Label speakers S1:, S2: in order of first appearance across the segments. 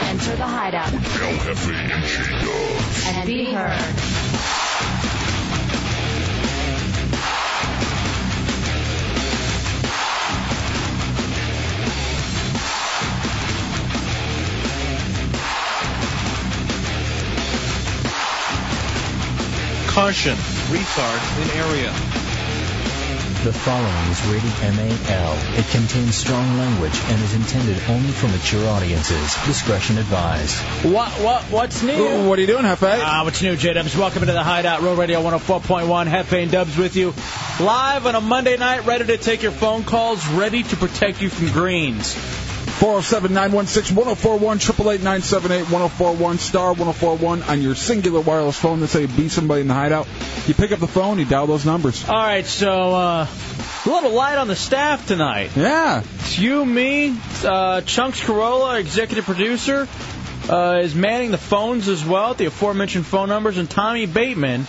S1: Enter the hideout
S2: El Jefe and She Dog.
S1: and be heard.
S3: Caution, retard in area.
S4: The following is rated MAL. It contains strong language and is intended only for mature audiences. Discretion advised.
S5: What what what's new?
S6: What are you doing, Hefe?
S5: Ah, what's new, J Dubs? Welcome to the Hideout Road Radio 104.1. Hefe and Dubs with you, live on a Monday night, ready to take your phone calls, ready to protect you from greens.
S6: 407 916 1041 888 1041 star 1041 on your singular wireless phone. That's how you beat somebody in the hideout. You pick up the phone, you dial those numbers.
S5: All right, so uh, a little light on the staff tonight.
S6: Yeah.
S5: It's you, me, uh, Chunks Corolla, executive producer, uh, is manning the phones as well, the aforementioned phone numbers, and Tommy Bateman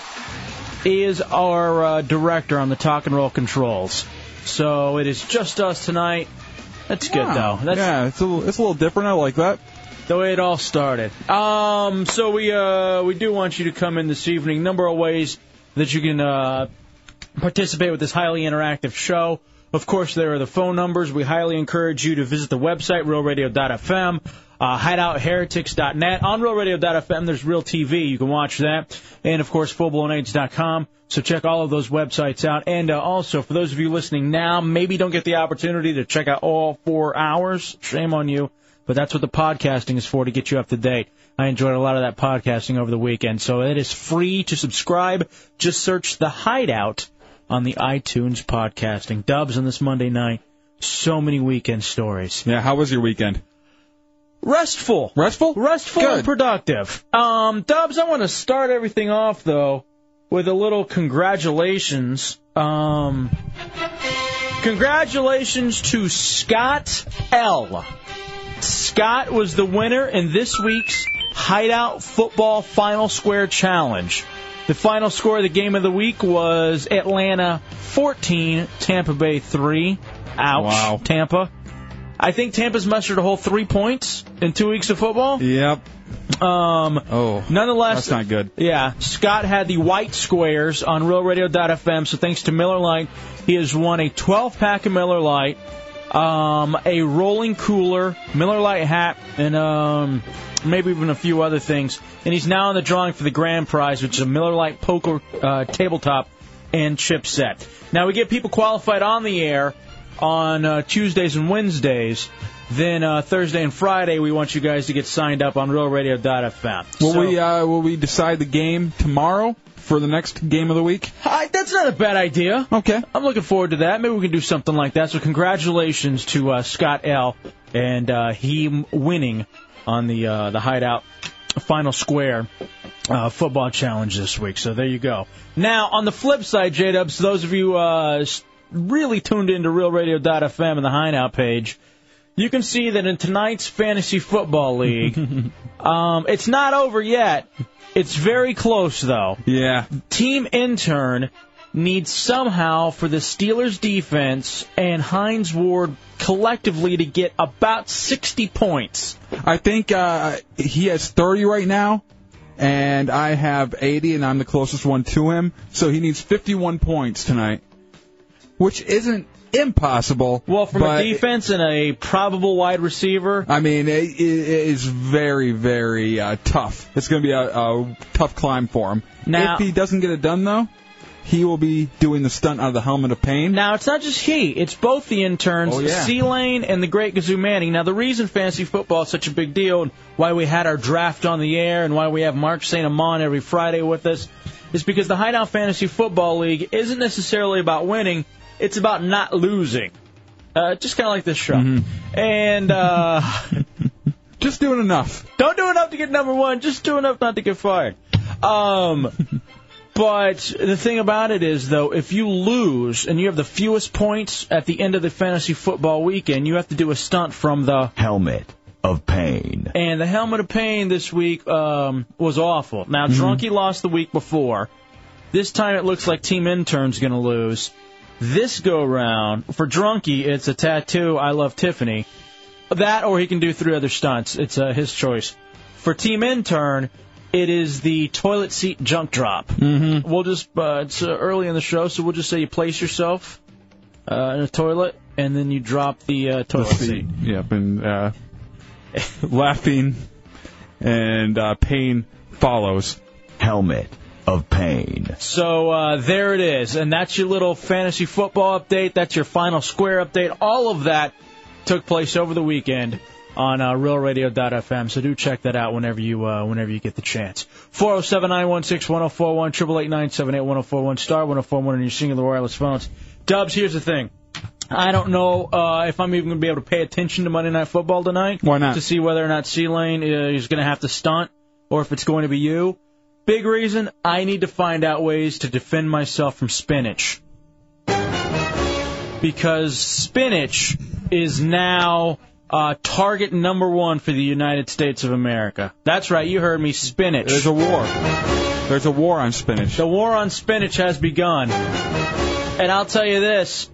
S5: is our uh, director on the Talk and Roll controls. So it is just us tonight. That's good though. That's
S6: yeah, it's a, little- it's a little different. I like that.
S5: the way it all started. Um, so we uh, we do want you to come in this evening. Number of ways that you can uh, participate with this highly interactive show. Of course, there are the phone numbers. We highly encourage you to visit the website realradio.fm, uh, hideoutheretics.net. On realradio.fm, there's Real TV. You can watch that, and of course, fullblownaids.com. So check all of those websites out. And uh, also, for those of you listening now, maybe don't get the opportunity to check out all four hours. Shame on you. But that's what the podcasting is for to get you up to date. I enjoyed a lot of that podcasting over the weekend. So it is free to subscribe. Just search The Hideout on the iTunes podcasting. Dubs on this Monday night. So many weekend stories.
S6: Yeah, how was your weekend?
S5: Restful.
S6: Restful?
S5: Restful
S6: Good.
S5: and productive. Um, Dubs, I want to start everything off, though, with a little congratulations. Um, congratulations to Scott L. Scott was the winner in this week's Hideout Football Final Square Challenge. The final score of the game of the week was Atlanta 14, Tampa Bay 3. Ouch,
S6: Wow.
S5: Tampa. I think Tampa's mustered a whole three points in two weeks of football.
S6: Yep.
S5: Um,
S6: Oh.
S5: nonetheless,
S6: That's not good.
S5: yeah, Scott had the white squares on RealRadio.fm. So thanks to Miller Lite, he has won a 12 pack of Miller Lite, um, a rolling cooler, Miller Lite hat, and um, maybe even a few other things. And he's now in the drawing for the grand prize, which is a Miller Lite poker uh, tabletop and chipset. Now we get people qualified on the air on uh, Tuesdays and Wednesdays. Then uh, Thursday and Friday, we want you guys to get signed up on RealRadio.fm.
S6: Will
S5: So-
S6: we uh, will we decide the game tomorrow for the next game of the week?
S5: I, that's not a bad idea.
S6: Okay.
S5: I'm looking forward to that. Maybe we can do something like that. So congratulations to uh, Scott L. and uh, he winning on the uh, the Hideout Final Square uh, football challenge this week. So there you go. Now on the flip side, J Dubs, those of you uh, s- really tuned into RealRadio.fm and the Hideout page. You can see that in tonight's fantasy football league, um, it's not over yet. It's very close though
S6: Yeah.
S5: team intern needs somehow for the Steelers defense and Heinz Ward collectively to get about 60 points.
S6: I think uh, he has 30 right now, and I have 80, and I'm the closest one to him. So he needs 51 points tonight, which isn't impossible.
S5: Well, from
S6: but,
S5: a defense and a probable wide receiver,
S6: I mean, it, it is very, very uh, tough. It's going to be a, a tough climb for him.
S5: Now-
S6: if he doesn't get it done, though, he will be doing the stunt out of the helmet of pain.
S5: Now it's not just he; it's both the interns,
S6: Oh, yeah.
S5: C Lane and the great Gazoo Manning. Now the reason fantasy football is such a big deal, and why we had our draft on the air, and why we have Mark Saint Amon every Friday with us, is because the Hideout Fantasy Football League isn't necessarily about winning; it's about not losing. Uh, just kind of like this show. And uh,
S6: Mm-hmm. just doing enough.
S5: Don't do enough to get number one. Just do enough not to get fired. Um, but the thing about it is, though, if you lose and you have the fewest points at the end of the fantasy football weekend, you have to do a stunt from the helmet of pain. And the helmet of pain this week um, was awful. Now, Drunky lost the week before. This time it looks like Team Intern's going to lose. This go round, for Drunky, it's a tattoo, I love Tiffany. That or he can do three other stunts. It's uh, his choice. For Team Intern, it is the toilet seat junk drop. Mm-hmm. We'll just, uh, it's uh, early in the show, so we'll just say you place yourself uh, in a toilet and then you drop the uh, toilet seat.
S6: Yep, and uh, laughing and uh, pain follows.
S7: Helmet of pain.
S5: So uh, there it is, and that's your little fantasy football update. That's your final square update. All of that took place over the weekend on uh, RealRadio.fm. So do check that out whenever you uh, whenever you get the chance. Four zero seven nine one six one zero four one triple eight nine seven eight one zero four one star one zero four one on your singular wireless phones. Dubs, here's the thing. I don't know uh, if I'm even going to be able to pay attention to Monday Night Football tonight.
S6: Why not?
S5: To see whether or not C Lane uh, is going to have to stunt or if it's going to be you. Big reason I need to find out ways to defend myself from spinach. Because spinach is now uh, target number one for the United States of America. That's right, you heard me, spinach.
S6: There's a war. There's a war on spinach.
S5: The war on spinach has begun. And I'll tell you this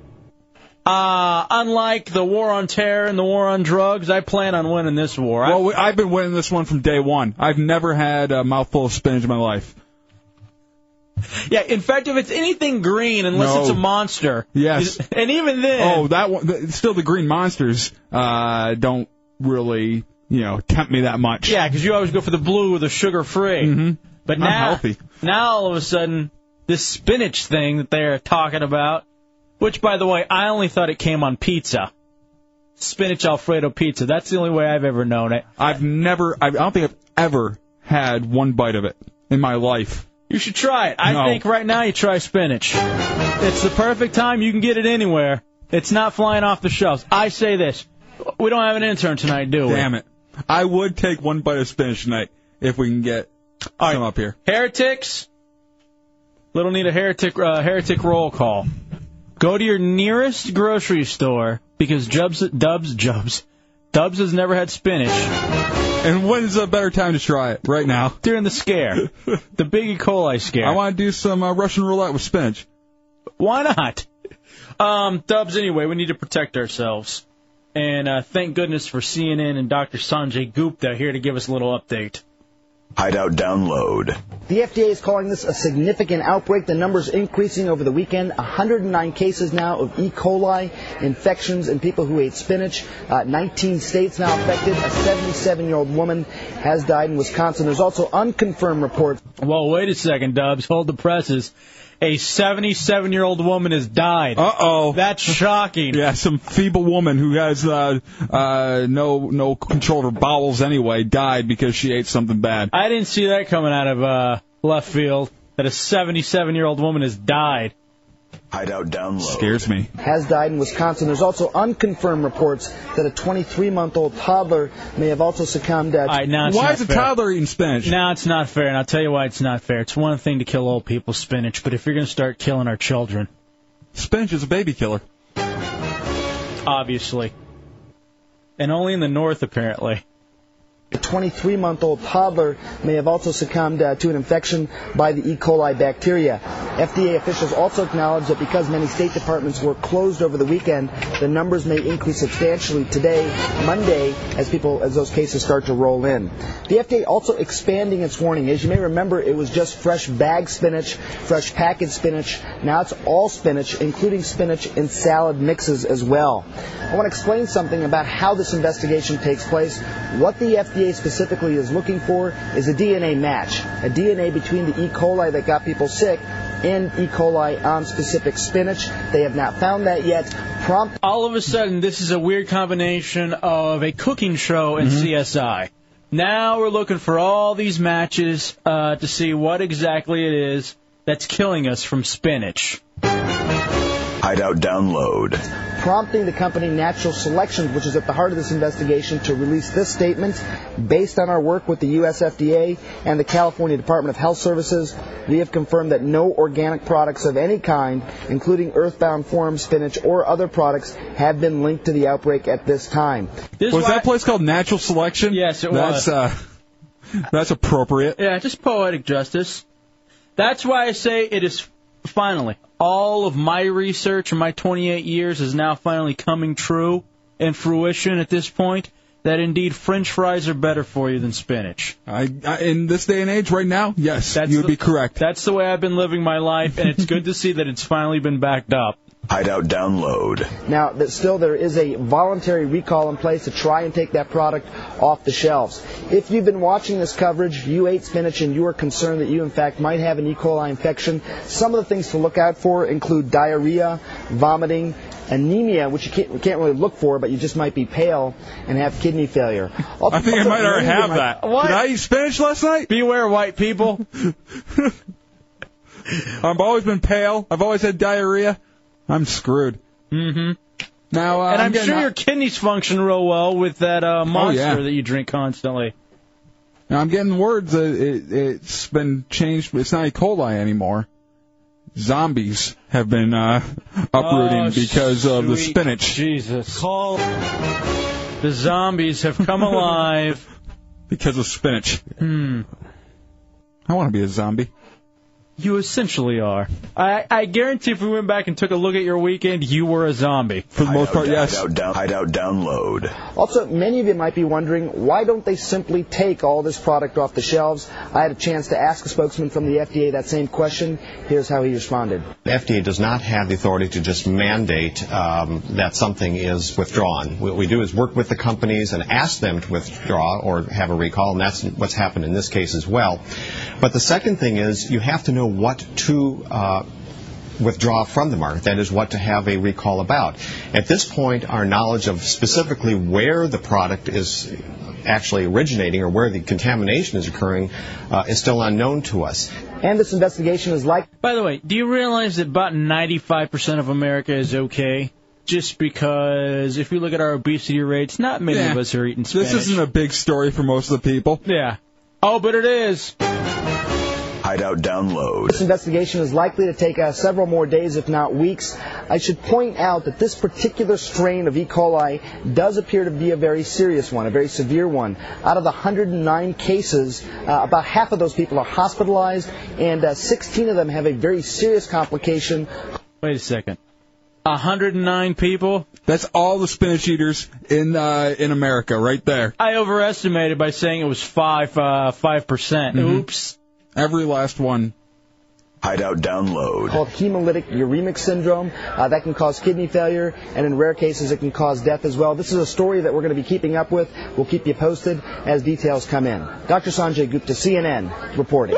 S5: uh, unlike the war on terror and the war on drugs, I plan on winning this war. I-
S6: Well, we- I've been winning this one from day one. I've never had a mouthful of spinach in my life.
S5: yeah, in fact, if it's anything green, unless
S6: No.
S5: it's a monster,
S6: Yes.
S5: and even then,
S6: Oh, that one. th- Still, the green monsters uh, don't really, you know, tempt me that much.
S5: Yeah, 'cause you always go for the blue or the sugar free. Mm-hmm. But
S6: I'm
S5: now,
S6: healthy.
S5: now all of a sudden, this spinach thing that they're talking about, which by the way, I only thought it came on pizza. Spinach Alfredo pizza. That's the only way I've ever known it.
S6: I've never. I I don't think I've ever had one bite of it in my life.
S5: You should try it. I
S6: No.
S5: think right now you try spinach. It's the perfect time. You can get it anywhere. It's not flying off the shelves. I say this. We don't have an intern tonight, do we?
S6: Damn it! I would take one bite of spinach tonight if we can get some up here.
S5: Heretics. Little need a heretic uh, heretic roll call. Go to your nearest grocery store because Jubs Dubs Jubs Dubs has never had spinach
S6: And when's a better time to try it? Right now.
S5: during the scare, the big E. coli scare.
S6: I want to do some uh, Russian roulette with spinach.
S5: Why not? Um, Dubs. Anyway, we need to protect ourselves, and uh, thank goodness for CNN and Dr. Sanjay Gupta here to give us a little update.
S7: Hideout download.
S8: The FDA is calling this a significant outbreak. The numbers increasing over the weekend. 109 cases now of E. coli infections in people who ate spinach. Uh, 19 states now affected. A 77-year-old woman has died in Wisconsin. There's also unconfirmed reports.
S5: Well, wait a second, Dubs. Hold the presses. A 77-year-old woman has died.
S6: Uh oh.
S5: That's shocking.
S6: Yeah, some feeble woman who has uh, uh, no no control of her bowels anyway died because she ate something bad.
S5: I didn't see that coming out of uh, left field that a 77 year old woman has died.
S7: Hideout download.
S6: Scares me.
S8: has died in Wisconsin. There's also unconfirmed reports that a 23-month-old toddler may have also succumbed at
S5: All right, now it's
S6: Why
S5: not
S6: is a
S5: fair.
S6: toddler eating spinach?
S5: Now it's not fair, and I'll tell you why it's not fair. It's one thing to kill old people spinach, but if you're going to start killing our children,
S6: Spinach is a baby killer.
S5: obviously, and only in the north apparently.
S8: A 23-month-old toddler may have also succumbed uh, to an infection by the E. coli bacteria. FDA officials also acknowledge that because many state departments were closed over the weekend, the numbers may increase substantially today, Monday, as people as those cases start to roll in. The FDA also expanding its warning. As you may remember, it was just fresh bag spinach, fresh packaged spinach. Now it's all spinach, including spinach in salad mixes as well. I want to explain something about how this investigation takes place. What the FDA specifically is looking for is a DNA match, a DNA between the E. coli that got people sick and E. coli on specific spinach. They have not found that yet. Prompt
S5: All of a sudden, this is a weird combination of a cooking show and CSI. Now we're looking for all these matches uh, to see what exactly it is that's killing us from spinach.
S7: Hideout download.
S8: prompting the company Natural Selections, which is at the heart of this investigation, to release this statement. Based on our work with the U.S. FDA and the California Department of Health Services, we have confirmed that no organic products of any kind, including earthbound form, spinach, or other products, have been linked to the outbreak at this time.
S6: was that place called Natural Selection? Yes,
S5: it
S6: that's,
S5: was.
S6: Uh, that's appropriate.
S5: Yeah, just poetic justice. That's why I say it is finally. All of my research in my 28 years is now finally coming true and fruition at this point that indeed French fries are better for you than spinach.
S6: I, I in this day and age, right now, yes, you would be correct.
S5: That's the way I've been living my life, and it's good to see that it's finally been backed up.
S7: Hideout download.
S8: Now, that still there is a voluntary recall in place to try and take that product off the shelves. If you've been watching this coverage, you ate spinach and you are concerned that you, in fact, might have an E. coli infection, some of the things to look out for include diarrhea, vomiting, anemia, which you can't, you can't really look for, but you just might be pale and have kidney failure.
S6: I think I might already have that. Did I eat spinach last night?
S5: Beware, white people.
S6: I've always been pale. I've always had diarrhea. I'm screwed.
S5: Mm-hmm.
S6: Now, uh,
S5: and I'm,
S6: getting
S5: sure
S6: out-
S5: your kidneys function real well with that uh, monster
S6: yeah.
S5: that you drink constantly.
S6: Now I'm getting words. That it, it's been changed. It's not E. coli anymore. Zombies have been uh, uprooting
S5: Oh,
S6: because of the
S5: sweet
S6: spinach.
S5: Jesus. Call. The zombies have come alive.
S6: Because of spinach.
S5: Hmm.
S6: I want to be a zombie.
S5: You essentially are. I, I guarantee if we went back and took a look at your weekend, you were a zombie.
S6: For the most part, yes.
S7: Hideout, down, hideout download.
S8: Also, many of you might be wondering why don't they simply take all this product off the shelves? I had a chance to ask a spokesman from the FDA that same question. Here's how he responded.
S9: The FDA does not have the authority to just mandate um, that something is withdrawn. What we do is work with the companies and ask them to withdraw or have a recall, and that's what's happened in this case as well. But the second thing is you have to know what to uh, withdraw from the market. That is what to have a recall about. At this point, our knowledge of specifically where the product is actually originating or where the contamination is occurring uh, is still unknown to us.
S8: And this investigation is like
S5: By the way, do you realize that about 95% of America is okay? Just because if you look at our obesity rates, not many
S6: Yeah.
S5: of us are eating spinach.
S6: This isn't a big story for most of the people.
S5: Yeah. Oh, but it is.
S7: Hideout download.
S8: This investigation is likely to take uh, several more days, if not weeks. I should point out that this particular strain of E. coli does appear to be a very serious one, a very severe one. Out of the 109 cases, uh, about half of those people are hospitalized, and uh, 16 of them have a very serious complication.
S5: Wait a second. 109 people?
S6: That's all the spinach eaters in uh, in America, right there.
S5: I overestimated by saying it was 5 uh, 5%. percent
S6: Mm-hmm.
S5: Oops.
S6: Every last one.
S7: Hideout download.
S8: called hemolytic uremic syndrome. Uh, that can cause kidney failure, and in rare cases, it can cause death as well. This is a story that we're going to be keeping up with. We'll keep you posted as details come in. Dr. Sanjay Gupta, CNN, reporting.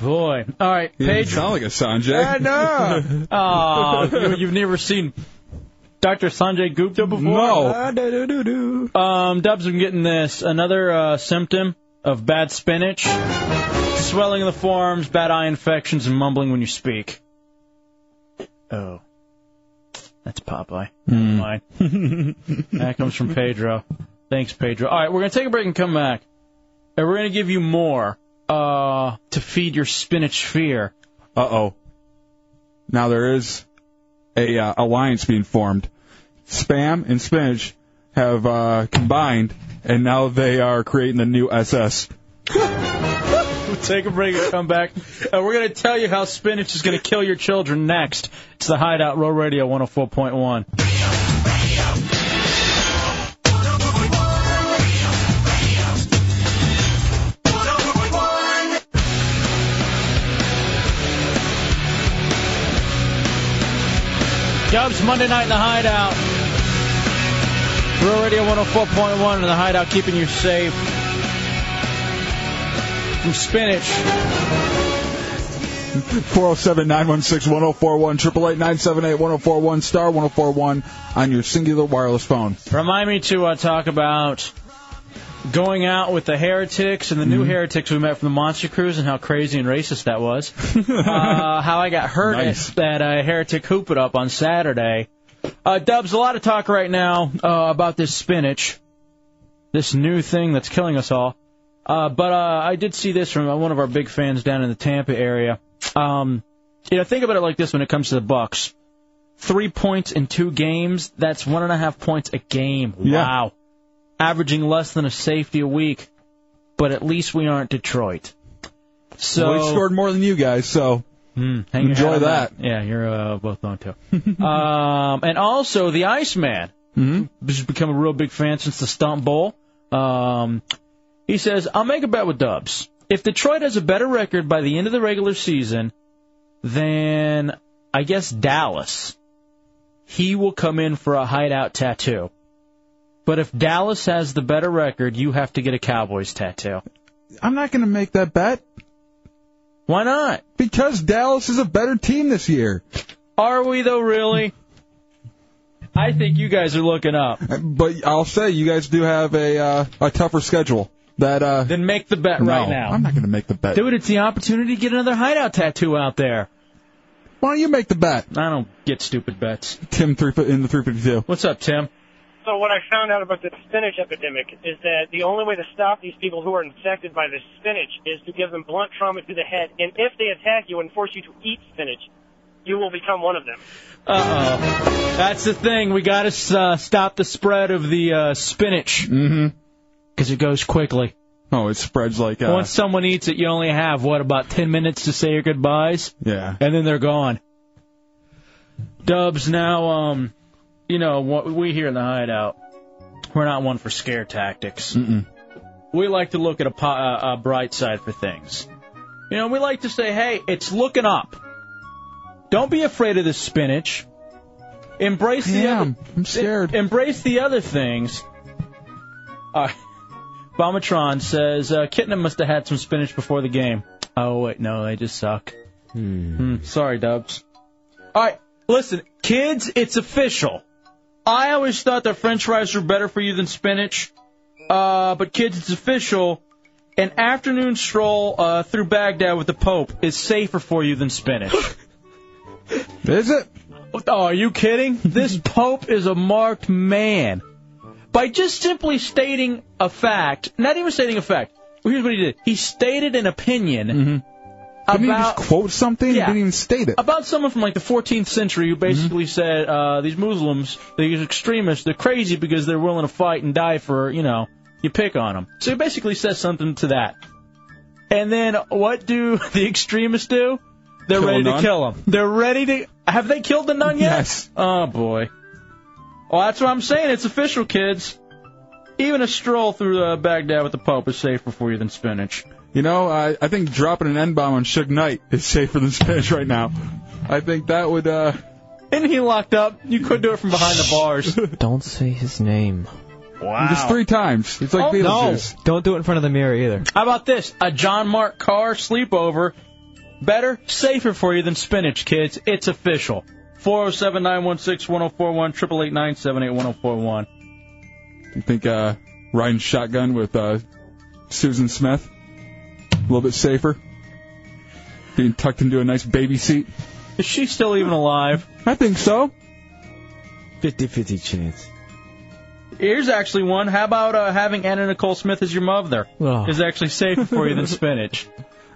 S5: Boy. All right,
S6: You didn't
S5: Paige.
S6: sound like a Sanjay.
S5: I know. Aw, you, you've never seen Dr. Sanjay Gupta before?
S6: No.
S5: Um, Dubs, I'm getting this. Another uh, symptom of bad spinach swelling of the forms, bad eye infections, and mumbling when you speak. Oh. That's Popeye.
S2: Hmm.
S5: Mine. that comes from Pedro. Thanks, Pedro. All right, we're going to take a break and come back. And we're going to give you more uh, to feed your spinach fear.
S6: Uh oh. Now there is a uh, alliance being formed. Spam and spinach have uh, combined, and now they are creating the new SS.
S5: We'll take a break and come back. Uh, we're going to tell you how spinach is going to kill your children next. It's the Hideout Row Radio 104.1. Dubs, Monday night in the Hideout. Row Radio 104.1 in the Hideout, keeping you safe from spinach.
S6: 407 916 1041 888 1041 star 1041 on your singular wireless phone.
S5: Remind me to uh, talk about going out with the heretics and the new heretics we met from the Monster Cruise and how crazy and racist that was. uh, how I got hurt
S6: Nice.
S5: at that uh, heretic hoop it up on Saturday. Uh, Dubs, a lot of talk right now uh, about this spinach, this new thing that's killing us all. Uh, but uh, I did see this from one of our big fans down in the Tampa area. Um, you know, think about it like this when it comes to the Bucks: three points in two games. That's one and a half points a game. Wow, averaging less than a safety a week. But at least we aren't Detroit. So Hmm,
S6: Well, he scored more than you guys, so
S5: Hang your
S6: enjoy
S5: hat on
S6: that.
S5: Yeah, you're uh, both on too. um, and also the Iceman,
S6: Hmm?
S5: mm-hmm. who's become a real big fan since the Stump Bowl. Um, he says, "I'll make a bet with Dubs. If Detroit has a better record by the end of the regular season than I guess Dallas, he will come in for a hideout tattoo. But if Dallas has the better record, you have to get a Cowboys tattoo.
S6: I'm not going to make that bet.
S5: Why not?
S6: Because Dallas is a better team this year.
S5: Are we though? Really? I think you guys are looking up."
S6: But I'll say you guys do have a uh, a tougher schedule. That uh,
S5: Then make the bet
S6: no,
S5: right now.
S6: I'm not going to make the bet.
S5: Dude, it's the opportunity to get another hideout tattoo out there.
S6: Why don't you make the bet,
S5: I don't get stupid bets.
S6: Tim? Three in the 352.
S5: What's up, Tim?
S10: So what I found out about the spinach epidemic is that the only way to stop these people who are infected by this spinach is to give them blunt trauma to the head, and if they attack you and force you to eat spinach, you will become one of them.
S5: Uh oh. That's the thing. We got to uh, stop the spread of the uh, spinach
S6: Mm-hmm.
S5: because it goes quickly.
S6: Oh, it spreads like uh,
S5: Once someone eats it, you only have, what, about 10 minutes to say your goodbyes?
S6: yeah.
S5: and then they're gone. Dubs now, um, you know what we here in the hideout, we're not one for scare tactics.
S6: Mm-mm.
S5: We like to look at a, po- uh, a bright side for things. You know, we like to say, hey, it's looking up. Don't be afraid of the spinach. Embrace the
S6: Yeah,
S5: other,
S6: I'm- I'm scared.
S5: embrace the other things. Uh, Bomatron says uh, Kitna must have had some spinach before the game. Oh wait, no, they just suck. Hmm, sorry, Dubs. All right, listen, kids, it's official. I always thought that French fries were better for you than spinach, uh, but kids, it's official. An afternoon stroll uh, through Baghdad with the Pope is safer for you than spinach.
S6: Is it?
S5: Oh, are you kidding? This Pope is a marked man. By just simply stating a fact, not even stating a fact, well, here's what he did. He stated an opinion
S6: Didn't he just
S5: about,
S6: quote something?
S5: Yeah.
S6: He didn't even state it.
S5: about someone from like the 14th century who basically
S6: Mm-hmm.
S5: said uh, these Muslims, these extremists, they're crazy because they're willing to fight and die for, you know, you pick on them. So he basically says something to that. And then what do the extremists do? They're
S6: Kill a
S5: ready to
S6: nun?
S5: kill him. They're ready to. Have they killed the nun yet?
S6: Yes.
S5: Oh boy. Well, that's what I'm saying. It's official, kids. Even a stroll through uh, Baghdad with the Pope is safer for you than spinach.
S6: You know, I, I think dropping an N bomb on Suge Knight is safer than Spanish right now. I think that would. uh
S5: Isn't he locked up? You could do it from behind the bars.
S11: Don't say his name.
S6: Just three times. It's like
S5: Oh, no.
S6: Beetlejuice.
S11: Don't do it in front of the mirror either.
S5: How about this? A John Mark Carr sleepover. Better, safer for you than spinach, kids. It's official. 407 916 1041, 888 978 1041.
S6: You think uh riding shotgun with uh Susan Smith? A little bit safer. Being tucked into a nice baby seat.
S5: Is she still even alive?
S6: I think so.
S11: 50-50 chance.
S5: Here's actually one. How about uh, having Anna Nicole Smith as your mother?
S11: Oh.
S5: Is actually safer for you than spinach.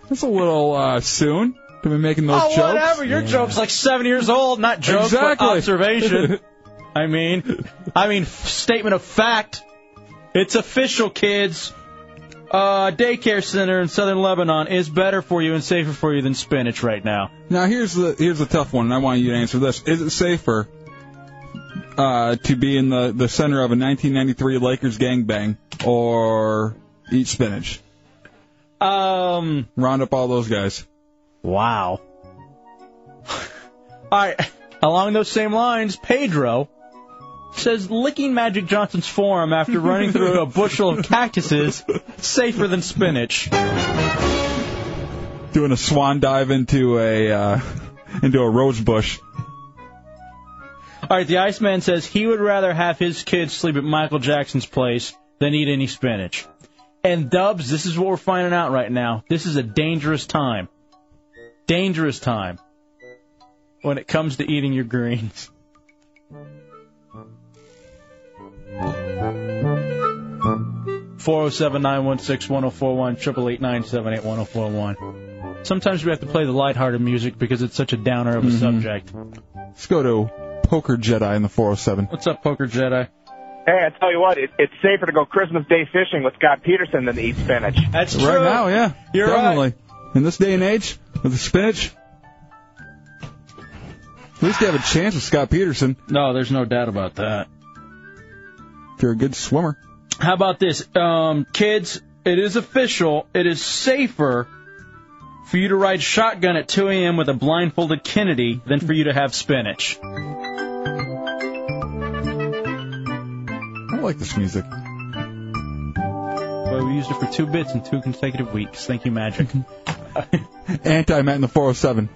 S6: That's a little uh soon to be making those
S5: oh,
S6: jokes.
S5: whatever. Your joke's like seven years old. Not joke,
S6: Exactly.
S5: but observation. I mean, I mean, f- statement of fact. It's official, kids. Uh, daycare center in southern Lebanon is better for you and safer for you than spinach right now.
S6: Now here's the here's the tough one, and I want you to answer this: Is it safer uh, to be in the the center of a 1993 Lakers gangbang or eat spinach?
S5: Um,
S6: Round up all those guys.
S5: wow. All right. Along those same lines, Pedro says licking Magic Johnson's forearm after running through a bushel of cactuses safer than spinach.
S6: Doing a swan dive into a uh, into a rose bush.
S5: All right, the Iceman says he would rather have his kids sleep at Michael Jackson's place than eat any spinach. And Dubs, this is what we're finding out right now. This is a dangerous time. Dangerous time when it comes to eating your greens. 407 916 1041, 888 978 1041. Sometimes we have to play the lighthearted music because it's such a downer of a
S6: Mhm.
S5: subject.
S6: Let's go to Poker Jedi in the 407.
S5: What's up, Poker Jedi?
S12: Hey, I tell you what, it, it's safer to go Christmas Day fishing with Scott Peterson than to eat spinach.
S5: That's
S6: right now, yeah.
S12: You're
S6: definitely. In this day and age, with the spinach, at least you have a chance with Scott Peterson.
S5: No, there's no doubt about that.
S6: If you're a good swimmer.
S5: How about this? Um, kids, it is official. It is safer for you to ride shotgun at 2 a.m. with a blindfolded Kennedy than for you to have spinach.
S6: I like this music.
S5: Well, we used it for two bits in two consecutive weeks. Thank you, Magic.
S6: Anti Matt in the 407.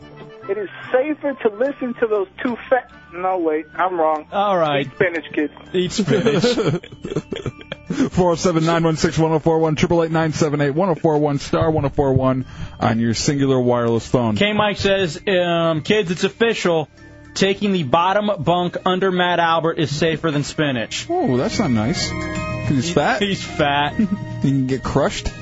S13: It is safer to listen to those two fat. No, wait, I'm wrong.
S5: All right.
S13: Eat spinach, kids.
S5: Eat spinach.
S6: 407 916 1041, 888 978 1041, star 1041 on your singular wireless phone.
S5: K Mike says, um, kids, it's official. Taking the bottom bunk under Matt Albert is safer than spinach.
S6: Oh, that's not nice. 'Cause He's fat.
S5: He's fat. you
S6: can get crushed.
S5: All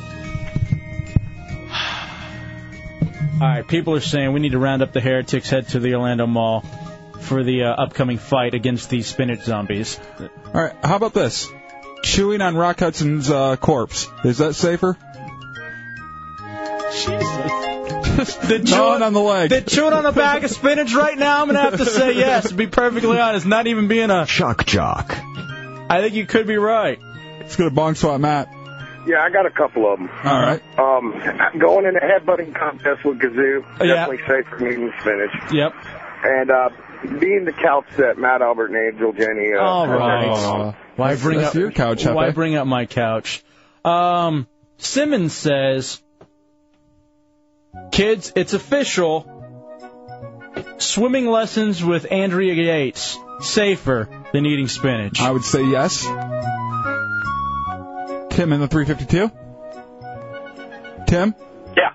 S5: right, people are saying we need to round up the heretics, head to the Orlando Mall for the uh, upcoming fight against the spinach zombies.
S6: All right, how about this? Chewing on Rock Hudson's uh, corpse. Is that safer?
S5: Jesus. the
S6: Gnawing on the leg.
S5: They're chewing on a bag of spinach right now. I'm going to have to say yes, to be perfectly honest. Not even being a.
S6: Shock jock.
S5: I think you could be right.
S6: Let's go to Bong Swat Matt.
S14: Yeah, I got a couple of them.
S6: All right.
S14: Um, going in a headbutting contest with Gazoo,
S5: Yeah.
S14: definitely safe for me to finish.
S5: Yep.
S14: And uh, being the couch that Matt Albert and Angel Jenny. Uh,
S5: All right.
S14: uh,
S5: why bring
S6: that's
S5: up
S6: your couch, Hefe.
S5: Why bring up my couch? Um, Simmons says, "Kids, it's official. Swimming lessons with Andrea Yates safer than eating spinach."
S6: I would say yes. Tim in the 352. Tim?
S15: Yeah.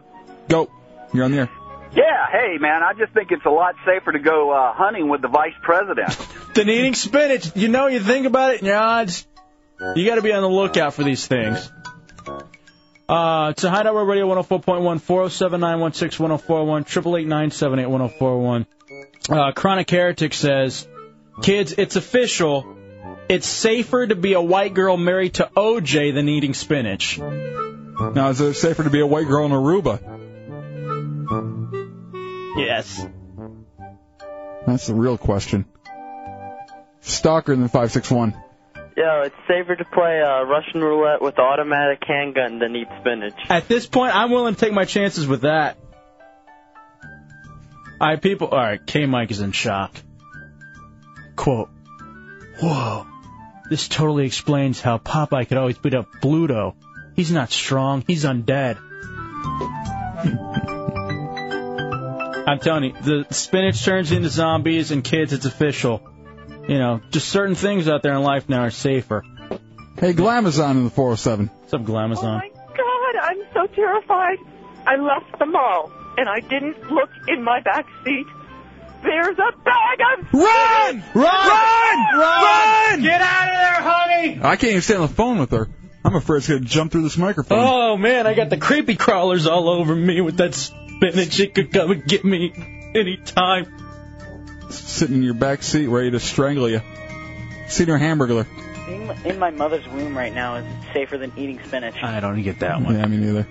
S6: Go. You're on the air.
S15: Yeah, hey man, I just think it's a lot safer to go uh, hunting with the vice president.
S5: Than eating spinach. You know, you think about it, and your odds. You got to be on the lookout for these things. Uh, it's a Hideout Road Radio 104.1, 407 916 1041, 888 978 1041. Uh, Chronic Heretic says, Kids, it's official. It's safer to be a white girl married to OJ than eating spinach.
S6: Now, is it safer to be a white girl in Aruba?
S5: Yes.
S6: That's the real question. Stalker in the 561.
S16: Yo, it's safer to play uh, Russian roulette with automatic handgun than eat spinach.
S5: At this point, I'm willing to take my chances with that. All right, people. All right, K Mike is in shock. Quote, Whoa. This totally explains how Popeye could always beat up Bluto. He's not strong, he's undead. I'm telling you, the spinach turns into zombies and kids, it's official. You know, just certain things out there in life now are safer.
S6: Hey, Glamazon in the 407.
S5: What's up,
S17: Oh
S5: Glamazon?
S18: Oh, God, I'm so terrified. I left the mall and I didn't look in my back seat. There's a bag of
S6: run,
S18: run,
S6: run,
S5: run! Get out of there, honey!
S6: I can't even stay on the phone with her. I'm afraid it's going to jump through this microphone.
S5: Oh man, I got the creepy crawlers all over me with that spinach. It could come and get me anytime.
S6: Sitting in your back seat ready to strangle you. Senior Hamburglar.
S19: Being in my mother's womb right now is safer than eating spinach.
S5: I don't get that
S6: Yeah, me neither.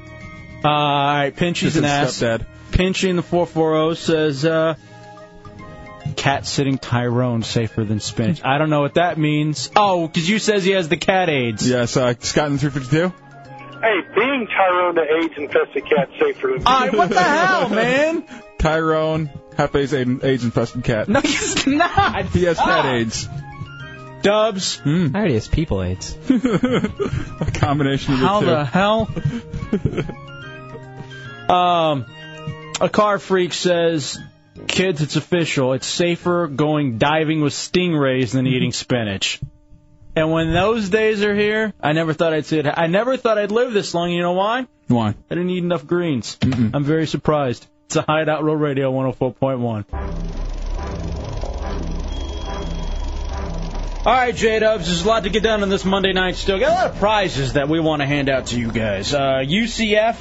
S5: Uh, all right, Pinchy's
S6: This
S5: an
S6: is
S5: ass.
S6: stepdad.
S5: Pinchy in the 440 says, uh, cat sitting Tyrone safer than spinach. I don't know what that means. Oh, 'cause you says he has the cat AIDS.
S6: Yes, uh, Scott in the 352.
S20: Hey, being Tyrone the AIDS infested cat safer than
S5: All right, what the hell, man?
S6: Tyrone, Hefe's AIDS infested cat.
S5: No, he's not.
S6: He has cat AIDS. Hmm.
S5: Dubs.
S11: I already has people aids.
S6: A combination of
S5: How
S6: the two.
S5: the hell? um, a car freak says, "Kids, it's official. It's safer going diving with stingrays than eating spinach." And when those days are here, I never thought I'd see it. I never thought I'd live this long. You know why?
S6: Why?
S5: I didn't eat enough greens. I'm very surprised. It's a Hideout Road Radio 104.1. All right, J Dubs, there's a lot to get done on this Monday night still. Got a lot of prizes that we want to hand out to you guys. Uh, UCF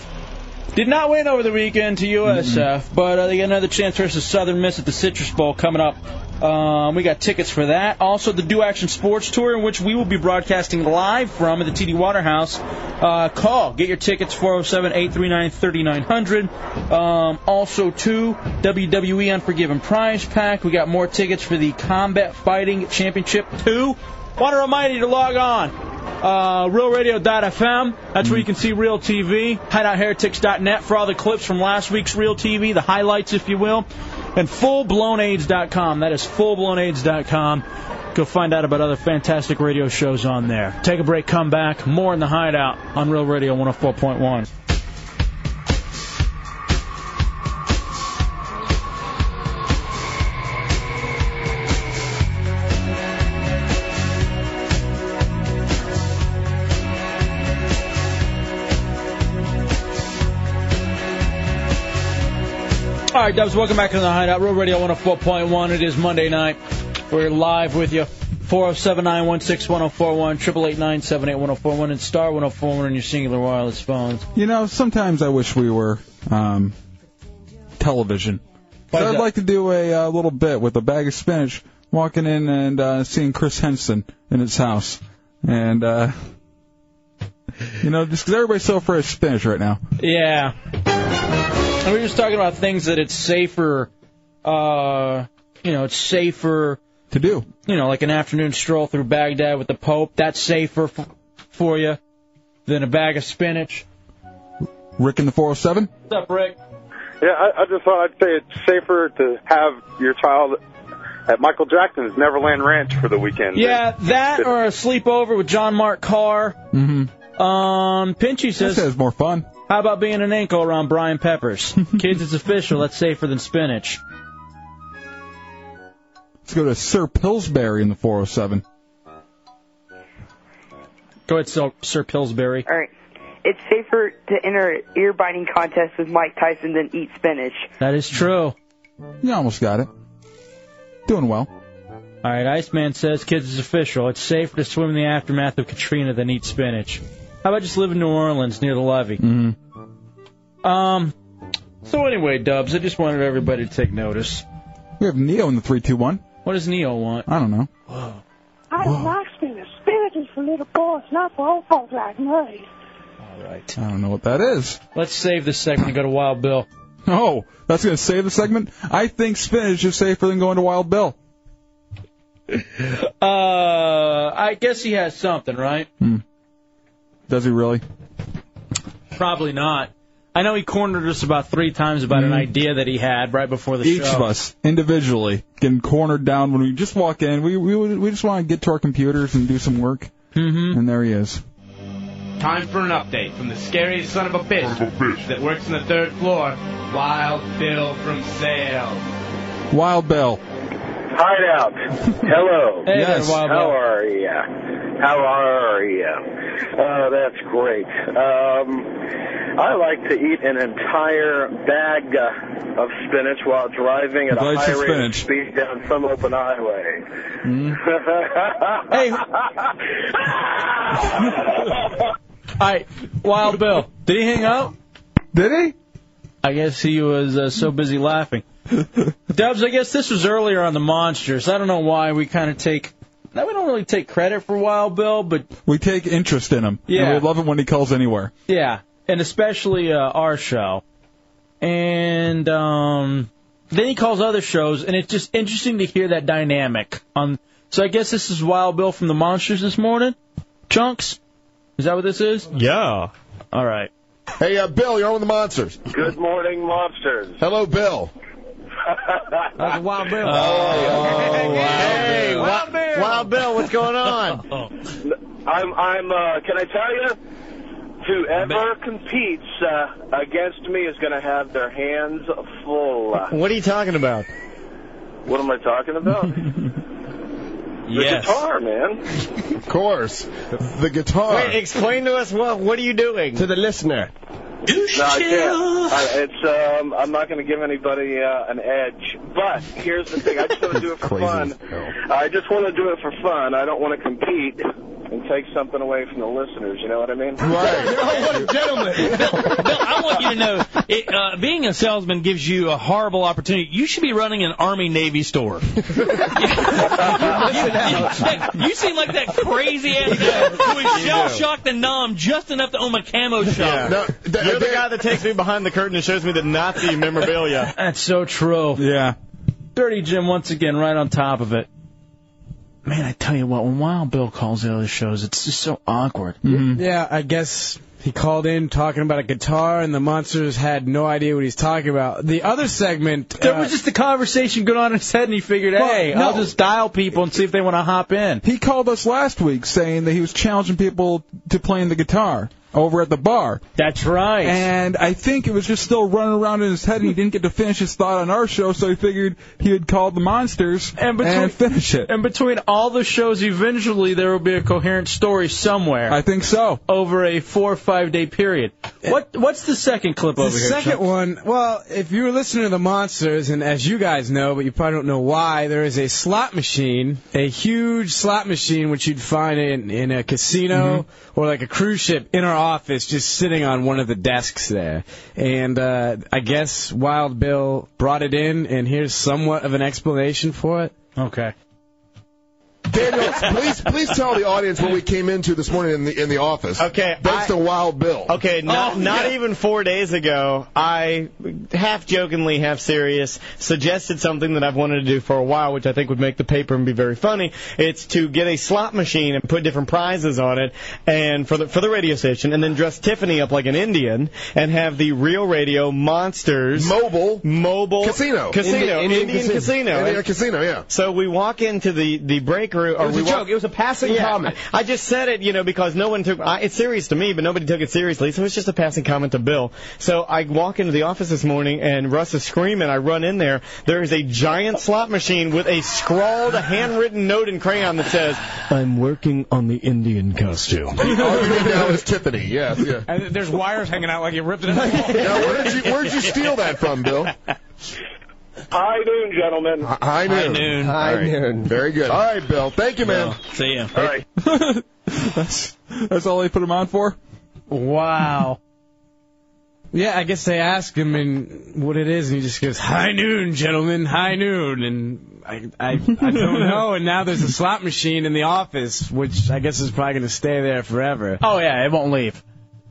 S5: did not win over the weekend to USF, but uh, they got another chance versus Southern Miss at the Citrus Bowl coming up. Um, we got tickets for that. Also, the Do Action Sports Tour, in which we will be broadcasting live from at the TD Waterhouse. Uh, call, get your tickets 407 839 3900. Um, Also, two WWE E Unforgiven Prize Pack. We got more tickets for the Combat Fighting Championship 2. Want to remind you to log on. Uh, RealRadio.fm. That's where you can see Real TV. HideoutHeretics.net for all the clips from last week's Real TV, the highlights, if you will. And FullBlownAids.com. That is FullBlownAids.com. Go find out about other fantastic radio shows on there. Take a break, come back. More in the Hideout on Real Radio 104.1. All right, Dubs, welcome back to the Hideout. Real Radio 104.1. It is Monday night. We're live with you. 407 916 1041, 888 978 1041, and star 1041 on your singular wireless phones.
S6: You know, sometimes I wish we were um, television. So I'd like to do a uh, little bit with a bag of spinach, walking in and uh, seeing Chris Henson in his house, and uh, you know, just 'cause everybody's so afraid of spinach right now.
S5: Yeah. And we were just talking about things that it's safer, uh, you know, it's safer
S6: to do.
S5: You know, like an afternoon stroll through Baghdad with the Pope. That's safer f- for you than a bag of spinach.
S6: Rick in the 407.
S5: What's up, Rick?
S20: Yeah, I, I just thought I'd say it's safer to have your child at Michael Jackson's Neverland Ranch for the weekend.
S5: Yeah, that or a sleepover with John Mark Carr. Mm-hmm. Um, Pinchy says.
S6: That sounds more fun.
S5: How about being an ankle around Brian Peppers? Kids, it's official. That's safer than spinach.
S6: Let's go to Sir Pillsbury in the 407.
S5: Go ahead, Sir, Sir Pillsbury.
S17: All right. It's safer to enter an ear biting contest with Mike Tyson than eat spinach.
S5: That is true.
S6: You almost got it. Doing well.
S5: All right, Iceman says, kids, it's official. It's safer to swim in the aftermath of Katrina than eat spinach. How about just live in New Orleans near the levee?
S6: Mm-hmm.
S5: Um. So anyway, Dubs, I just wanted everybody to take notice.
S6: We have Neo in the 321.
S5: What does Neo want?
S6: I don't know.
S21: I don't like spinach. Spinach is for little boys, not for old folks like me.
S5: All right.
S6: I don't know what that is.
S5: Let's save this segment and go to Wild Bill.
S6: Oh, that's going to save the segment? I think spinach is safer than going to Wild Bill.
S5: Uh, I guess he has something, right?
S6: Does he really?
S5: Probably not. I know he cornered us about three times about
S6: Mm.
S5: an idea that he had right before the
S6: Each
S5: show.
S6: of us individually getting cornered down when we just walk in. We we we just want to get to our computers and do some work. Mm-hmm. And there he is.
S22: Time for an update from the scariest son of a bitch, that works on the third floor, Wild Bill from Sale.
S6: Wild Bill.
S22: Hideout.
S14: Hello.
S6: Hey there, Yes. Wild
S14: How
S6: Bill.
S14: are you? How are you? Oh, that's great. Um, I like to eat an entire bag uh, of spinach while driving at
S6: I'm glad
S14: a
S6: you
S14: high
S6: said
S14: rate of
S6: spinach.
S14: speed down some open highway.
S5: Mm. hey. All right, Wild Bill. Did he hang up?
S6: Did he?
S5: I guess he was uh, so busy laughing. Dubs, I guess this was earlier on the monsters. I don't know why we kind of take. Now we don't really take credit for Wild Bill, but
S6: We take interest in him.
S5: Yeah.
S6: And we love him when he calls anywhere.
S5: yeah, and especially uh, our show. And um, then he calls other shows, and it's just interesting to hear that dynamic. On so I guess this is Wild Bill from the monsters this morning. Chunks, is that what this is?
S23: Yeah.
S5: All right.
S23: Hey, uh, Bill, you're on the monsters.
S20: Good morning, monsters.
S23: Hello, Bill.
S5: That's a wild
S3: Oh,
S5: bill.
S23: hey, Wild Bill. Wild Bill, what's going on?
S3: Oh.
S20: I'm. I'm. Uh, can I tell you? Whoever competes uh, against me is going to have their hands full.
S23: What are you talking about?
S20: What am I talking about?
S23: Yes.
S20: The guitar, man.
S23: Of course. The guitar. Wait, explain to us what what are you doing? To the listener.
S14: No, I can't. I, it's um, I'm not going to give anybody uh, an edge. But here's the thing: I just want to do it for fun. I just want to do it for fun. I don't want to compete and take something away from the listeners. You know what I mean?
S24: Right. what a gentleman.
S5: Bill, I want you to know, it, uh, being a salesman gives you a horrible opportunity. You should be running an Army Navy store. you, you seem like that crazy ass guy who is shell shocked and numb just enough to own a camo shop.
S3: No, th- You're the guy that takes me behind the curtain and shows me the Nazi memorabilia.
S5: That's so true.
S6: Yeah.
S5: Dirty Jim once again right on top of it. Man, I tell you what, when Wild Bill calls the other shows, it's just so mm-hmm. awkward.
S2: Yeah, I guess he called in talking about a guitar, and the monsters had no idea what he's talking about. The other segment,
S5: There was just a conversation going on in his head, and he figured,
S6: Well,
S5: hey,
S6: no.
S5: I'll just dial people and see if they want to hop in.
S6: He called us last week saying that he was challenging people to playing the guitar over at the bar.
S5: That's right.
S6: And I think it was just still running around in his head, and he didn't get to finish his thought on our show, so he figured he would call the monsters and, finish it.
S5: And between all the shows, eventually there will be a coherent story somewhere. I
S6: think so.
S5: Over a four or five day period. What What's the second clip
S2: The
S5: over here?
S2: second
S5: Chuck?
S2: one, well, if you were listening to the monsters, and as you guys know, but you probably don't know why, there is a slot machine, a huge slot machine, which you'd find in in a casino or like a cruise ship in our office, just sitting on one of the desks there. And uh, I guess Wild Bill brought it in, and here's somewhat of an explanation for it.
S5: Okay.
S17: Daniel, please please tell the audience what we came into this morning in the in the office. Okay, thanks to Wild Bill.
S3: Okay,
S20: Oh,
S3: not, not even four days ago, I half jokingly, half serious, suggested something that I've wanted to do for a while, which I think would make the paper and be very funny. It's to get a slot machine and put different prizes on it, and for the for the radio station, and then dress Tiffany up like an Indian and have the real radio monsters
S17: mobile
S3: mobile
S17: Casino.
S3: casino
S17: Indian-
S3: Indian,
S17: Indian
S3: casino,
S17: casino. Indian casino, yeah.
S3: So we walk into the the break room. or
S17: It was
S3: we
S17: a
S3: walk-
S17: joke. It was a passing
S3: Yeah,
S17: comment.
S3: I just said it, you know, because no one took I, it's serious to me, but nobody took it seriously. So it's just a passing comment to Bill. So I walk into the office this morning, and Russ is screaming. I run in there. There is a giant slot machine with a scrawled, handwritten note in crayon that says, "I'm working on the Indian costume."
S17: All you need now is Tiffany. Yes, yeah.
S2: And there's wires hanging out like you ripped it out.
S17: Now, where did you where did you steal that from, Bill?
S14: High noon, gentlemen.
S17: High noon. High noon. Very good. All right, Bill. Thank you, man.
S5: See ya.
S17: All right.
S6: that's that's all they put him on for.
S5: Wow.
S2: Yeah, I guess they ask him and what it is, and he just goes, "High noon, gentlemen, high noon," and I I, I don't know. And now there's a slot machine in the office, which I guess is probably going to stay there forever.
S5: Oh yeah, it won't leave.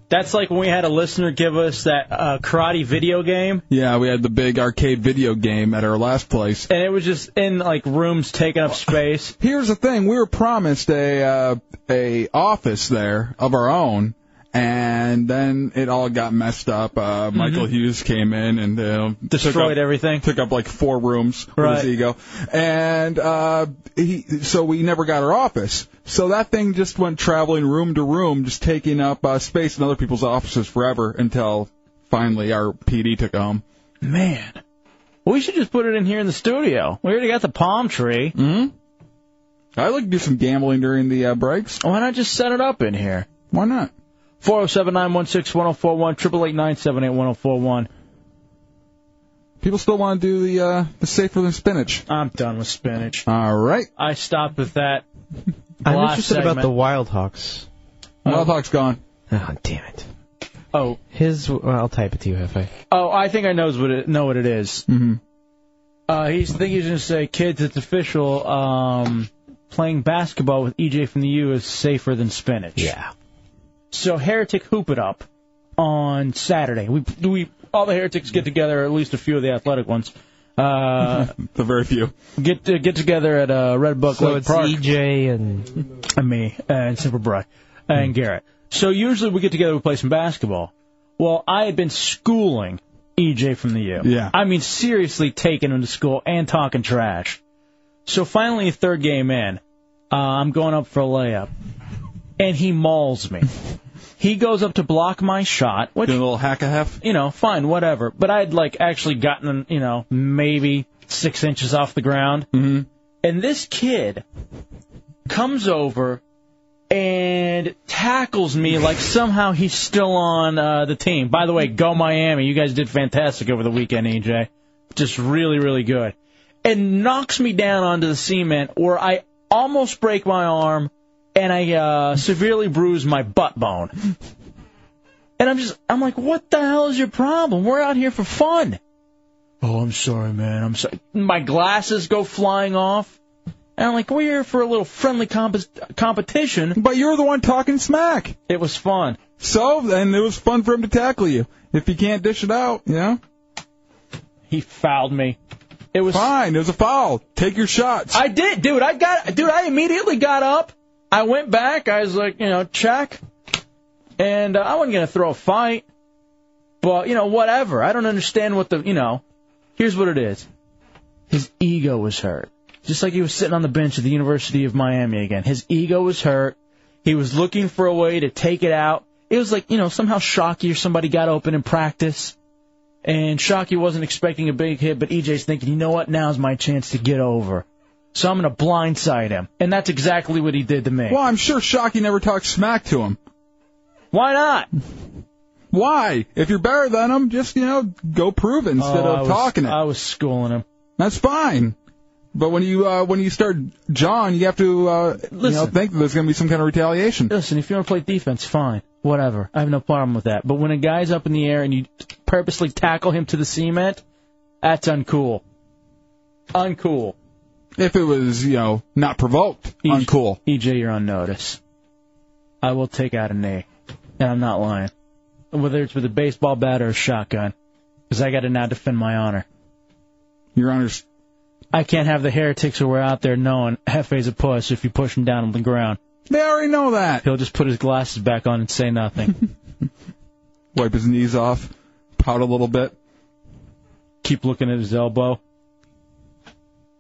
S5: That's like when we had a listener give us that uh, karate video game,
S6: Yeah, we had the big arcade video game at our last place.
S5: and it was just in like rooms taking up space.
S6: Here's the thing: we were promised a uh, a office there of our own, and then it all got messed up. Uh, Michael Hughes came in and uh,
S5: Mm-hmm. Destroyed
S6: took up,
S5: everything.
S6: Took up like four rooms
S5: Right.
S6: with his ego, and uh, he so we never got our office. So that thing just went traveling room to room, just taking up uh, space in other people's offices forever until finally our PD took it home.
S5: Man, we should just put it in here in the studio. We already got the palm tree.
S6: Mm-hmm. I like to do some gambling during the uh, breaks.
S5: Why not just set it up in here?
S6: Why not?
S5: 407 916 1041, 888 978 1041.
S6: People still want to do the uh, the safer than spinach.
S5: I'm done with spinach.
S6: All right.
S5: I stopped with that.
S11: I'm
S5: last
S11: interested
S5: segment.
S11: about the Wild Hawks.
S6: Wild Hawk's gone.
S11: Oh, damn it.
S5: Oh.
S11: His, well, I'll type it to you if I.
S5: Oh, I think I knows what it, know what it is.
S6: Mm-hmm.
S5: Uh, he's I think he's gonna say, kids, it's official. Um, playing basketball with EJ from the U is safer than spinach. Yeah. So heretic hoop it up on Saturday. We we all the heretics get together, at least a few of the athletic ones. Uh,
S6: the very few
S5: get to, get together at uh, Red Buck
S11: So
S5: Lake
S11: it's
S5: Park.
S11: EJ and.
S5: and me and Simple Bry and Garrett. So usually we get together, we play some basketball. Well, I had been schooling EJ from the U.
S6: Yeah.
S5: I mean, seriously taking him to school and talking trash. So finally, third game in, uh, I'm going up for a layup, and he mauls me. He goes up to block my shot, which
S6: Doing a little hack a half.
S5: You know, fine, whatever. But I'd like actually gotten, you know, maybe six inches off the ground.
S6: Mm-hmm.
S5: And this kid comes over and tackles me like somehow he's still on uh, the team. By the way, go Miami. You guys did fantastic over the weekend, AJ. Just really, really good. And knocks me down onto the cement where I almost break my arm and I uh, severely bruise my butt bone. And I'm just, I'm like, what the hell is your problem? We're out here for fun. Oh, I'm sorry, man. I'm sorry. My glasses go flying off. And I'm like, we're here for a little friendly comp- competition.
S6: But you're the one talking smack.
S5: It was fun.
S6: So, and it was fun for him to tackle you. If you can't dish it out, you know?
S5: He fouled me. It was
S6: fine. It was a foul. Take your shots.
S5: I did, dude. I got, dude. I immediately got up. I went back. I was like, you know, check. And uh, I wasn't gonna throw a fight, but you know, whatever. I don't understand what the, you know. Here's what it is. His ego was hurt. Just like he was sitting on the bench at the University of Miami again. His ego was hurt. He was looking for a way to take it out. It was like, you know, somehow Shockey or somebody got open in practice. And Shockey wasn't expecting a big hit, but EJ's thinking, you know what, now's my chance to get over. So I'm going to blindside him. And that's exactly what he did to me.
S6: Well, I'm sure Shockey never talked smack to him.
S5: Why not?
S6: Why? If you're better than him, just, you know, go prove it instead
S5: Oh, I
S6: of
S5: was-
S6: talking it.
S5: I was schooling him.
S6: That's fine. But when you uh, when you start John, you have to uh, you know,
S5: Listen.
S6: think that there's going to be some kind of retaliation.
S5: Listen, if you want to play defense, fine. Whatever. I have no problem with that. But when a guy's up in the air and you purposely tackle him to the cement, that's uncool. Uncool. E
S6: If it was, you know, not provoked, uncool.
S5: EJ, you're on notice. I will take out a knee. And I'm not lying. Whether it's with a baseball bat or a shotgun. Because I got to now defend my honor.
S6: Your honor's.
S5: I can't have the heretics who are out there knowing Hefe's a puss if you push him down on the ground.
S6: They already know that.
S5: He'll just put his glasses back on and say nothing.
S6: Wipe his knees off, pout a little bit.
S5: Keep looking at his elbow.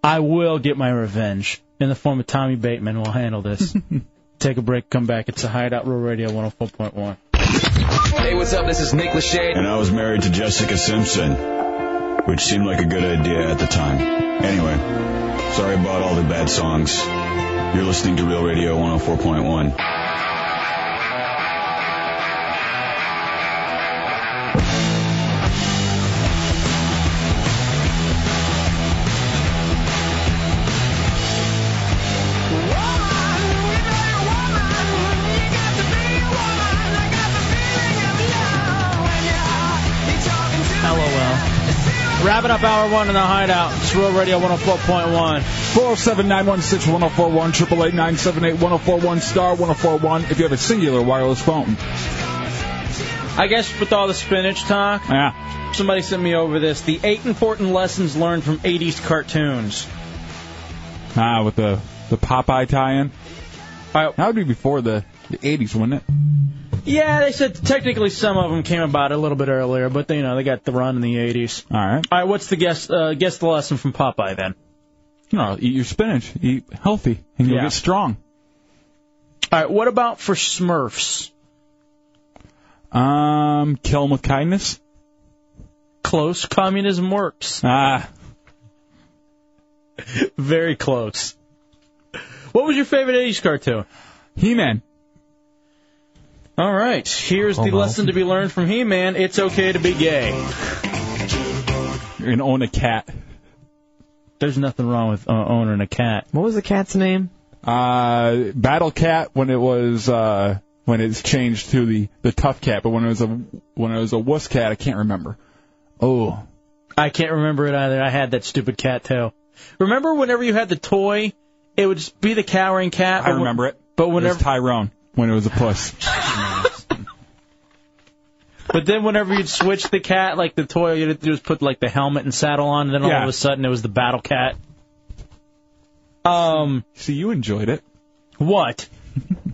S5: I will get my revenge in the form of Tommy Bateman. We'll handle this. Take a break, come back. It's a Hideout Real Radio 104.1.
S7: Hey, what's up? This is Nick Lachey.
S4: And I was married to Jessica Simpson, which seemed like a good idea at the time. Anyway, sorry about all the bad songs. You're listening to Real Radio 104.1.
S5: LOL. Wrapping up hour one oh in the Hideout. It's Real Radio 104.1.
S6: 407 916 1041, 888 978 1041, star 1041 if you have a singular wireless phone.
S5: I guess with all the spinach talk,
S6: yeah.
S5: somebody sent me over this. The eight important lessons learned from 80s cartoons.
S6: Ah, with the, the Popeye tie in. That would be before the, the 80s, wouldn't it?
S5: Yeah, they said technically some of them came about a little bit earlier, but they, you know they got the run in the 80s.
S6: All right.
S5: All right, what's the guess? Uh, guess the lesson from Popeye then.
S6: No, eat your spinach, eat healthy, and you'll
S5: Yeah.
S6: get strong.
S5: All right, what about for Smurfs?
S6: Um, kill 'em with kindness.
S5: Close. Communism works.
S6: Ah.
S5: Very close. What was your favorite 80s cartoon?
S6: He-Man.
S5: All right, here's the
S6: Almost.
S5: lesson to be learned from He-Man. It's okay to be gay.
S6: You're gonna own a cat.
S5: There's nothing wrong with uh, owning a cat.
S6: What was the cat's name? Uh, Battle Cat when it was uh when it's changed to the the tough cat, but when it was a when it was a wuss cat, I can't remember. Oh,
S5: I can't remember it either. I had that stupid cat too. Remember whenever you had the toy, it would just be the cowering cat.
S6: I remember it.
S5: But
S6: It was
S5: whenever,
S6: Tyrone when it was a puss.
S5: but then whenever you'd switch the cat, like the toy, all you had to do was put like the helmet and saddle on, and then all
S6: Yeah.
S5: of a sudden it was the battle cat. Um.
S6: See, you enjoyed it.
S5: What?
S6: And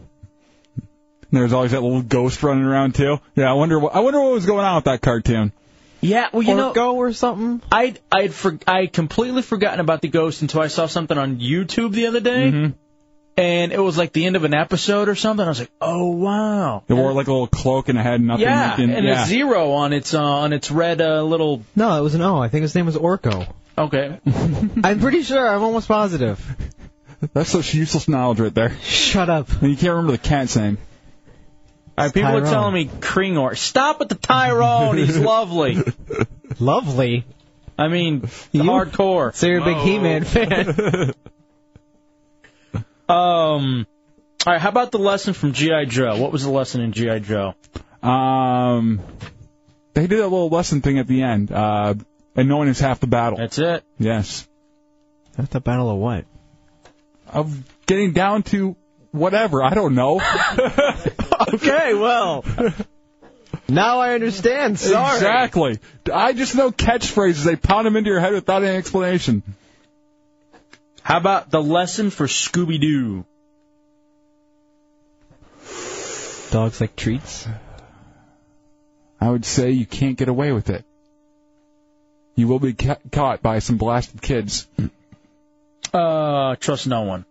S6: there was always that little ghost running around too. Yeah, I wonder what I wonder what was going on with that cartoon.
S5: Yeah, well, you know,
S11: go or something.
S5: I I for, I completely forgotten about the ghost until I saw something on YouTube the other day, and it was like the end of an episode or something. I was like, oh wow.
S6: It wore like a little cloak and it had nothing.
S5: yeah,
S6: like in-
S5: and
S6: yeah.
S5: a zero on its uh, on its red uh, little.
S11: No, it was an O. I think his name was Orko.
S5: Okay.
S11: I'm pretty sure. I'm almost positive.
S6: That's such useless knowledge right there.
S11: Shut up.
S6: And you can't remember the cat's name.
S5: All right, people are
S23: Tyrone.
S5: telling me Kringor. Stop with the Tyrone. He's lovely.
S23: lovely.
S5: I mean, hardcore.
S23: So
S11: you're a big He-Man fan.
S5: um. All right. How about the lesson from GI Joe? What was the lesson in GI Joe?
S6: Um, they did that little lesson thing at the end. Uh, annoying is half the battle.
S5: That's it.
S6: Yes.
S11: Half the battle of what?
S6: Of getting down to whatever. I don't know.
S23: okay, well.
S11: Now I understand. Sorry.
S6: Exactly. I just know catchphrases. They pound them into your head without any explanation.
S5: How about the lesson for Scooby Doo?
S11: Dogs like treats.
S6: I would say you can't get away with it. You will be ca- caught by some blasted kids.
S5: Uh, trust no one.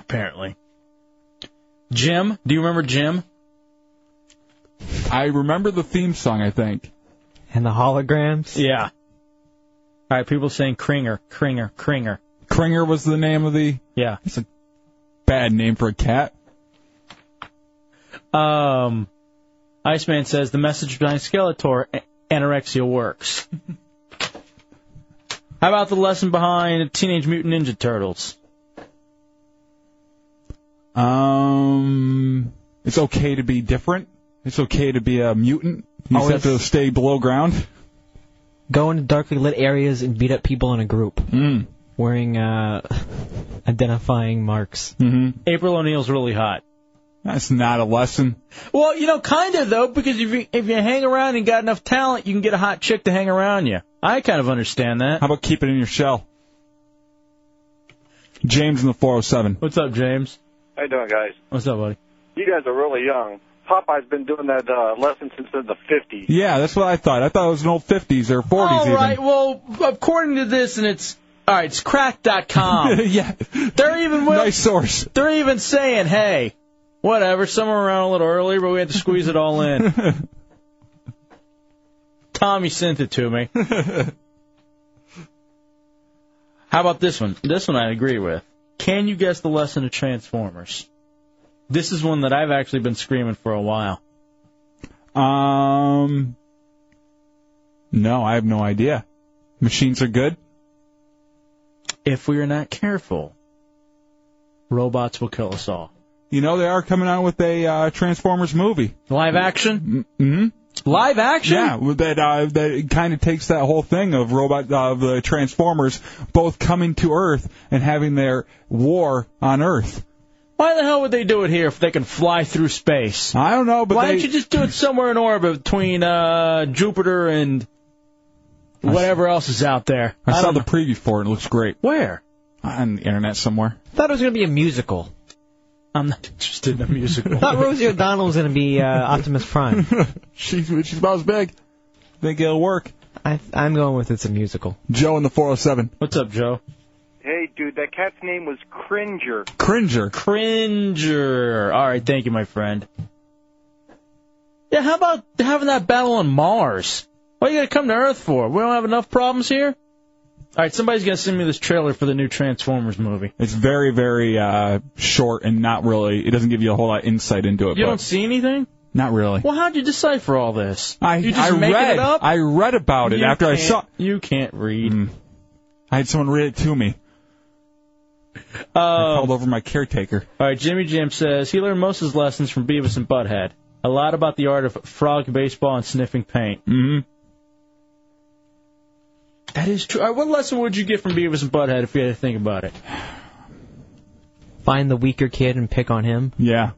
S5: Apparently. Jim, do you remember Jim?
S6: I remember the theme song, I think.
S11: And the holograms?
S5: Yeah. All right, people saying Kringer, Kringer, Kringer.
S6: Kringer was the name of the.
S5: Yeah.
S6: It's a bad name for a cat.
S5: Um, Iceman says the message behind Skeletor, a- anorexia works. How about the lesson behind Teenage Mutant Ninja Turtles?
S6: Um, it's okay to be different. It's okay to be a mutant. You just have to
S11: Always-
S6: stay below ground.
S11: Go into darkly lit areas and beat up people in a group.
S6: Mm.
S11: Wearing uh, identifying marks.
S6: Mm-hmm.
S5: April O'Neil's really hot.
S6: That's not a lesson.
S5: Well, you know, kind of though, because if you if you hang around and got enough talent, you can get a hot chick to hang around you. I kind of understand that.
S6: How about keep it in your shell? James in the 407.
S5: What's up, James?
S20: How you doing, guys?
S5: What's up, buddy?
S20: You guys are really young. Popeye's been doing that uh, lesson since the 50s.
S6: Yeah, that's what I thought. I thought it was an old 50s or 40s
S5: All
S6: even.
S5: right. Well, according to this, and it's all right. It's crack.com.
S6: yeah.
S5: They're even well, nice
S6: source.
S5: They're even saying, hey, whatever. Some are around a little early, but we had to squeeze it all in. Tommy sent it to me. How about this one? This one I agree with. Can you guess the lesson of Transformers? This is one that I've actually been screaming for a while.
S6: Um, no, I have no idea. Machines are good.
S5: If we are not careful, robots will kill us all.
S6: You know they are coming out with a uh, Transformers movie.
S5: Live action.
S6: Mm-hmm.
S5: Live action.
S6: Yeah, with that uh, that kind of takes that whole thing of robot of the Transformers both coming to Earth and having their war on Earth.
S5: Why the hell would they do it here if they can fly through space?
S6: I don't know, but
S5: why
S6: they-
S5: don't you just do it somewhere in orbit between uh, Jupiter and whatever else is out there?
S6: I, saw
S5: don't
S6: the
S5: know.
S6: preview for it. It looks great.
S5: Where?
S6: On the internet somewhere.
S11: Thought it was gonna be a musical.
S5: I'm not interested in a musical.
S11: Thought Rosie O'Donnell was gonna be uh, Optimus Prime.
S6: she's she's about as big. Think it'll work.
S11: I, I'm going with it's a musical.
S6: Joe in the 407.
S5: What's up, Joe?
S20: Hey, dude, that cat's name was Cringer.
S6: Cringer.
S5: Cringer. All right, thank you, my friend. Yeah, how about having that battle on Mars? What are you gonna come to Earth for? We don't have enough problems here. All right, somebody's gonna send me this trailer for the new Transformers movie.
S6: It's very very uh, short and not really. It doesn't give you a whole lot of insight into it.
S5: You
S6: but
S5: don't see anything?
S6: not really.
S5: Well, how'd you decipher all this?
S6: I
S5: you
S6: I
S5: just making
S6: read
S5: it up?
S6: I read about it
S5: You
S6: after I
S5: can't-
S6: saw. Hmm.
S5: You can't read.
S6: I had someone read it to me. I
S5: Um,
S6: called over my caretaker.
S5: All right, Jimmy Jim says he learned most of his lessons from Beavis and Butthead. A lot about the art of frog baseball and sniffing paint.
S6: Mm-hmm.
S5: That is true. All right, what lesson would you get from Beavis and Butthead if you had to think about it?
S11: Find the weaker kid and pick on him.
S6: Yeah.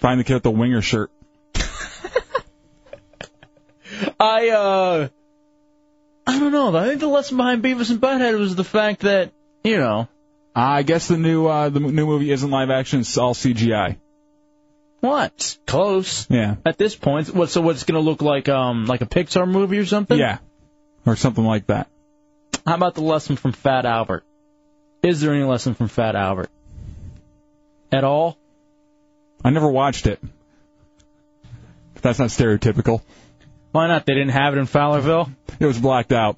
S6: Find the kid with the winger shirt.
S5: I uh, I don't know. I think the lesson behind Beavis and Butthead was the fact that you know.
S6: I guess the new uh, the new movie isn't live action. It's all CGI.
S5: What? Close.
S6: Yeah.
S5: At this point, what? So what's going to look like? Um, like a Pixar movie or something?
S6: Yeah. Or something like that.
S5: How about the lesson from Fat Albert? Is there any lesson from Fat Albert? At all?
S6: I never watched it. But that's not stereotypical.
S5: Why not? They didn't have it in Fowlerville.
S6: It was blacked out.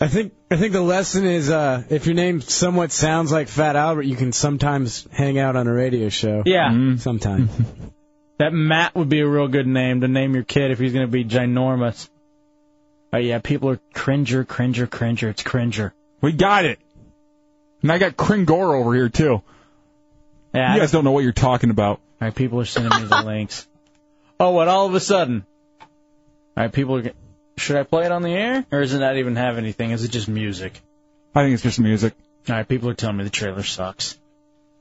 S2: I think I think the lesson is uh, if your name somewhat sounds like Fat Albert, you can sometimes hang out on a radio show.
S5: Yeah.
S2: Sometimes.
S5: That Matt would be a real good name to name your kid if he's going to be ginormous. Oh yeah, people are cringer, cringer, cringer. It's cringer.
S6: We got it. And I got Kringor over here too.
S5: Yeah.
S6: you guys don't know what you're talking about.
S5: All right, people are sending me the links. Oh, what? All of a sudden. All right, people are. g- Should I play it on the air, or does it not even have anything? Is it just music?
S6: I think it's just music.
S5: All right, people are telling me the trailer sucks.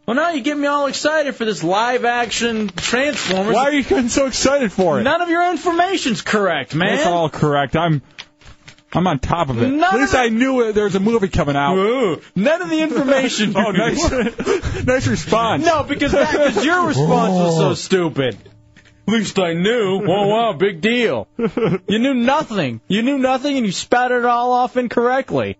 S5: Well, now you get me all excited for this live-action Transformers.
S6: Why are you getting so excited for it?
S5: None of your information's correct, man.
S6: It's all correct. I'm I'm on top of it.
S5: None
S6: At least I knew it, there was a movie coming out.
S5: none of the information.
S6: oh, nice, nice response.
S5: No, because that was your response was so stupid. At least I knew. Wow, wow, big deal. You knew nothing. You knew nothing, and you spouted it all off incorrectly.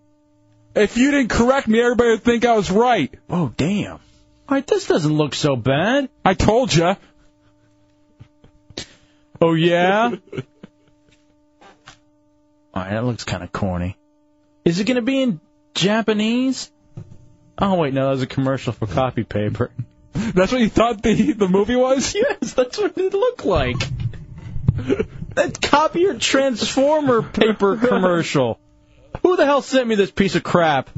S6: If you didn't correct me, everybody would think I was right.
S5: Oh, damn. All right, this doesn't look so bad.
S6: I told you.
S5: Oh yeah. All right, that looks kind of corny. Is it going to be in Japanese? Oh wait, no, that was a commercial for copy paper.
S6: That's what you thought the the movie was?
S5: Yes, that's what it looked like. that copy or transformer paper commercial. Who the hell sent me this piece of crap?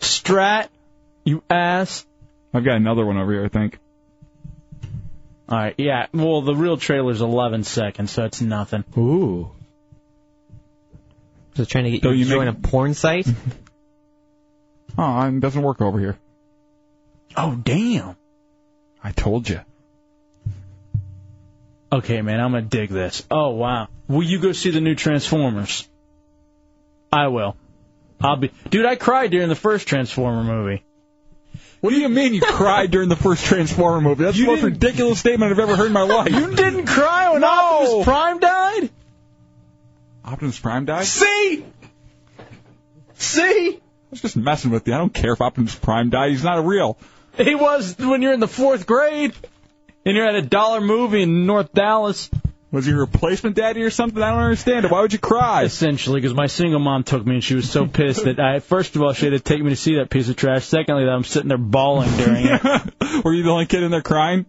S5: Strat, you ass.
S6: I've got another one over here, I think.
S5: All right, yeah. Well, the real trailer's 11 seconds, so it's nothing.
S6: Ooh.
S11: So trying to get you, to join a porn site?
S6: Oh, it doesn't work over here.
S5: Oh, damn.
S6: I told you.
S5: Okay, man, I'm gonna dig this. Oh wow, will you go see the new Transformers? I will. I'll be, dude. I cried during the first Transformer movie.
S6: What do you mean you cried during the first Transformer movie? That's the most ridiculous statement I've ever heard in my life.
S5: You didn't cry when Optimus Prime died?
S6: Optimus Prime died?
S5: See? See?
S6: I was just messing with you. I don't care if Optimus Prime died. He's not a real.
S5: He was when you're in the fourth grade, and you're at a dollar movie in North Dallas.
S6: Was he your replacement daddy or something? I don't understand it. Why would you cry?
S5: Essentially, because my single mom took me and she was so pissed that I, first of all, she had to take me to see that piece of trash. Secondly, that I'm sitting there bawling during it.
S6: Were you the only kid in there crying?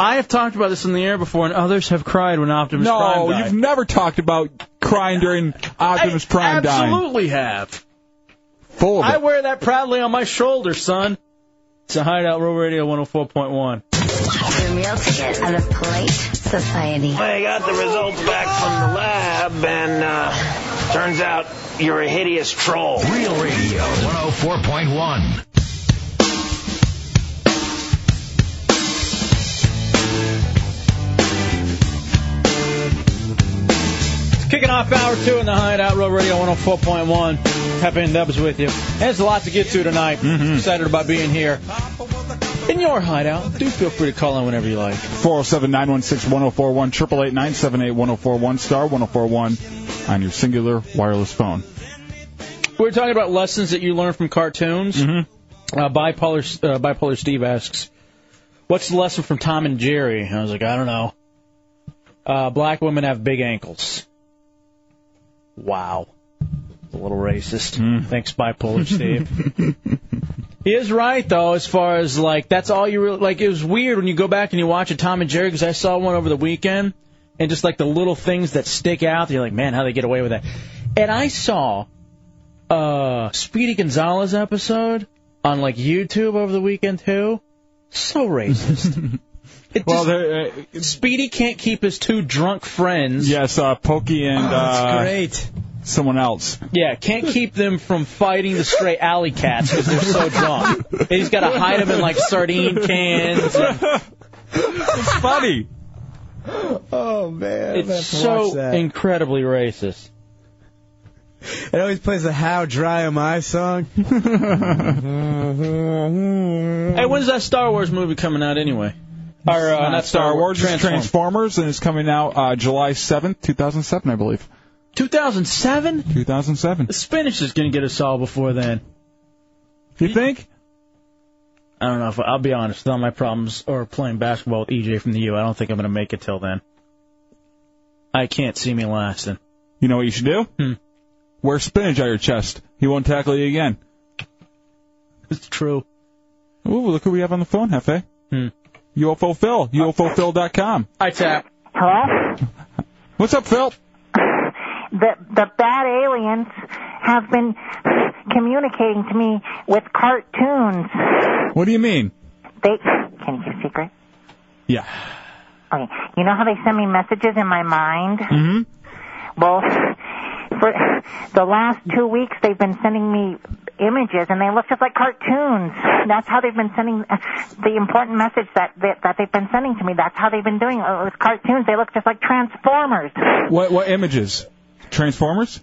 S5: I have talked about this in the air before, and others have cried when Optimus Prime
S6: no,
S5: died.
S6: you've never talked about crying during Optimus Prime dying.
S5: absolutely have.
S6: Full of
S5: I
S6: it.
S5: wear that proudly on my shoulder, son. It's a Hideout Row Radio 104.1.
S8: Real ticket out of polite society.
S9: I got the results back from the lab, and uh, turns out you're a hideous troll.
S7: Real Radio 104.1.
S5: Kicking off hour two in the Hideout Road Radio 104.1. Happy and Dubs with you. There's a lot to get to tonight.
S6: Mm-hmm.
S5: Excited about being here in your Hideout. Do feel free to call in whenever you like.
S6: 407 916 1041, 888 978 1041, star 1041 on your singular wireless phone.
S5: We were talking about lessons that you learn from cartoons. Uh, bipolar, uh, bipolar Steve asks, "What's the lesson from Tom and Jerry?" I was like, "I don't know." Uh, black women have big ankles. Wow, a little racist. Thanks, bipolar Steve. he is right though, as far as like that's all you really like. It was weird when you go back and you watch a Tom and Jerry because I saw one over the weekend, and just like the little things that stick out, you're like, man, how they get away with that. And I saw uh Speedy Gonzalez episode on like YouTube over the weekend too. So racist. It
S6: Well,
S5: just- Speedy can't keep his two drunk friends. Oh,
S6: Yes, uh, Pokey and uh,
S5: great.
S6: someone else.
S5: Yeah, can't keep them from fighting the stray alley cats because they're so drunk. And he's got to hide them in like sardine cans. And
S6: It's funny.
S2: Oh man,
S5: it's so incredibly racist.
S2: It always plays the "How Dry Am I" song.
S5: Hey, when's that Star Wars movie coming out anyway? Or uh, not Star Wars,
S6: it's
S5: Transformers.
S6: Transformers, and it's coming out uh, July 7th, 2007, I believe.
S5: 2007?
S6: 2007.
S5: The Spanish is going to get us all before then.
S6: You think?
S5: I don't know. If, I'll be honest. All my problems are playing basketball with EJ from the U. I don't think I'm going to make it till then. I can't see me lasting.
S6: You know what you should do?
S5: Hmm.
S6: Wear spinach on your chest. He won't tackle you again.
S5: It's true.
S6: Ooh, look who we have on the phone, Hefe.
S5: Hmm.
S6: UFO Phil, UFOPhil.com.
S5: I tap.
S10: Hello?
S6: What's up, Phil?
S10: The, the bad aliens have been communicating to me with cartoons.
S6: What do you mean?
S10: They, can you get a secret?
S6: Yeah.
S10: Okay. You know how they send me messages in my mind?
S6: Mm-hmm.
S10: Well, for the last two weeks, they've been sending me images, and they look just like cartoons. That's how they've been sending the important message that that, that they've been sending to me. That's how they've been doing it with cartoons. They look just like Transformers.
S6: What what images? Transformers?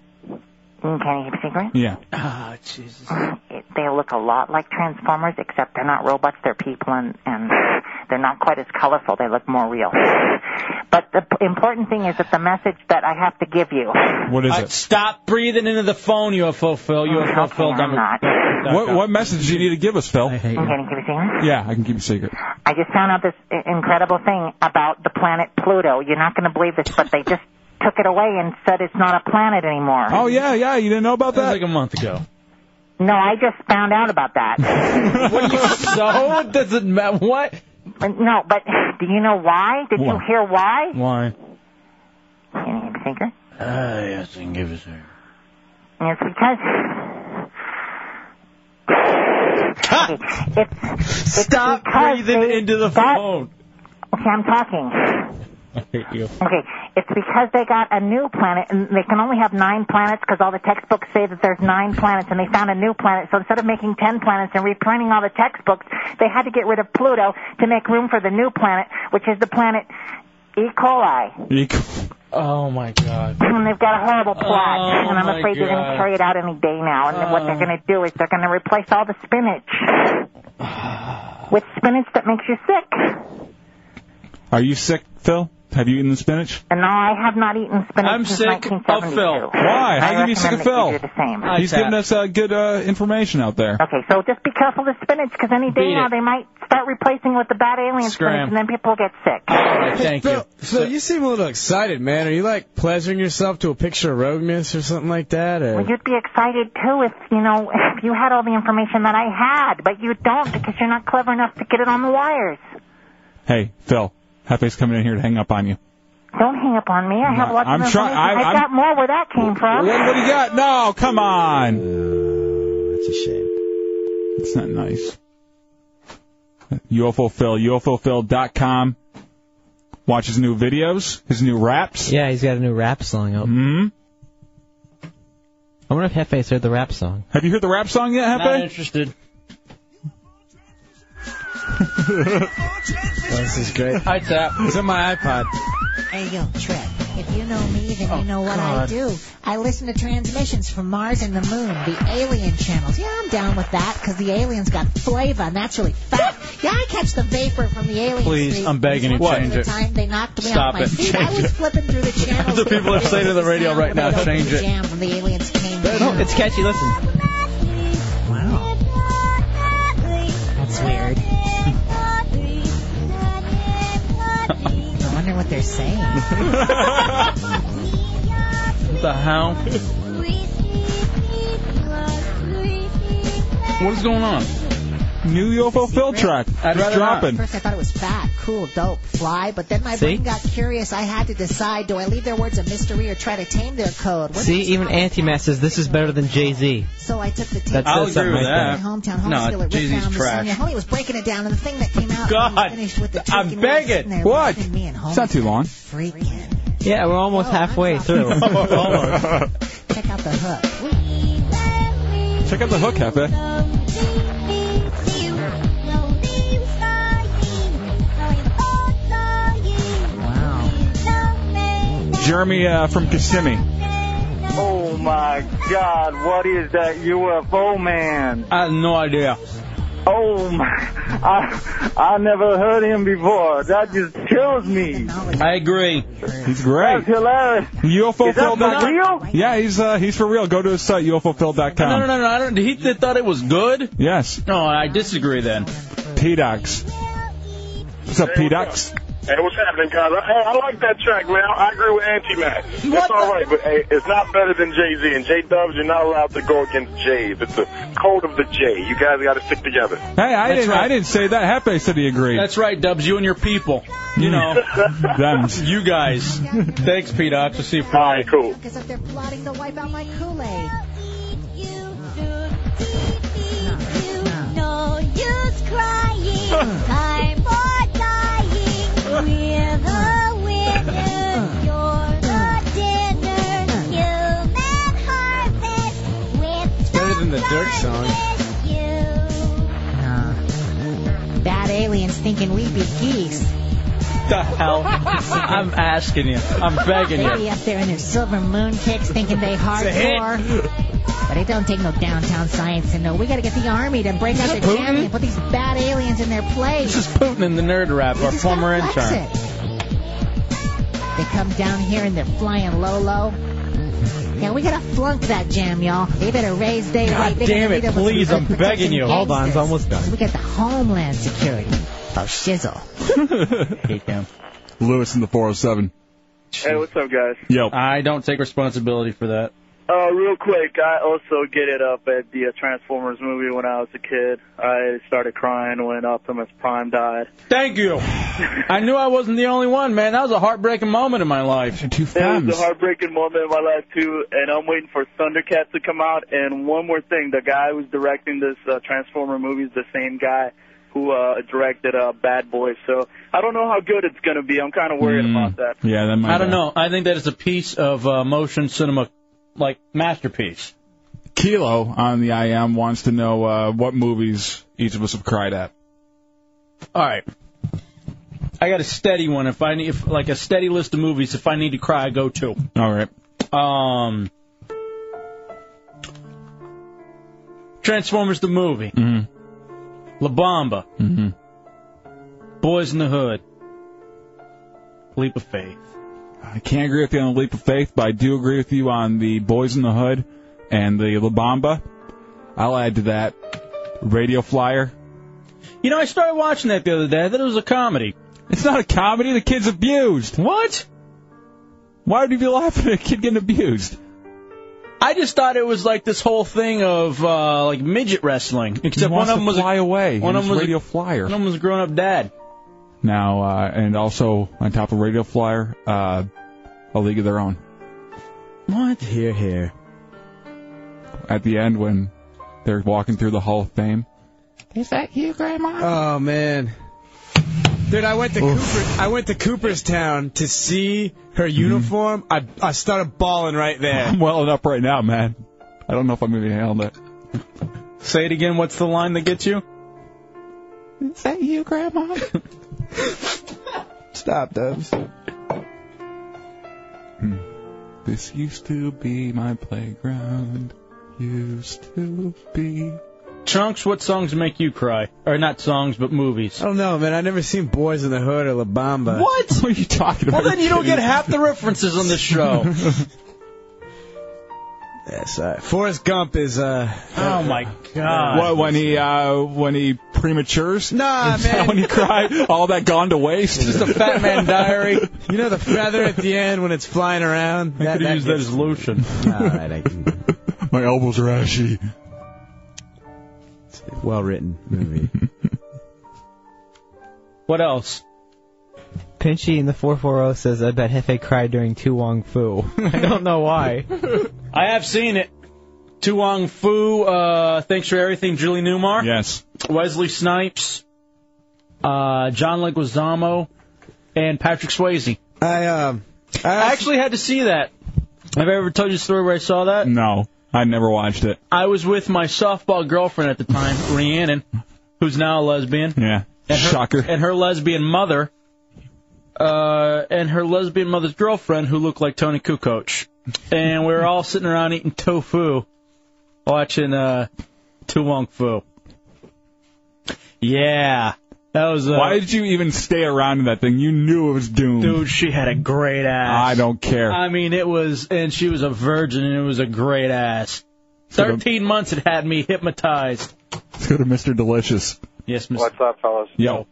S10: Mm, Can I keep a secret?
S6: Yeah.
S5: Ah, Jesus.
S10: It, they look a lot like Transformers, except they're not robots. They're people, and and they're not quite as colorful. They look more real. But the p- important thing is that the message that I have to give you.
S6: What is
S5: it? Stop breathing into the phone, UFO Phil. UFO Phil.
S10: I'm not.
S6: What what message do you need to give us, Phil? I hate
S10: Can I keep a secret?
S6: Yeah, I can keep a secret.
S10: I just found out this i- incredible thing about the planet Pluto. You're not going to believe this, but they just took it away and said it's not a planet anymore.
S6: Oh yeah, yeah. You didn't know about that?
S5: like a month ago.
S10: No, I just found out about that.
S5: so it doesn't matter what.
S10: No, but do you know why? Did you
S5: Why?
S10: hear why?
S5: Why?
S10: Can you think it?
S5: Ah, yes, I can give us a.
S10: It's because. Okay, it's, Stop breathing into the phone. Okay, I'm talking.
S5: I hate you.
S10: Okay, it's because they got a new planet, and they can only have nine planets because all the textbooks say that there's nine planets, and they found a new planet. So instead of making ten planets and reprinting all the textbooks, they had to get rid of Pluto to make room for the new planet, which is the planet E. coli.
S5: Oh my God.
S10: And they've got a horrible plot,
S5: Oh,
S10: and I'm
S5: my
S10: afraid they're going to
S5: God. Oh.
S10: carry it out any day now. And then what they're going to do is they're going to replace all the spinach with spinach that makes you sick.
S6: Are you sick, Phil? Have you eaten the spinach?
S10: And no, I have not eaten spinach
S5: I'm
S10: since
S5: sick of
S10: 1972.
S5: Phil.
S6: Why? How
S10: I
S6: can you be sick of Phil?
S10: recommend that you do the same.
S6: He's giving us uh, good uh, information out there.
S10: Okay, so just be careful of the spinach because any day
S6: Beat
S10: now
S6: it.
S10: they might start replacing with the bad alien spinach,
S2: Scram.
S10: and then people will get sick.
S5: thank
S2: Phil, you. Phil, you seem a little excited, man. Are you like pleasuring yourself to a picture of rogueness or something like that? Or
S10: Well, you'd be excited too if you know if you had all the information that I had, but you don't because you're not clever enough to get it on the wires.
S6: Hey, Phil, Hefe's coming in here to hang up on you.
S10: Don't hang up on me. I have lots
S6: I'm
S10: of
S6: try-
S10: information. I
S6: I- I'm-
S10: got more where that came
S6: What,
S10: from.
S6: what do you got? No, come on. Uh, That's a shame. It's not nice. UFO Phil, UFOPhil.com. Watch his new videos, his new raps.
S11: Yeah, he's got a new rap song out.
S6: Mm-hmm.
S11: Mm-hmm. I wonder if Hefe's heard the rap song.
S6: Have you heard the rap song yet,
S5: Not
S6: Hefe?
S5: interested.
S2: this is great.
S5: I tap.
S2: It's on my iPod.
S12: Hey, yo, Trip. If you know me,
S5: Oh,
S12: then you know what I
S2: God.
S12: do. I listen to transmissions from Mars and the Moon, the alien channels. Yeah, I'm down with that because the aliens got flavor, and that's really fat. Yeah, I catch the vapor from the aliens.
S5: Please,
S12: Steve.
S5: I'm begging you,
S12: Once upon
S5: change
S12: a
S5: it.
S12: Time they knocked me
S5: Stop
S12: off my
S5: it.
S12: feet.
S5: Change
S12: I was
S5: it.
S12: flipping through the channels.
S5: The people are saying to the radio right now, change it.
S12: Jam when the aliens came. down.
S11: It's catchy. Listen.
S12: Wow. That's weird. I wonder what they're saying.
S5: The how? What is going on?
S6: New UFO Phil track.
S5: I'd
S6: Just
S5: rather
S6: dropping.
S12: First, I thought it was fat, cool, dope, fly, but then my
S11: See?
S12: brain got curious. I had to decide: do I leave their words a mystery or try to tame their code? What
S11: See,
S12: is-
S11: even Anti Mass says this is better than Jay Z.
S12: So I took the
S11: That says
S12: tape.
S11: I'll agree something with right that.
S12: My hometown home
S11: No,
S12: skillet with
S11: Jay-Z's
S12: down the
S11: trash.
S12: Sonia Honey was breaking it down, and the thing that came out when
S11: God.
S12: we Oh, finished with the chicken
S11: I'm
S12: we were
S11: begging.
S12: sitting there
S11: What?
S12: listening to Me and
S6: It's not too long.
S11: Yeah, we're almost halfway through.
S12: Check out the hook.
S6: Check out the hook, Hefe.
S12: Wow.
S6: Jeremy uh, from Kissimmee.
S13: Oh my God! What is that UFO man?
S5: I have no idea.
S13: Oh my! I I never heard him before. That just kills me.
S5: I agree.
S6: He's great.
S13: That's hilarious. Is that for
S6: UFOphil.com.
S13: real?
S6: Yeah, he's uh, he's for real. Go to his site, UFOphil.com.
S5: No, no, no, no. I don't, he th- thought it was good.
S6: Yes.
S5: No, I disagree then.
S6: P Docs. What's up, P Docs?
S14: Hey, what's happening, Conrad? Hey, I like that track, man. I agree with Anti-Mac. It's all right, but hey, it's not better than Jay-Z. And J-Dubs, you're not allowed to go against J's. It's the code of the J. You guys got to stick together.
S6: Hey, I didn't. I didn't say that. Hepe said he agreed.
S5: That's right, Dubs. You and your people. You know, you guys. Thanks, Pete. I'll have to see you Friday.
S14: cool.
S12: Because if they're plotting to wipe out my Kool-Aid.
S15: No use crying, time for dying. We're the winners, you're the dinner. Human harvest with
S2: Better than the Dirk song.
S12: That alien's thinking we be geese.
S5: The hell? I'm asking you. I'm begging
S12: They
S5: you.
S12: be up there in their silver moon kicks thinking they
S5: hit.
S12: hardcore. But it don't take no downtown science to know. We gotta get the army to break
S5: Is
S12: out the
S5: that Putin?
S12: jamming and put these bad aliens in their place.
S5: This is Putin and the Nerd Rap, our former
S12: Flex
S5: intern.
S12: it. They come down here and they're flying low low. Yeah, we gotta flunk that jam, y'all. They better raise their
S11: God
S12: rate. They
S11: damn
S12: gotta
S11: it,
S12: meet up with
S11: please,
S12: some
S11: I'm begging you. Hold on, it's
S12: gangsters.
S11: almost done.
S12: We got the Homeland Security. Oh, shizzle.
S5: Hate them.
S6: Lewis in the 407.
S16: Hey, what's up, guys?
S6: Yo.
S5: I don't take responsibility for that.
S16: Uh, real quick, I also get it up at the uh, Transformers movie when I was a kid. I started crying when Optimus Prime died.
S5: Thank you. I knew I wasn't the only one, man. That was a heartbreaking moment in my life.
S6: Two
S16: It was a heartbreaking moment in my life too, and I'm waiting for Thundercats to come out. And one more thing, the guy who's directing this uh, Transformer movie is the same guy who uh, directed uh, Bad Boys. So I don't know how good it's gonna be. I'm kind of
S6: Mm.
S16: worried about that.
S6: Yeah, that might.
S5: I don't know. I think that is a piece of uh, motion cinema, like masterpiece.
S6: Kilo on the IM wants to know uh, what movies each of us have cried at.
S5: All right. I got a steady one. If I need, if, like a steady list of movies, if I need to cry, I go to.
S6: All right.
S5: Um, Transformers the movie. Mm-hmm. La Bamba.
S6: Mm-hmm.
S5: Boys in the Hood. Leap of faith.
S6: I can't agree with you on the leap of faith, but I do agree with you on the Boys in the Hood and the La Bamba. I'll add to that Radio Flyer.
S5: You know, I started watching that the other day. I thought it was a comedy.
S6: It's not a comedy. The kid's abused.
S5: What?
S6: Why would you be laughing at a kid getting abused?
S5: I just thought it was like this whole thing of uh, like midget wrestling, except one
S6: wants
S5: of
S6: to
S5: them was
S6: fly
S5: a,
S6: away.
S5: One
S6: He
S5: of them
S6: was
S5: was
S6: Radio
S5: a,
S6: Flyer.
S5: One of them was a grown-up dad.
S6: Now, uh, and also on top of Radio Flyer, uh, A League of Their Own.
S5: What?
S2: Here, here.
S6: At the end, when they're walking through the Hall of Fame.
S2: Is that you, Grandma? Oh man, dude, I went to Cooper, I went to Cooperstown to see her uniform. I I started bawling right there.
S6: I'm welling up right now, man. I don't know if I'm going to handle that.
S5: Say it again. What's the line that gets you?
S6: Is that you, Grandma? Stop, Dubs. Hmm. This used to be my playground. Used to be.
S5: Trunks, what songs make you cry? Or not songs, but movies.
S6: Oh,
S2: I don't know, man. I never seen Boys in the Hood or La Bamba.
S5: What?
S6: What are you talking
S5: Well, then you don't get half the references on this show.
S2: Yes, uh, Forrest Gump is. Uh,
S5: oh my God.
S6: What when he uh when he prematures?
S2: Nah,
S6: Is that
S2: man.
S6: when he cried, all that gone to waste. Just
S5: a Fat Man Diary.
S2: You know the feather at the end when it's flying around.
S5: I
S2: That,
S5: could
S2: that
S5: use that
S2: gets-
S5: as lotion.
S2: All right, I can.
S6: My elbows are ashy.
S2: Well written movie.
S5: What else?
S11: Pinchy in the 440 says, I bet Hefe cried during Tu Wong Fu. I don't know why.
S5: I have seen it. Tu Wong Fu, uh, thanks for everything, Julie Newmar.
S6: Yes.
S5: Wesley Snipes, uh, John Leguizamo, and Patrick Swayze.
S2: I um,
S5: I actually had to see that. Have I ever told you the story where I saw that?
S6: No, I never watched it.
S5: I was with my softball girlfriend at the time, Rhiannon, who's now a lesbian.
S6: Yeah.
S5: And her,
S6: Shocker.
S5: And her lesbian mother, uh, and her lesbian mother's girlfriend, who looked like Tony Kukoc. And we were all sitting around eating tofu, watching uh, Tu Wong Fu. Yeah. That was. Uh,
S6: Why did you even stay around in that thing? You knew it was doomed.
S5: Dude, she had a great ass.
S6: I don't care.
S5: I mean, it was, and she was a virgin, and it was a great ass. Thirteen months it had me hypnotized.
S6: Let's go to Mr. Delicious.
S5: Yes,
S15: What's up, fellas?
S6: Yo.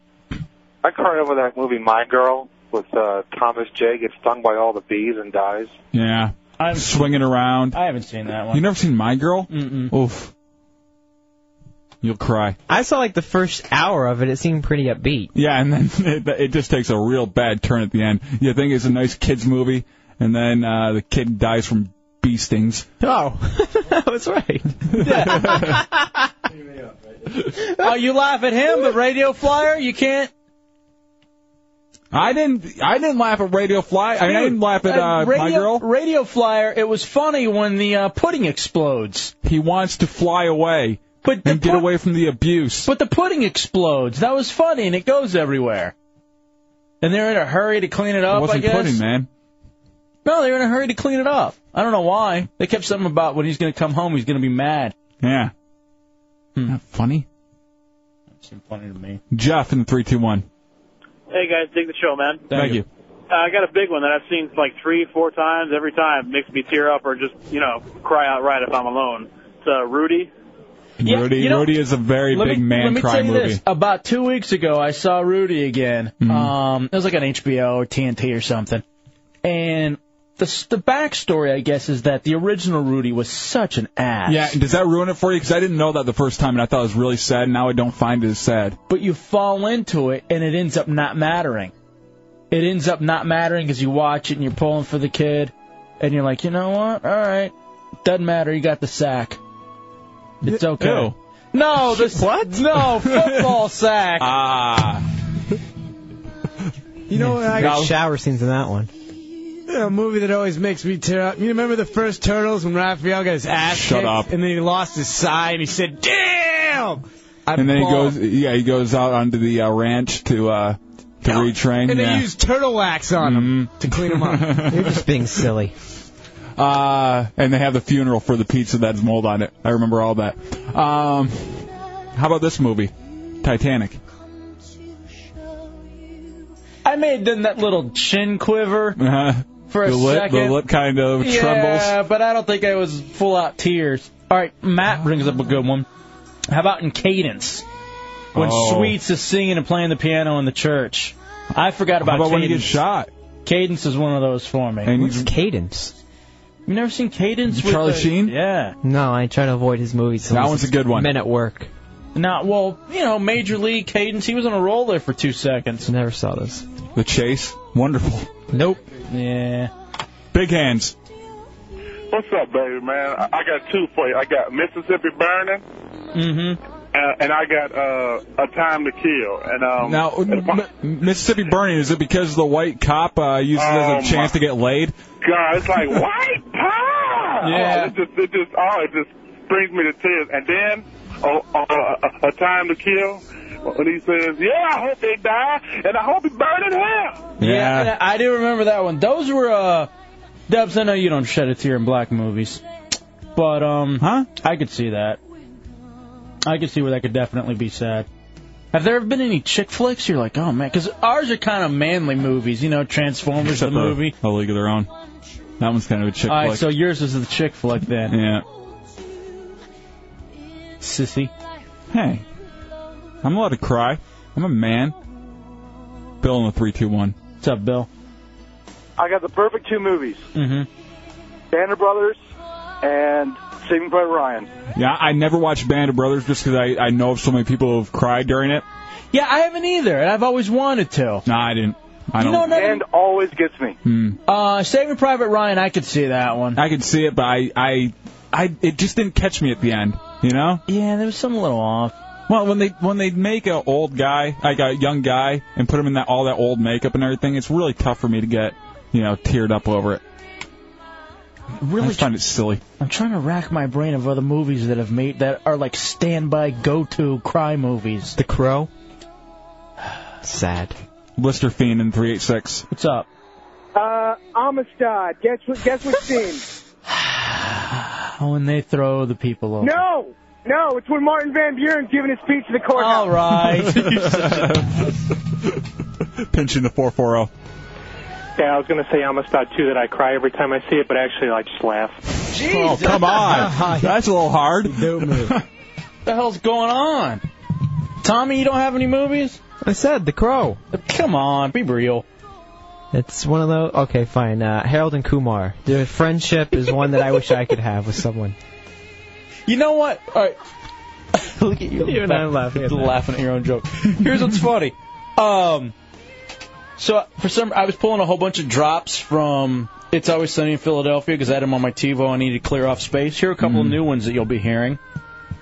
S18: I cried over that movie My Girl with uh, Thomas J. Gets stung by all the bees and dies.
S6: Yeah. I'm swinging around.
S5: I haven't seen that
S6: You never seen My Girl? Mm-mm. Oof. You'll cry.
S11: I saw like the first hour of it. It seemed pretty upbeat.
S6: Yeah, and then it, it just takes a real bad turn at the end. You think it's a nice kids movie, and then uh, the kid dies from bee stings.
S11: Oh, that was right.
S5: oh, you laugh at him, but Radio Flyer, you can't.
S6: I didn't. I didn't laugh at Radio Fly. I mean, I didn't laugh at uh,
S5: radio,
S6: My Girl.
S5: Radio Flyer. It was funny when the uh, pudding explodes.
S6: He wants to fly away,
S5: but
S6: and get away from the abuse.
S5: But the pudding explodes. That was funny, and it goes everywhere. And they're in a hurry to clean it up.
S6: It wasn't
S5: I guess.
S6: pudding, man.
S5: No, they were in a hurry to clean it up. I don't know why. They kept something about when he's going to come home, he's going to be mad.
S6: Yeah. Not funny.
S5: That Hmm. seemed funny to me.
S6: Jeff in the three, two, one.
S19: Hey guys, dig the show, man.
S6: Thank you.
S19: Uh, I got a big one that I've seen like three, four times. Every time makes me tear up or just you know cry outright if I'm alone. It's uh, Rudy.
S6: Rudy.
S5: you know-
S6: Rudy is a very
S5: Let
S6: big
S5: me,
S6: man
S5: let me
S6: cry
S5: tell you
S6: movie. Mm-hmm.
S5: this. About two weeks ago, I saw Rudy again. Um, it was like on HBO or TNT or something. And the s- the backstory, I guess, is that the original Rudy was such an ass.
S6: Yeah, does that ruin it for you? Because I didn't know that the first time, and I thought it was really sad. And now I don't find it as sad.
S5: But you fall into it, and it ends up not mattering. It ends up not mattering because you watch it and you're pulling for the kid, and you're like, you know what? All right, doesn't matter. You got the sack. It's okay.
S6: Ew.
S5: No, this what? No football sack.
S6: Ah.
S11: You know
S2: what I-
S11: got shower scenes in that one.
S2: A movie that always makes me tear up. You remember the first Turtles when Raphael got his ass
S6: Shut
S2: kicked
S6: up.
S2: and then he lost his side and he said, "Damn!" I
S6: and then he
S2: bawled.
S6: goes, yeah, he goes out onto the uh, ranch to uh, to retrain.
S2: and
S6: yeah.
S2: they used turtle wax on him to clean him up.
S11: You're just being silly.
S6: Uh, and they have the funeral for the pizza that's mold on it. I remember all that. Um, how about this movie, Titanic?
S5: I may have done that little chin quiver
S6: Uh-huh.
S5: for a
S6: the lip,
S5: second.
S6: the lip kind of
S5: yeah,
S6: trembles.
S5: but I don't think I was full out tears. All right, Matt brings up a good one. How about in Cadence? When
S6: Oh.
S5: Sweets is singing and playing the piano in the church. I forgot about,
S6: How about
S5: Cadence.
S6: when he gets shot?
S5: Cadence is one of those for me.
S6: And What's you-
S11: Cadence?
S5: You never seen Cadence? with
S11: Charlie
S5: the-
S11: Sheen?
S5: Yeah.
S11: No, I try to avoid his movies.
S5: That one's a good one.
S11: Men at work.
S5: Not well, you know, Major League Cadence. He was on a roll there for two seconds.
S11: Never saw this.
S6: The chase, wonderful.
S5: Nope. Yeah.
S6: Big hands.
S17: What's up, baby man? I I got two for you. I got Mississippi Burning,
S6: Mm-hmm.
S17: uh, and I got uh, A Time to Kill. And um,
S6: Now,
S17: if
S6: M-
S17: I-
S6: Mississippi Burning is it because the white cop uh, uses it
S17: Oh,
S6: as a chance
S17: my-
S6: to get laid?
S17: God, it's like white power.
S6: Yeah.
S17: Oh, it just, it just, oh, it just brings me to tears. And then, oh, oh, a, a time to kill. When he says, "Yeah, I hope they die, and I hope they burn in hell."
S5: Yeah, and I I do remember that one. Those were uh Dubs, I know you don't shed a tear in black movies. But um
S6: Huh?
S5: I could see that. I could see where that could definitely be sad. Have there ever been any chick flicks? You're like, oh man, because ours are kind of manly movies, you know, Transformers the
S6: Except for
S5: movie.
S6: A League of Their Own. That one's kind of a chick
S5: All right,
S6: flick.
S5: so yours is the chick flick then.
S6: Yeah.
S5: Sissy.
S6: Hey, I'm allowed to cry. I'm a man. Bill in the three two one.
S5: What's up, Bill?
S25: I got the perfect two movies:
S5: Mm-hmm.
S25: Banner Brothers and Saving Private Ryan.
S6: Yeah, I never watched Band of Brothers just because I, I know of so many people who've cried during it.
S5: Yeah, I haven't either, and I've always wanted to.
S6: Nah, I didn't. I don't.
S5: You know, never-
S25: And always gets me.
S6: Hmm.
S5: Uh, Saving Private Ryan, I could see that one.
S6: I could see it, but I, I, I, it just didn't catch me at the end. You know?
S5: Yeah, there was something a little off.
S6: Well, when they when they make an old guy, like a young guy, and put him in that all that old makeup and everything, it's really tough for me to get, you know, teared up over it.
S5: Really?
S6: I just find it silly.
S5: I'm trying to rack my brain of other movies that have made that are like standby go-to cry movies.
S11: The Crow. Sad.
S6: Blister Fiend in three eight six.
S5: What's up?
S26: Uh, Amistad. Guess what? Guess what scene?
S5: Oh, and they throw the people over.
S26: no, no. It's when Martin Van Buren's giving his speech to the courthouse.
S5: All right.
S6: Pinching the four four oh. zero.
S25: Yeah, I was gonna say Amistad too. That I cry every time I see it, but actually I just laugh.
S6: Oh come on, that's a little hard.
S5: what the hell's going on? Tommy, you don't have any movies?
S11: I said The Crow.
S5: Come on, be real.
S11: It's one of those. Okay, fine. Uh, Harold and Kumar. Their friendship is one that I wish I could have with someone.
S5: You know what? All right. Look at you.
S11: You and I laughing at that.
S5: laughing at your own joke. Here's what's funny. Um, so for some, I was pulling a whole bunch of drops from "It's Always Sunny in Philadelphia" because I had them on my TiVo. I needed to clear off space. Here are a couple of new ones that you'll be hearing.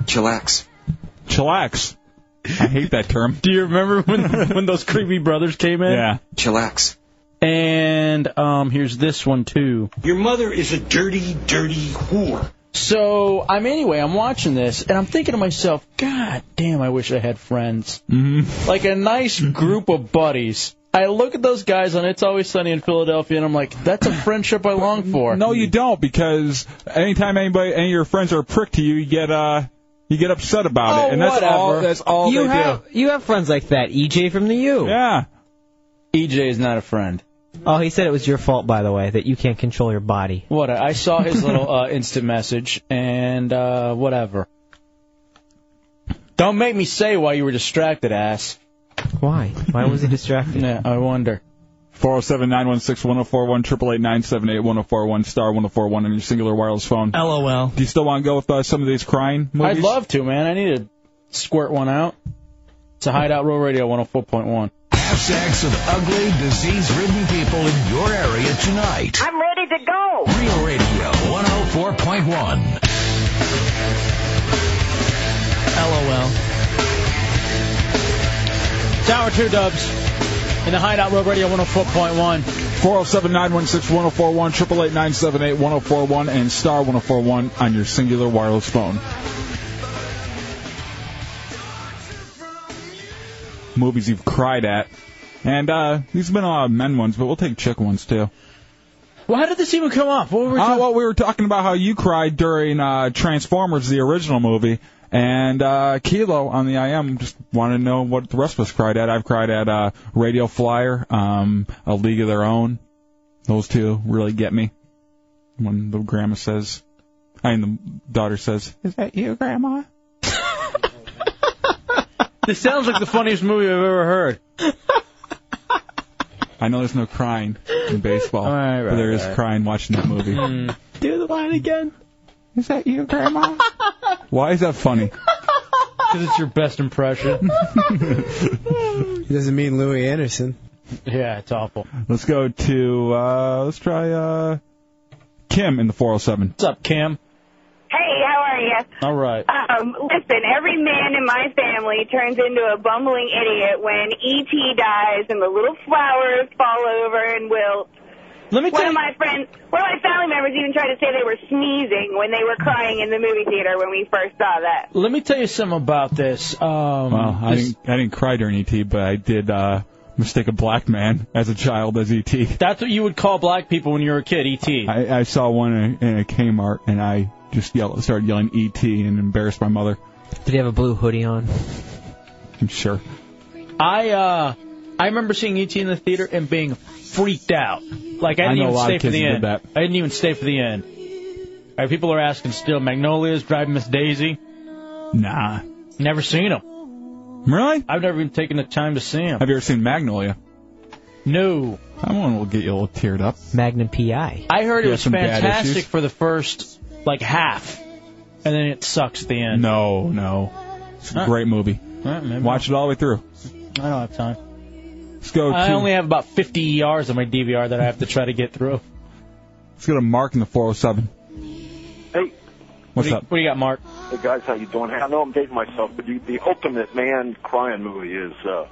S6: Chillax. Chillax. I hate that term.
S5: Do you remember when when those creepy brothers came in?
S6: Yeah.
S5: Chillax. And um, here's this one too.
S1: Your mother is a dirty, dirty whore.
S5: So I'm anyway. I'm watching this, and I'm thinking to myself, God damn, I wish I had friends.
S6: Mm-hmm.
S5: Like a nice group of buddies. I look at those guys on It's Always Sunny in Philadelphia, and I'm like, that's a friendship I long for.
S6: No, you don't, because anytime anybody, any of your friends are a prick to you, you get uh, you get upset about it, and that's all. That's all
S11: Oh, you
S6: they
S11: have.
S6: do.
S11: You have friends like that. EJ from the U.
S6: Yeah.
S5: EJ E is not a friend.
S11: Oh, he said it was your fault, by the way, that you can't control your body.
S5: What I saw his little uh, instant message and uh, whatever. Don't make me say why you were distracted, ass.
S11: Why? Why was he distracted?
S5: yeah, I wonder.
S6: 407 916 1041 888 1041 star 1041 on your singular wireless phone.
S5: LOL.
S6: Do you still want to go with uh, some of these crying movies?
S5: I'd love to, man. I need to squirt one out. It's a Hideout Row Radio 104.1.
S7: Hashtags of ugly, disease-ridden people in your area tonight.
S26: I'm ready to go.
S7: Real Radio 104.1.
S5: LOL. Tower 2 dubs. In the Hideout Road Radio 104.1.
S6: 407 916 1041 888 978 1041 and star 1041 on your singular wireless phone. Movies you've cried at. And uh, these have been a lot of men ones, but we'll take chick ones too.
S5: Well, how did this even come up? What were we
S6: Uh, well, we were talking about how you cried during uh, Transformers, the original movie, and uh, Kilo on the IM just wanted to know what the rest of us cried at. I've cried at uh, Radio Flyer, um, A League of Their Own. Those two really get me. When the grandma says, I mean, the daughter says, Is that you, Grandma?
S5: This sounds like the funniest movie I've ever heard.
S6: I know there's no crying in baseball, but there is
S5: right.
S6: crying watching that movie.
S3: Hmm.
S11: Do the line again.
S6: Is that you, Grandma? Why is that funny?
S5: Because it's your best impression.
S2: It doesn't mean Louis Anderson.
S5: yeah, it's awful.
S6: Let's go to uh let's try uh Kim in the 407.
S5: What's up, Kim?
S3: Hey, how are you?
S5: All right.
S3: Um, listen, every man in my family turns into a bumbling idiot when E.T. dies and the little flowers fall over and wilt.
S5: Let me
S3: one
S5: tell
S3: of
S5: you-
S3: my friends, one of my family members even tried to say they were sneezing when they were crying in the movie theater when we first saw that.
S5: Let me tell you something about this. Um,
S6: Well, I
S5: this-
S6: didn't I didn't cry during ET, but I did uh mistake a black man as a child as ET.
S5: that's what you would call black people when you were a kid, E E.T.
S6: I, I saw one in a, in a Kmart and I just yelled started yelling ET and embarrassed my mother.
S11: Did he have a blue hoodie on?
S6: I'm sure.
S5: I uh, I remember seeing ET in the theater and being freaked out. Like I
S6: I
S5: didn't
S6: know a
S5: even
S6: lot
S5: stay
S6: of
S5: for
S6: kids
S5: the
S6: who did
S5: end.
S6: that.
S5: I didn't even stay for the end. All right, people are asking still. Magnolia's driving Miss Daisy.
S6: Nah.
S5: Never seen them.
S6: Really?
S5: I've never even taken the time to see them.
S6: Have you ever seen Magnolia?
S5: No.
S6: That one will get you a little teared up.
S11: Magnum PI.
S5: I heard it
S6: Yeah,
S5: was
S6: some dad
S5: fantastic
S6: issues.
S5: for the first like half, and then it sucks at the end.
S6: No, no. It's a
S5: Huh.
S6: great movie.
S5: Huh, maybe.
S6: Watch it all the way through.
S5: I don't have time.
S6: Let's go
S5: I
S6: to
S5: only have about 50 ERs on my DVR that I have to try to get through.
S6: let's go to Mark in the 407.
S4: Hey.
S6: What's
S5: what do you,
S6: up?
S5: Uh, What do you got, Mark?
S4: Hey guys, how you doing? Hey, I know I'm dating myself, but the, the ultimate man crying movie is uh,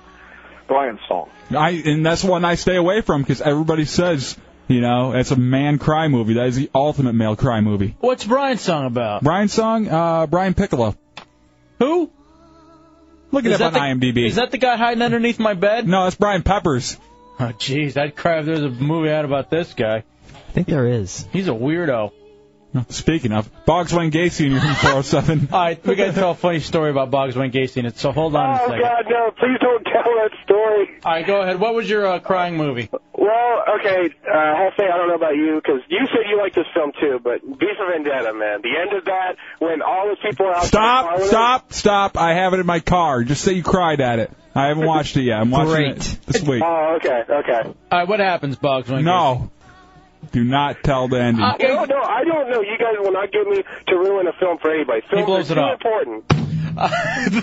S4: Brian's song.
S6: I and that's one I stay away from because everybody says, you know, it's a man cry movie. That is the ultimate male cry movie.
S5: What's Brian's song about?
S6: Brian song, uh, Brian Piccolo.
S5: Who?
S6: Look it
S5: Is
S6: up
S5: that
S6: on
S5: the-
S6: IMDb.
S5: Is that the guy hiding underneath my bed?
S6: No, that's Brian Peppers.
S5: Oh, jeez, I'd cry if there was a movie out about this guy.
S11: I think there is.
S5: He's a weirdo.
S6: Speaking of, Boggs Wayne Gacy in your 407.
S5: All right, we got to tell a funny story about Boggs Wayne Gacy, in it, so hold on a
S4: Oh
S5: second.
S4: God, no! Please don't tell that story.
S5: All right, go ahead. What was your uh, crying movie?
S4: Well,
S14: Well, okay, uh, I'll say I don't know about you because you said you like this film too, but V for Vendetta, man, the end of that when all the people are out
S6: Stop, stop, stop. I have it in my car. Just say you cried at it. I haven't watched it yet. I'm watching it this week.
S14: Oh, okay, okay.
S5: All right, what happens, Bugs? When it
S6: No. Do not tell the ending.
S14: no, no, I don't know. You guys will not get me to ruin a film for anybody. Films
S5: blows
S14: are
S5: it
S14: too
S5: up.
S14: important.
S5: goes-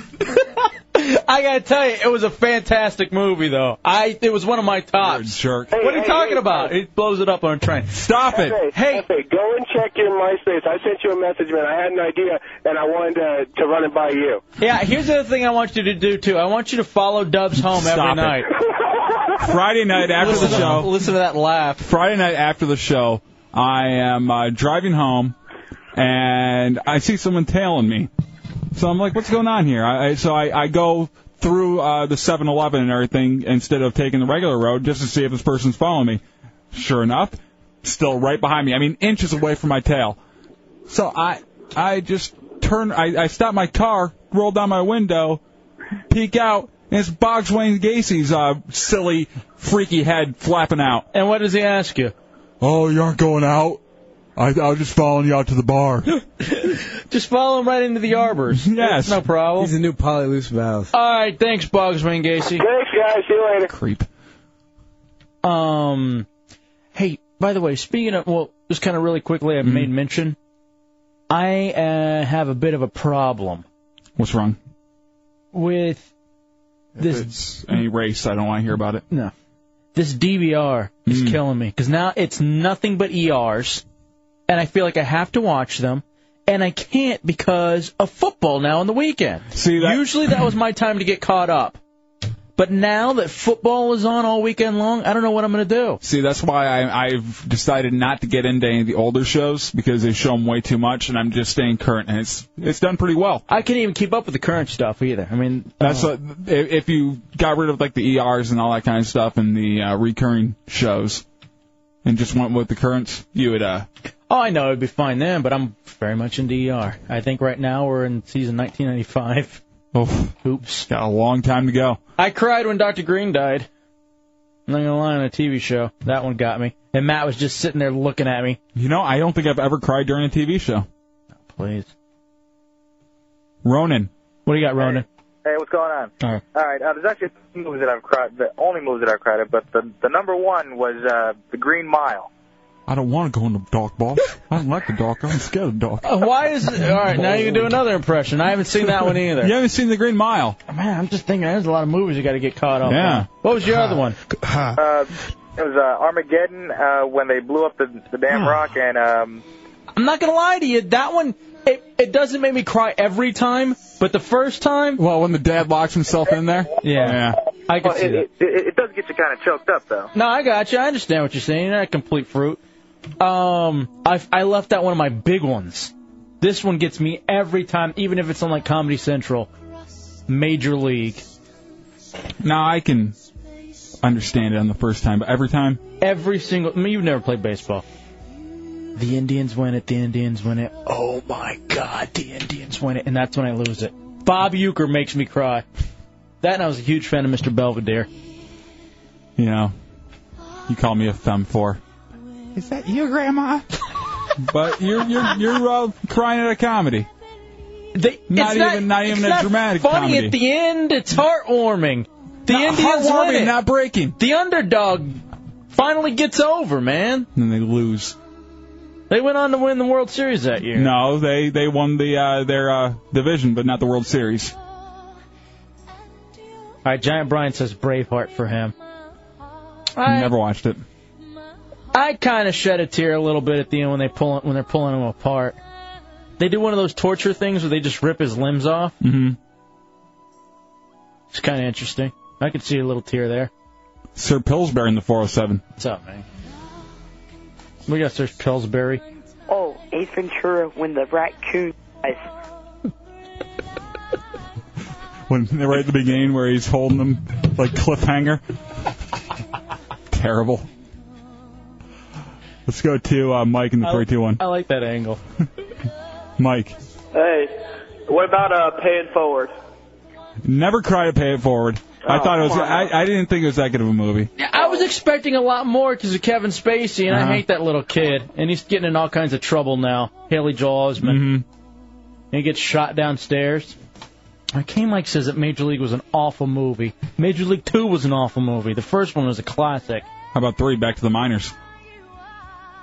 S5: I gotta tell you, it was a fantastic movie, though. I it was one of my tops.
S6: Jerk.
S5: what are you talking about? It blows it up on a train.
S6: Stop
S14: Hey, hey, go and check your MySpace. I sent you a message, man. I had an idea, and I wanted to, to run it by you.
S5: Yeah, here's the other thing I want you to do too. I want you to follow Dubs home every
S6: Stop it.
S5: night.
S6: Friday night after
S5: Listen
S6: the
S5: to-
S6: show.
S5: listen to that laugh.
S6: Friday night after the show, I am uh, driving home and I see someone tailing me. So I'm like, what's going on here? I, I, so I, I go through uh, the 7 Eleven and everything instead of taking the regular road just to see if this person's following me. Sure enough, still right behind me. I mean, inches away from my tail. So I I just turn, I, I stop my car, roll down my window, peek out, and it's Boggs Wayne Gacy's uh, silly, freaky head flapping out.
S5: And what does he ask you?
S6: Oh, you aren't going out? I, I was just following you out to the bar.
S5: Just follow him right into the arbors. yes. No problem. He's a
S2: new polyloose valve.
S5: All right, thanks, Bugs Wayne Gacy.
S14: Thanks, guys. See you later.
S6: Creep.
S5: Um, hey, by the way, speaking of, well, just kind of really quickly, I
S6: Hmm.
S5: made mention. I uh, have a bit of a problem
S6: What's wrong?
S5: with this.
S6: Any race, I don't want to hear about it. Mm.
S5: No. This DVR is killing me because now it's nothing but ERs, and I feel like I have to watch them, and I can't because of football now on the weekend.
S6: See, that-
S5: usually that was my time to get caught up, but now that football is on all weekend long, I don't know what I'm going to do.
S6: See, that's why I, I've decided not to get into any of the older shows because they show them way too much, and I'm just staying current, and it's it's done pretty well.
S5: I can't even keep up with the current stuff either. I mean,
S6: That's
S5: uh,
S6: what, if if you got rid of like the ERs and all that kind of stuff and the uh, recurring shows, and just went with the currents, you would uh
S5: Oh, I know it'd be fine then, but I'm very much into ER. I think right now we're in season 1995.
S6: Oh,
S5: oops,
S6: got a long time to go.
S5: I cried when Dr. Green died. I'm not gonna lie on a TV show. That one got me. And Matt was just sitting there looking at me.
S6: You know, I don't think I've ever cried during a TV show.
S5: Please.
S6: Ronan.
S5: What do you got, Ronan?
S8: Hey, what's going on?
S5: All right.
S8: All right, uh, there's actually two movies that I've cried, the only movies that I've cried at, but the, the number one was uh, The Green Mile.
S6: I don't want to go in the dark, boss. I don't like the dark. I'm scared of dark.
S5: Uh, Why is all right? Now you can do another impression. I haven't seen that one either.
S6: You haven't seen The Green Mile.
S5: Man, I'm just thinking. There's a lot of movies you got to get caught up.
S6: Yeah.
S5: on. What was your other one?
S8: Uh, it was uh, Armageddon uh, when they blew up the, the
S6: Hmm.
S8: damn rock, and um,
S5: I'm not gonna lie to you. That one, it, it doesn't make me cry every time, but the first time.
S6: Well, when the dad locks himself in there.
S5: Yeah. I can
S8: well,
S5: see
S8: it,
S5: that.
S8: it, it, it does get you kind of choked up, though.
S5: No, I got you. I understand what you're saying. You're not a complete fruit. Um, I I left out one of my big ones. This one gets me every time, even if it's on like Comedy Central, Major League.
S6: Now I can understand it on the first time, but every time,
S5: Every single. I mean, you've never played baseball. The Indians win it. The Indians win it. Oh my God! The Indians win it, and that's when I lose it. Bob Euchre makes me cry. That and I was a huge fan of Mr. Belvedere.
S6: you know, you call me a thumb for.
S5: Is that you, Grandma?
S6: But you're you're you're uh, crying at a comedy.
S5: They,
S6: not
S5: it's
S6: even not, even
S5: it's
S6: a
S5: not
S6: dramatic
S5: funny
S6: comedy.
S5: at the end. It's heartwarming. The Indians
S6: heartwarming,
S5: win it.
S6: not breaking.
S5: The underdog finally gets over, man.
S6: and they lose.
S5: They went on to win the World Series that year.
S6: No, they they won the uh, their uh, division, but not the World Series.
S5: All right, Giant Brian says Braveheart for him.
S6: I
S5: I-
S6: Never watched it.
S5: I kind of shed a tear a little bit at the end when they pull when they're pulling him apart. They do one of those torture things where they just rip his limbs off.
S6: hmm
S5: It's kind of interesting. I could see a little tear there.
S6: Sir Pillsbury in the 407.
S5: What's up, man? We got Sir Pillsbury.
S20: Oh, Ace Ventura when the raccoon dies.
S6: When right at the beginning where he's holding them like cliffhanger. Terrible. Let's go to uh, Mike in the
S8: I-
S6: three two one.
S5: I like that angle.
S6: Mike,
S8: Hey, what about uh, paying forward?
S6: never cry to pay it forward.
S5: Oh,
S6: I thought it was. I, I didn't think it was that good of a movie.
S5: I was expecting a lot more because of Kevin Spacey, and
S6: Uh-huh.
S5: I hate that little kid. And he's getting in all kinds of trouble now. Haley Joel Osment. And he gets shot downstairs. Kane Mike says that Major League was an awful movie. Major League 2 was an awful movie. The first one was a classic.
S6: How about 3, Back to the Minors?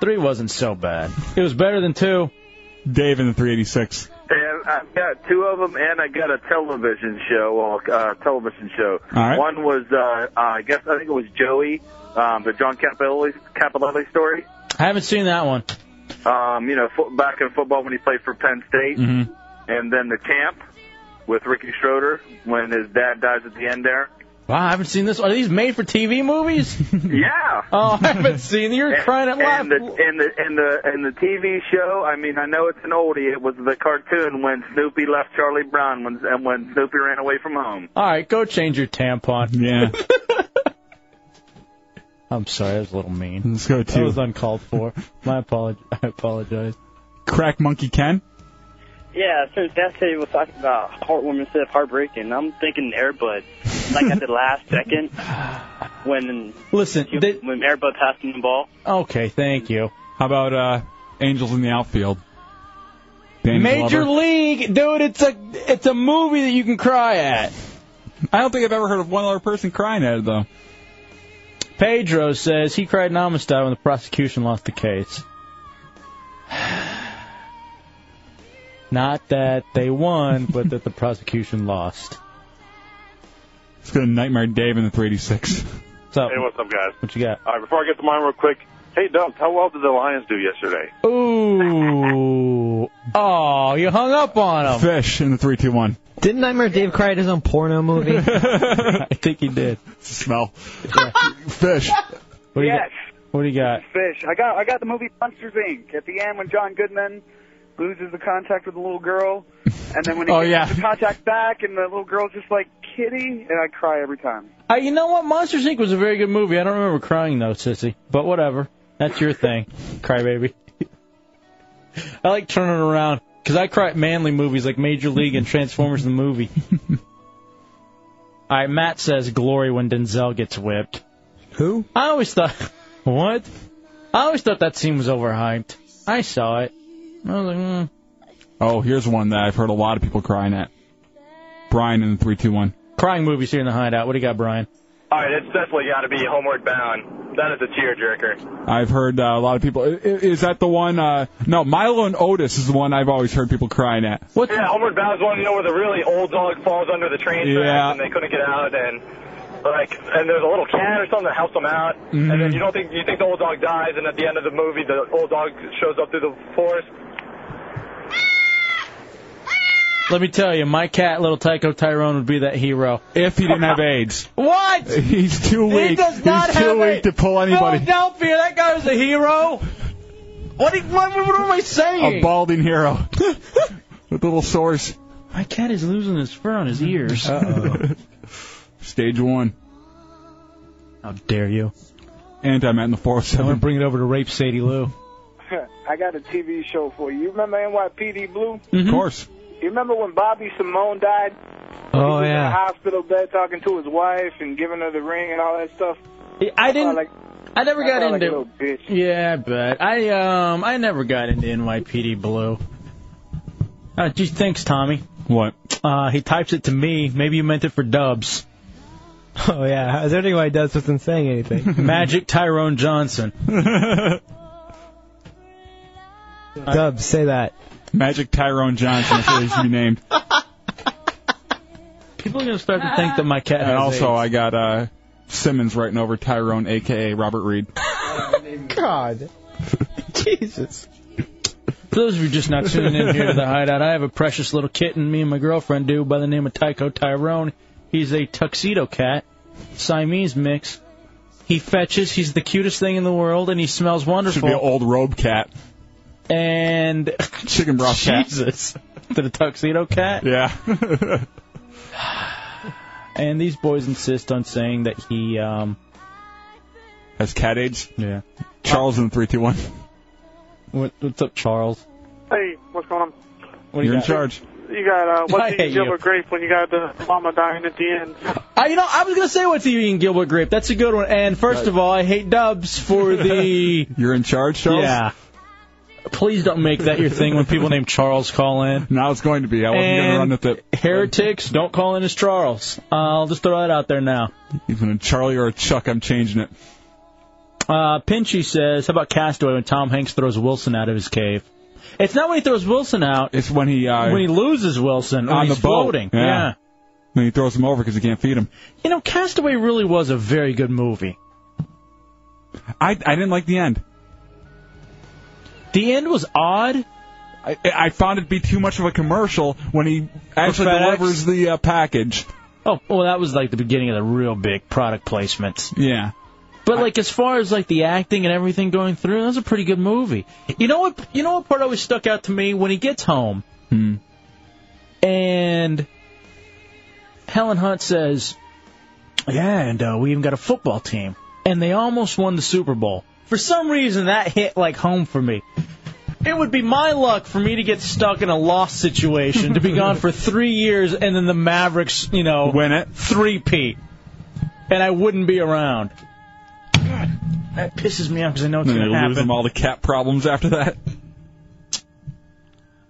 S5: 3 wasn't so bad. It was better than 2.
S6: Dave in the 386.
S14: And I've got two of them, and I got a television show. Well, uh, television show.
S6: All right.
S14: One was, uh, I guess, I think it was Joey, um, the John Capelli, Capelli story.
S5: I haven't seen that one.
S14: Um, you know, fo- back in football when he played for Penn State,
S6: Mm-hmm.
S14: and then the camp with Ricky Schroeder when his dad dies at the end there.
S5: Wow, I haven't seen this. Are these made for TV movies?
S6: Hmm.
S14: Yeah.
S5: Oh, I haven't seen. You're crying at
S14: and
S5: laugh.
S14: the, and the and the and the TV show. I mean, I know it's an oldie. It was the cartoon when Snoopy left Charlie Brown when and when Snoopy ran away from home.
S5: All right, go change your tampon.
S6: Yeah.
S5: I'm sorry, that was a little mean.
S6: Let's go
S5: That
S6: to-
S5: was uncalled for. My apology. I apologize.
S6: Crack Monkey Ken?
S20: Yeah, since Death City was talking about heartwarming instead of heartbreaking, I'm thinking Airbud. Like at the last second, when
S5: Listen, they,
S20: when Airbud passed him the ball.
S5: okay, thank you.
S6: How about uh, Angels in the Outfield? Danny
S5: Major
S6: Glover?
S5: League, dude, it's a it's a movie that you can cry at.
S6: I don't think I've ever heard of one other person crying at it though.
S5: Pedro says he cried in Amistad when the prosecution lost the case. Not that they won, but that the prosecution lost.
S6: Let's go to Nightmare Dave in the 386.
S5: So,
S27: Hey, what's up, guys?
S5: What you got?
S27: All right, before I get to mine real quick, hey, Dubs, how well did the Lions do yesterday?
S5: Ooh. Oh, you hung up on him.
S6: Fish in the 321.
S11: Didn't Nightmare Dave cry at his own porno movie?
S6: I
S5: think he did.
S6: Smell. Fish.
S5: What do you
S28: Yes.
S5: got? What do you got?
S28: Fish. I got I got the movie Monsters Inc. At the end, when John Goodman loses the contact with the little girl, and then when he
S5: Oh,
S28: gets
S5: yeah.
S28: the contact back, and the little girl's just like Kitty, and I cry every time.
S5: Uh, you know what? Monsters Inc. was a very good movie. I don't remember crying though, sissy. But whatever. That's your thing, crybaby. I like turning around because I cry at manly movies like Major League and Transformers the movie. All right, Matt says glory when Denzel gets whipped.
S6: Who?
S5: I always thought what? I always thought that scene was overhyped. I saw it. I was like, mm.
S6: Oh, here's one that I've heard a lot of people crying at. Brian in the 321.
S5: crying movies here in the hideout. What do you got, Brian?
S18: All right, it's definitely got to be Homeward Bound. That is a tearjerker.
S6: I've heard uh, a lot of people. i- i- Is that the one? Uh, no, Milo and Otis is the one I've always heard people crying at.
S5: What?
S18: Yeah, Homeward Bound's one, you know, where the really old dog falls under the train tracks
S6: Yeah.
S18: and they couldn't get out, and like, and there's a little cat or something that helps them out, and
S5: Mm-hmm.
S18: then you don't think you think the old dog dies, and at the end of the movie, the old dog shows up through the forest.
S5: Let me tell you, my cat, little Tycho Tyrone, would be that hero
S6: if he didn't have AIDS.
S5: What?
S6: He's too weak.
S5: He does not
S6: He's
S5: have
S6: too
S5: a-
S6: weak to pull anybody.
S5: Philadelphia, that guy was a hero. What, what, what am I saying?
S6: A balding hero with little sores.
S5: My cat is losing his fur on his ears.
S6: Stage one.
S5: How dare you?
S6: And I'm at in the 407.
S5: bring it over to rape Sadie Lou.
S29: I got a TV show for you. You remember NYPD Blue?
S5: Mm-hmm.
S6: Of course.
S29: You remember when Bobby Simone died? he
S11: Oh,
S29: was in
S11: yeah.
S29: the hospital bed talking to his wife and giving her the ring and all that stuff.
S5: I didn't.
S29: Like,
S5: I never
S29: I
S5: got
S29: felt like a
S5: into.
S29: little bitch.
S5: yeah, but I um I never got into NYPD Blue. Uh, gee, thanks, Tommy.
S6: What?
S5: Uh, he types it to me. Maybe you meant it for Dubs.
S11: Oh yeah, is there anyone does wasn't saying anything?
S5: Magic Tyrone Johnson.
S11: Dub, say that.
S6: Magic Tyrone Johnson. That's what he should be named.
S5: People are gonna start to think that my cat.
S6: And
S5: has
S6: also,
S5: AIDS.
S6: I got uh, Simmons writing over Tyrone, aka Robert Reed.
S11: God. Jesus.
S5: For those of you just not tuning in here to the Hideout, I have a precious little kitten me and my girlfriend do by the name of Tycho Tyrone. He's a tuxedo cat, Siamese mix. He fetches. He's the cutest thing in the world, and he smells
S6: Should be an
S5: wonderful.
S6: old robe cat.
S5: And
S6: Chicken broth cat.
S5: Jesus, to the tuxedo cat.
S6: Yeah.
S5: and these boys insist on saying that he um
S6: Has cat AIDS?
S5: Yeah.
S6: Charles in 321.
S5: What, what's up, Charles?
S28: Hey, what's going on?
S5: What do you
S6: You're in
S5: got?
S6: charge.
S12: you got uh,
S5: I
S12: what's
S5: hate
S12: eating Gilbert
S5: you.
S12: Grape when you got the mama dying at the end.
S5: I, Uh, you know, I was gonna say what's eating Gilbert Grape. That's a good one. And first of all, I hate Dubs for the.
S6: You're in charge, Charles.
S5: Yeah. Please don't make that your thing when people named Charles call in.
S6: Now it's going to be. I wasn't gonna
S5: and
S6: run with it.
S5: Heretics, don't call in as Charles. I'll just throw that out there now.
S6: Even a Charlie or a Chuck, I'm changing it.
S5: Uh, Pinchy says, "How about Castaway when Tom Hanks throws Wilson out of his cave?" It's not when he throws Wilson out.
S6: It's when he uh,
S5: when he loses Wilson when
S6: on
S5: Oh, he's
S6: the boat.
S5: floating.
S6: Yeah.
S5: yeah.
S6: Then he throws him over because he can't feed him.
S5: You know, Castaway really was a very good movie.
S6: I I didn't like the end.
S5: The end was odd.
S6: I, I found it to be too much of a commercial when he actually
S5: FedEx?
S6: delivers the uh, package.
S5: Oh, well, that was like the beginning of the real big product placements.
S6: Yeah.
S5: But like as far as like the acting and everything going through, that was a pretty good movie. You know what? You know what part always stuck out to me when he gets home,
S6: Hmm.
S5: and Helen Hunt says, "Yeah, and uh, we even got a football team, and they almost won the Super Bowl." For some reason, that hit like home for me. It would be my luck for me to get stuck in a lost situation, to be gone for three years, and then the Mavericks, you know,
S6: win it
S5: three P, and I wouldn't be around. God, that pisses me off because I know it's
S6: Then
S5: going
S6: they
S5: to
S6: lose
S5: happen.
S6: him all the cap problems after that.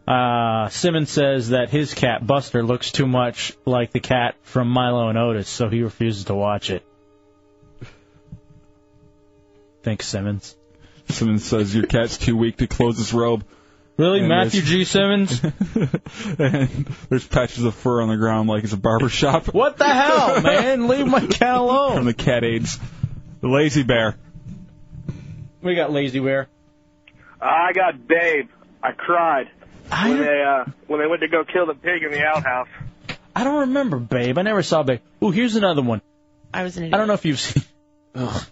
S5: Uh, Simmons says that his cat Buster looks too much like the cat from Milo and Otis, so he refuses to watch it. Thanks, Simmons.
S6: Someone says your cat's too weak to close his robe.
S5: Really,
S6: And
S5: Matthew G. Simmons?
S6: and there's patches of fur on the ground like it's a barber shop.
S5: What the hell, man? Leave my cat alone.
S6: From the cat aids. The lazy bear.
S5: We got lazy wear.
S13: I got Babe. I cried
S5: when
S13: they uh, when they went to go kill the pig in the outhouse.
S5: I don't remember, babe. I never saw babe. Ooh, here's another one.
S13: I was an
S5: I don't know if you've seen. Ugh.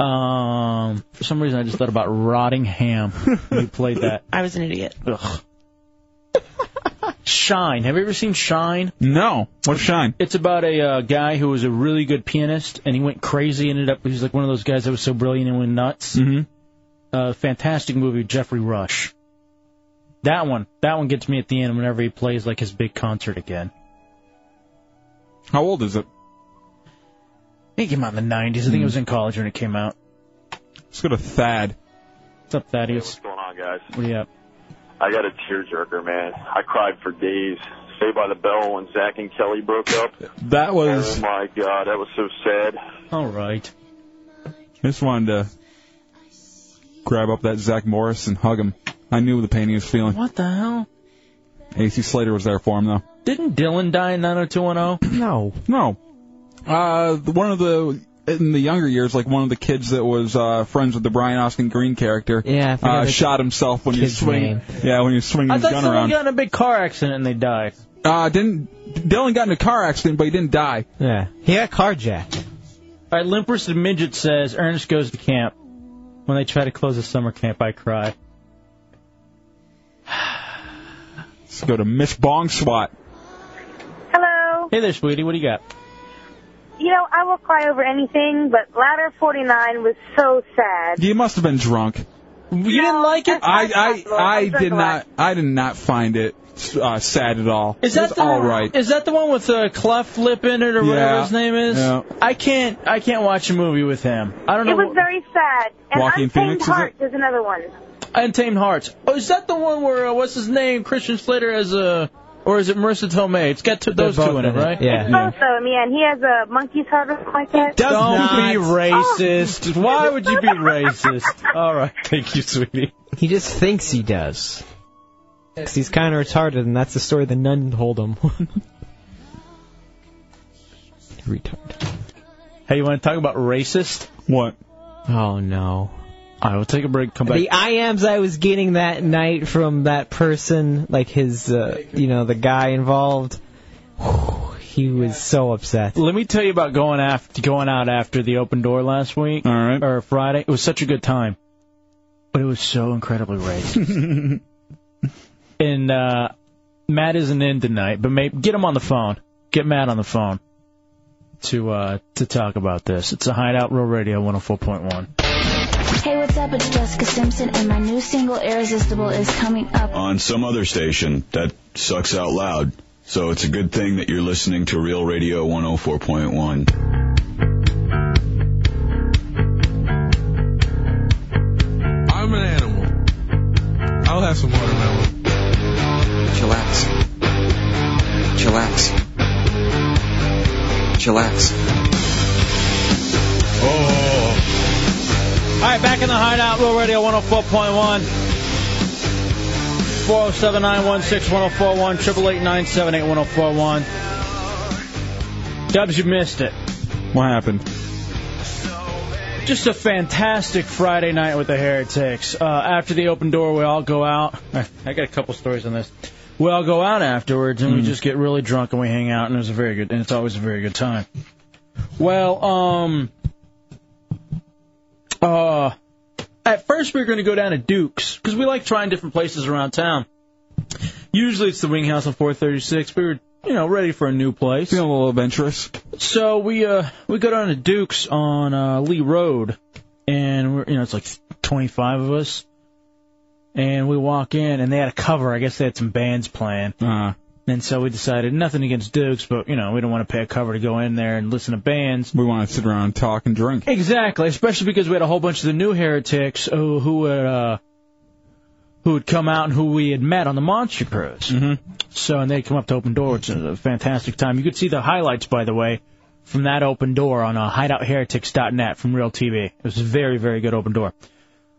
S5: Um, for some reason I just thought about rotting ham. when You played that.
S13: I was an idiot.
S5: Ugh. Shine. Have you ever seen Shine?
S6: No. What's Shine?
S5: It's about a uh, guy who was a really good pianist, and he went crazy. Ended up, he was like one of those guys that was so brilliant and went nuts.
S6: Mm-hmm.
S5: Uh, fantastic movie, with Jeffrey Rush. That one, that one gets me at the end whenever he plays like his big concert again.
S6: How old is it?
S5: He came out in the nineties. I think it was in college when it came out.
S6: Mm-hmm. Let's go to Thad.
S5: What's up, Thaddeus?
S21: What's going on, guys?
S5: What do you got?
S21: I got a tearjerker, man. I cried for days. Saved by the Bell when Zach and Kelly broke up.
S6: That was.
S21: Oh my God, that was so sad.
S5: All right.
S6: Just wanted to grab up that Zach Morris and hug him. I knew the pain he was feeling.
S5: What the hell?
S6: AC Slater was there for him though.
S5: Didn't Dylan die in 90210?
S6: No. No. Uh, one of the in the younger years, like one of the kids that was uh, friends with the Brian Austin Green character,
S5: Yeah, I forgot
S6: uh,
S5: the
S6: shot himself when he was
S5: kid's
S6: swinging.
S5: name.
S6: Yeah, when he was swinging
S5: I
S6: his
S5: thought
S6: gun
S5: someone
S6: around.
S5: got in a big car accident and they died.
S6: Uh, didn't Dylan got in a car accident, but he didn't die.
S11: Yeah, he got carjacked.
S5: All right, Limpers the Midget says Ernest goes to camp. When they try to close the summer camp, I cry.
S6: Let's go to Miss Bong Swat.
S3: Hello.
S5: Hey there, sweetie. What do you got?
S3: You know, I will cry over anything, but Ladder 49 was so sad.
S6: You must have been drunk.
S5: You didn't like it?
S6: I I I
S3: drunk
S6: did
S3: a lot.
S6: not I did not find it uh, sad at all.
S5: Is
S6: it
S5: that
S6: was
S5: the
S6: all right?
S5: Is that the one with uh, Clef Lip in it or whatever
S6: Yeah.
S5: his name is?
S6: Yeah.
S5: I can't. I can't watch a movie with him. I don't
S3: It
S5: know.
S3: was very sad. And
S5: Joaquin
S3: Untamed
S5: Phoenix, is it?
S3: Heart is another one.
S5: Untamed Hearts. Oh, is that the one where uh, what's his name? Christian Slater as a, or is it Marissa Tomei? It's got two, those
S11: both
S5: two in it,
S11: in it,
S5: right?
S11: yeah.
S3: It's both of them, yeah, and he has a monkey's heart or something like that.
S5: Don't be racist. Why would you be racist? All right, thank you, sweetie.
S11: He just thinks he does. 'Cause he's kind of retarded, and that's the story the nun told him. Retard.
S5: Hey, you want to talk about racist?
S6: What?
S11: Oh no.
S5: I will take a break. Come back.
S11: The IMs I was getting that night from that person, like his, uh, you know, the guy involved. whew, he was so upset.
S5: Let me tell you about going after going out after the open door last week. All
S6: right.
S5: Or Friday. It was such a good time. But it was so incredibly racist. and uh Matt isn't in tonight, but maybe get him on the phone. Get Matt on the phone to uh to talk about this. It's a hideout real radio one oh four point one.
S15: Hey, what's up? It's Jessica Simpson, and my new single, Irresistible, is coming up.
S16: On some other station, that sucks out loud. So it's a good thing that you're listening to Real Radio 104.1.
S18: I'm an animal. I'll have some watermelon.
S19: Chillax. Chillax. Chillax.
S5: Oh. All right, back in the hideout, Real Radio 104.1. 407 916 1041, 888 978 1041. Dubs, you missed it.
S6: What happened?
S5: Just a fantastic Friday night with the Heretics. Uh, after the open door, we all go out. I got a couple stories on this. We all go out afterwards, and we just get really drunk and we hang out, and it was a very good, and it's always a very good time. Well, um, uh, at first we were going to go down to Duke's because we like trying different places around town. Usually it's the Wing House on 436. We were, you know, ready for a new place.
S6: Feeling a little adventurous.
S5: So we uh we go down to Duke's on uh, Lee Road, and we're you know it's like 25 of us, and we walk in and they had a cover. I guess they had some bands playing.
S6: Uh-huh.
S5: And so we decided nothing against Duke's, but you know we don't want to pay a cover to go in there and listen to bands.
S6: We want to sit around and talk and drink.
S5: Exactly, especially because we had a whole bunch of the new heretics who who would uh, who would come out and who we had met on the Monster Cruise. Mm-hmm. So and they come up to Open Door, which is a fantastic time. You could see the highlights, by the way, from that Open Door on uh, HideoutHeretics.net from Real TV. It was a very very good Open Door.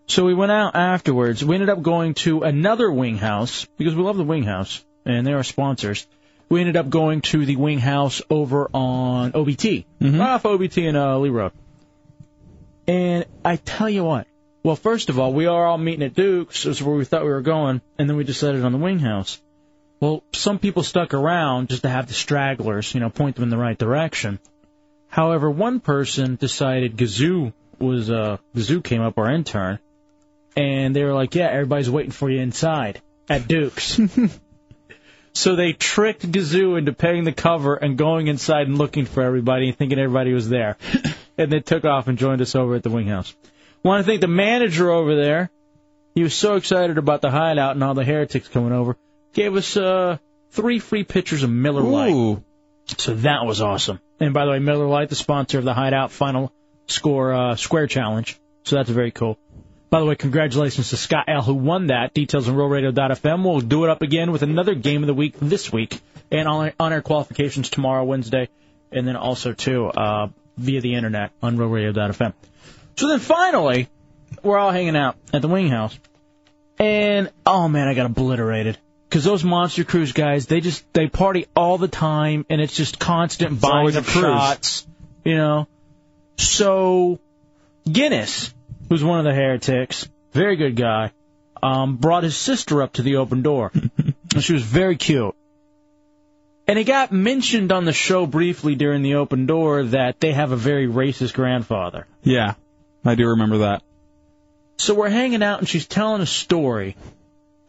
S5: So we went out afterwards. We ended up going to another wing house because we love the wing house and they're our sponsors. We ended up going to the wing house over on OBT, right off OBT and uh, Lee Road. And I tell you what. Well, first of all, we are all meeting at Duke's, is where we thought we were going, and then we decided on the wing house. Well, some people stuck around just to have the stragglers, you know, point them in the right direction. However, one person decided Gazoo was uh Gazoo came up, our intern, and they were like, "Yeah, everybody's waiting for you inside at Duke's." so they tricked Gazoo into paying the cover and going inside and looking for everybody, and thinking everybody was there, and they took off and joined us over at the wing house. Want to thank the manager over there. He was so excited about the hideout and all the heretics coming over. Gave us uh, three free pitchers of Miller Lite. So that was awesome. And by the way, Miller Lite, the sponsor of the Hideout Final Score uh, Square Challenge. So that's very cool. By the way, congratulations to Scott L, who won that. Details on RealRadio.fm. We'll do it up again with another game of the week this week, and on on air qualifications tomorrow, Wednesday, and then also too uh, via the internet on RealRadio.fm. So then finally, we're all hanging out at the Wing House, and oh man, I got obliterated. Because those Monster Cruise guys, they just they party all the time, and it's just constant buying
S6: always a
S5: of
S6: cruise.
S5: shots, you know. So Guinness, who's one of the heretics, very good guy, um, brought his sister up to the open door, and she was very cute. And it got mentioned on the show briefly during the open door that they have a very racist grandfather.
S6: Yeah, I do remember that.
S5: So we're hanging out, and she's telling a story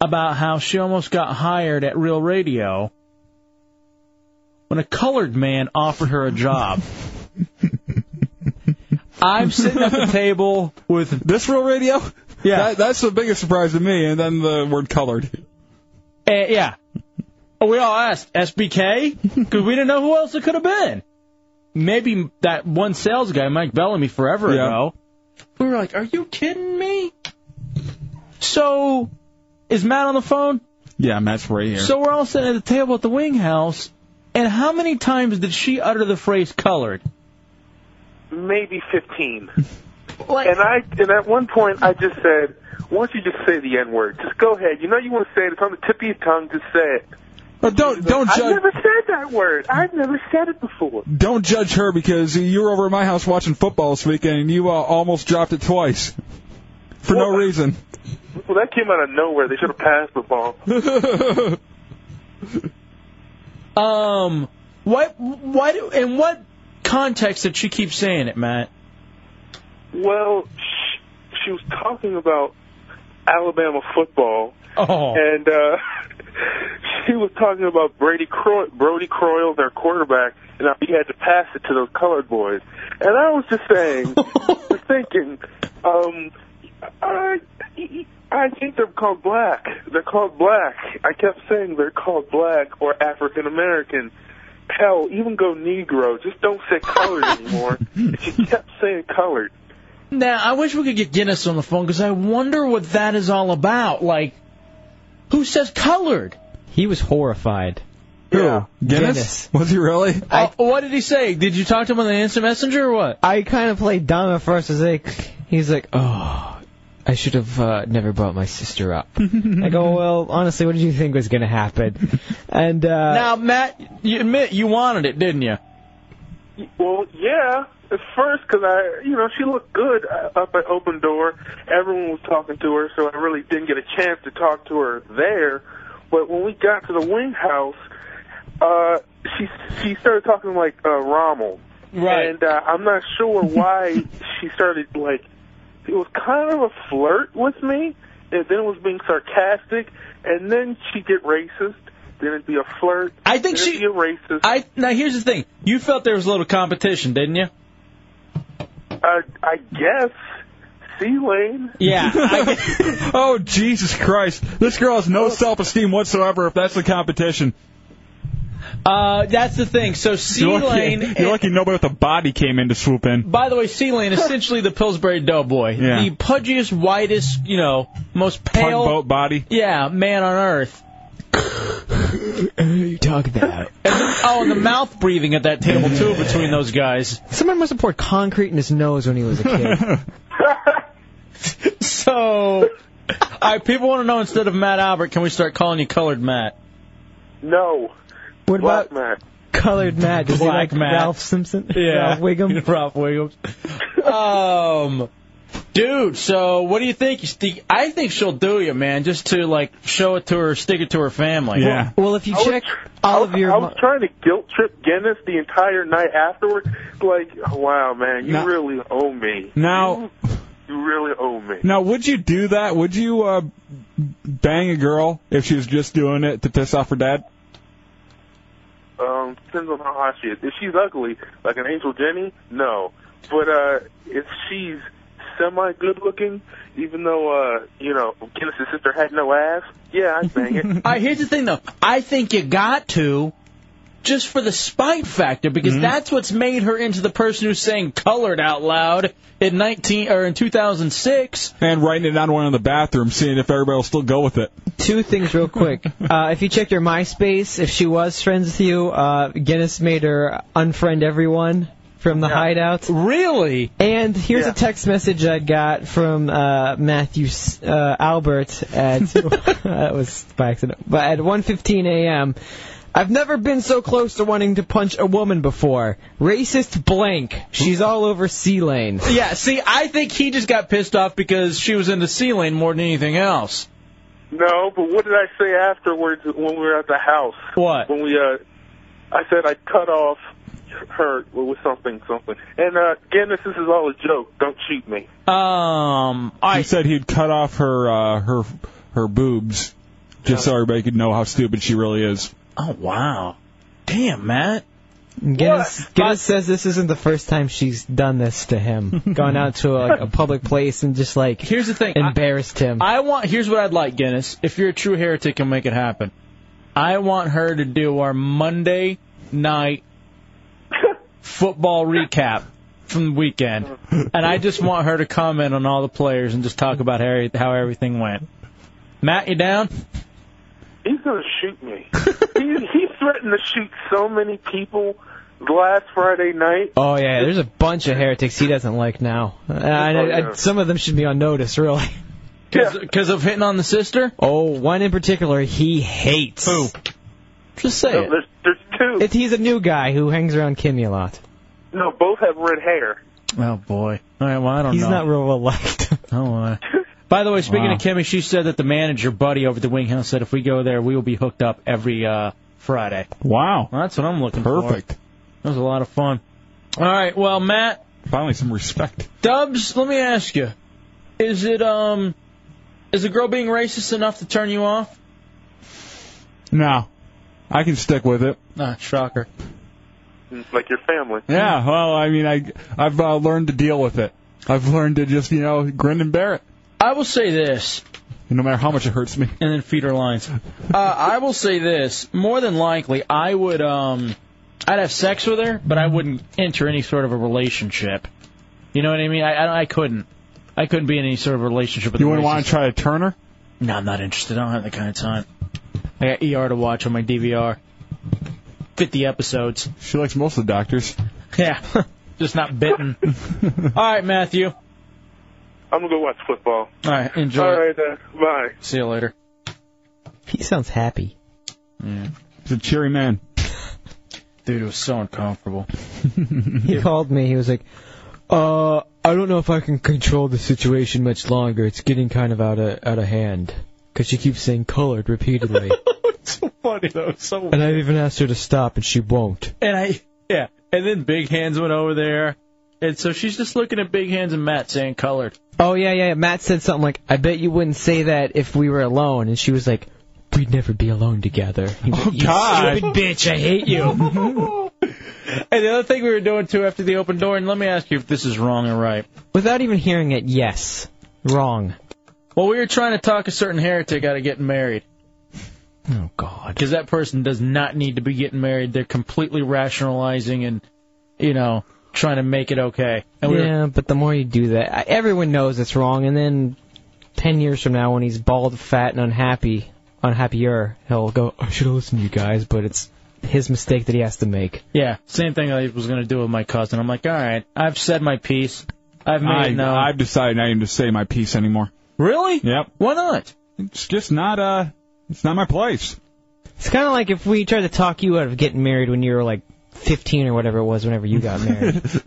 S5: about how she almost got hired at Real Radio when a colored man offered her a job. I'm sitting at the table with
S6: this real radio.
S5: Yeah,
S6: that, that's the biggest surprise to me, and then the word colored.
S5: Eh, yeah. Oh, We all asked SBK because we didn't know who else it could have been. Maybe that one sales guy, Mike Bellamy, forever
S6: Yeah.
S5: ago. We were like, "Are you kidding me?" So, is Matt on the phone?
S6: Yeah, Matt's right here.
S5: So we're all sitting at the table at the wing house, and how many times did she utter the phrase "colored"?
S17: maybe 15. And I and at one point I just said, "Why don't you just say the N word? Just go ahead. You know you want to say it. It's on the tip of your tongue. Just say it."
S6: But don't don't
S17: I've
S6: judge
S17: never said that word. I've never said it before.
S6: don't judge her because you were over at my house watching football this weekend, and you uh, almost dropped it twice for no reason.
S17: Well, that came out of nowhere. They should have passed the ball.
S5: Um, what, what, in what context did she keep saying it, Matt?
S17: Well, she, she was talking about Alabama football,
S5: Oh,
S17: and uh, she was talking about Brady Croy- Brody Croyle, their quarterback, and how he had to pass it to those colored boys. And I was just saying, just thinking, um, I, I think they're called black. They're called black. I kept saying they're called black or African American. Hell, even go Negro. Just don't say colored anymore. And she kept saying colored.
S5: Now, I wish we could get Guinness on the phone because I wonder what that is all about. Like, who says colored?
S11: He was horrified.
S6: Yeah. Guinness? Was he really?
S5: I, Uh, what did he say? Did you talk to him on the instant messenger or what?
S11: I kind of played dumb at first. I was like, he's like, oh, I should have uh, never brought my sister up. I go, well, honestly, what did you think was going to happen? And uh,
S5: Now, Matt, you admit you wanted it, didn't you?
S17: Well, yeah, at first, because I, you know, she looked good uh, up at Open Door. Everyone was talking to her, so I really didn't get a chance to talk to her there. But when we got to the wing house, uh, she she started talking like uh, Rommel,
S5: right?
S17: And uh, I'm not sure why she started like it was kind of a flirt with me, and then it was being sarcastic, and then she would get racist. Then it'd be a flirt.
S5: I think
S17: then it'd
S5: she-
S17: be a racist.
S5: I now here's the thing. You felt there was a little competition, didn't you?
S17: Uh, I guess. C lane.
S5: Yeah.
S6: oh Jesus Christ! This girl has no self-esteem whatsoever. If that's the competition,
S5: Uh, that's the thing. So C
S6: you're lucky,
S5: lane.
S6: You're lucky nobody with a body came in to swoop in.
S5: By the way, C lane essentially the Pillsbury Doughboy,
S6: Yeah.
S5: the pudgiest, whitest, you know, most pale,
S6: Tugboat body.
S5: yeah, man on earth.
S11: you talk about?
S5: Oh, and the mouth breathing at that table too between those guys.
S11: Someone must have poured concrete in his nose when he was a kid.
S5: So, all right, people want to know instead of Matt Albert, can we start calling you Colored Matt?
S17: No.
S11: What
S17: Black man.
S11: Colored Matt. Does he like
S5: Black Matt.
S11: Ralph Simpson?
S5: Yeah.
S11: Ralph Wiggum?
S5: Ralph Wiggums. Um, dude, so what do you think? You st- I think she'll do you, man, just to like show it to her, stick it to her family.
S11: Well, if you
S17: I
S11: check
S17: was,
S11: all
S17: I was,
S11: of your
S17: I was trying to guilt trip Guinness the entire night afterwards. Like, oh, wow, man, you
S6: No.
S17: really owe me.
S6: Now,
S17: You really owe me.
S6: now, would you do that? Would you uh, bang a girl if she was just doing it to piss off her dad?
S17: Um, depends on how hot she is. If she's ugly, like an Angel Jenny, no. But uh, if she's semi good looking, even though uh, you know Guinness's sister had no ass, yeah, I'd bang it.
S5: All right, here's the thing, though. I think you got to just for the spite factor because
S11: Mm-hmm.
S5: that's what's made her into the person who's saying colored out loud in 19 or in 2006.
S6: And writing it down one in the bathroom, seeing if everybody will still go with it.
S11: two things real quick. Uh, if you checked your MySpace, if she was friends with you, uh, Guinness made her unfriend everyone from the hideout.
S5: Really?
S11: And here's
S5: Yeah.
S11: a text message I got from uh, Matthew S- uh, Albert at that was by accident, but at 1:15 a.m. I've never been so close to wanting to punch a woman before. Racist blank. She's all over C lane.
S5: Yeah, see, I think he just got pissed off because she was in the C lane more than anything else.
S17: No, but what did I say afterwards when we were at the house?
S5: What?
S17: When we, uh, I said I cut off her with something, something. And, uh, Guinness, this is all a joke. Don't cheat me.
S5: Um, I
S6: he said he'd cut off her uh, her her boobs just so everybody could know how stupid she really is.
S5: Oh wow, damn Matt.
S11: Guinness, Guinness says this isn't the first time she's done this to him. Gone out to like a public place and just like
S5: here's the thing,
S11: embarrassed him.
S5: I want. Here's what I'd like, Guinness. If you're a true heretic, and make it happen. I want her to do our Monday night football recap from the weekend, and I just want her to comment on all the players and just talk about how, how everything went. Matt, you down?
S17: He's gonna shoot me. he, he threatened to shoot so many people last Friday night.
S11: Oh yeah, there's a bunch of heretics he doesn't like now. Uh, and,
S17: Oh, yeah.
S11: and some of them should be on notice, really.
S5: Because of hitting on the sister?
S11: Oh, one in particular he hates. Who? Just say
S17: No,
S11: it.
S17: there's, there's two.
S11: It's, he's a new guy who hangs around Kimmy a lot.
S17: No, both have red hair.
S5: Oh boy. All right. Well, I don't
S11: He's
S5: know.
S11: not real well liked.
S5: Oh. Uh, by the way, speaking
S11: Wow.
S5: of Kimmy, she said that the manager, Buddy, over at the Wing House said if we go there, we will be hooked up every uh, Friday.
S6: Wow.
S5: Well, that's what I'm looking for.
S6: Perfect.
S5: That was a lot of fun. All right. Well, Matt.
S6: Finally, some respect.
S5: Dubs, let me ask you: Is it um, is a girl being racist enough to turn you off?
S6: No, I can stick with it.
S5: Ah, shocker.
S17: Like your family.
S6: Yeah. Well, I mean, I I've uh, learned to deal with it. I've learned to just you know grin and bear it.
S5: I will say this.
S6: No matter how much it hurts me.
S5: And then feed her lines. Uh, I will say this. More than likely, I would um, I'd have sex with her, but I wouldn't enter any sort of a relationship. You know what I mean? I I, I couldn't. I couldn't be in any sort of relationship with.
S6: You
S5: a
S6: wouldn't want
S5: racist.
S6: to try to turn her?
S5: No, I'm not interested. I don't have that kind of time. I got ER to watch on my DVR. 50 episodes.
S6: She likes most of the doctors.
S5: Yeah, just not bitten. All right, Matthew. All
S17: I'm gonna go watch football.
S5: right, enjoy.
S17: All right, uh, bye.
S5: See you later.
S11: He sounds happy.
S5: Yeah.
S6: He's a cheery man.
S5: Dude, it was so uncomfortable.
S11: he called me. He was like, "Uh, I don't know if I can control the situation much longer. It's getting kind of out of out of hand. 'Cause she keeps saying colored repeatedly,
S5: so funny though. So.
S11: and I've even asked her to stop, and she won't.
S5: And I yeah, and then Big Hands went over there, and so she's just looking at Big Hands and Matt saying colored.
S11: Oh yeah, yeah. Matt said something like, "I bet you wouldn't say that if we were alone," and she was like, "We'd never be alone together." He
S6: Oh,
S11: went, "You stupid bitch! I hate you."
S5: and the other thing we were doing too after the open door, and let me ask you if this is wrong or right.
S11: Without even hearing it, yes, wrong.
S5: Well, we were trying to talk a certain heretic out of getting married.
S11: Oh God!
S5: Because that person does not need to be getting married. They're completely rationalizing and, you know, trying to make it okay. And we were
S11: yeah, but the more you do that, I, everyone knows it's wrong, and then ten years from now, when he's bald, fat, and unhappy, unhappier, he'll go, "I should have listened to you guys," but it's his mistake that he has to make.
S5: Yeah, same thing I was going to do with my cousin. I'm like, all right, I've said my piece. I've made
S6: I,
S5: it known.
S6: I've decided not even to say my piece anymore.
S5: Really?
S6: Yep.
S5: Why not?
S6: It's just not uh, it's not my place.
S11: It's kind of like if we tried to talk you out of getting married when you were like 15 or whatever it was, whenever you got married. Because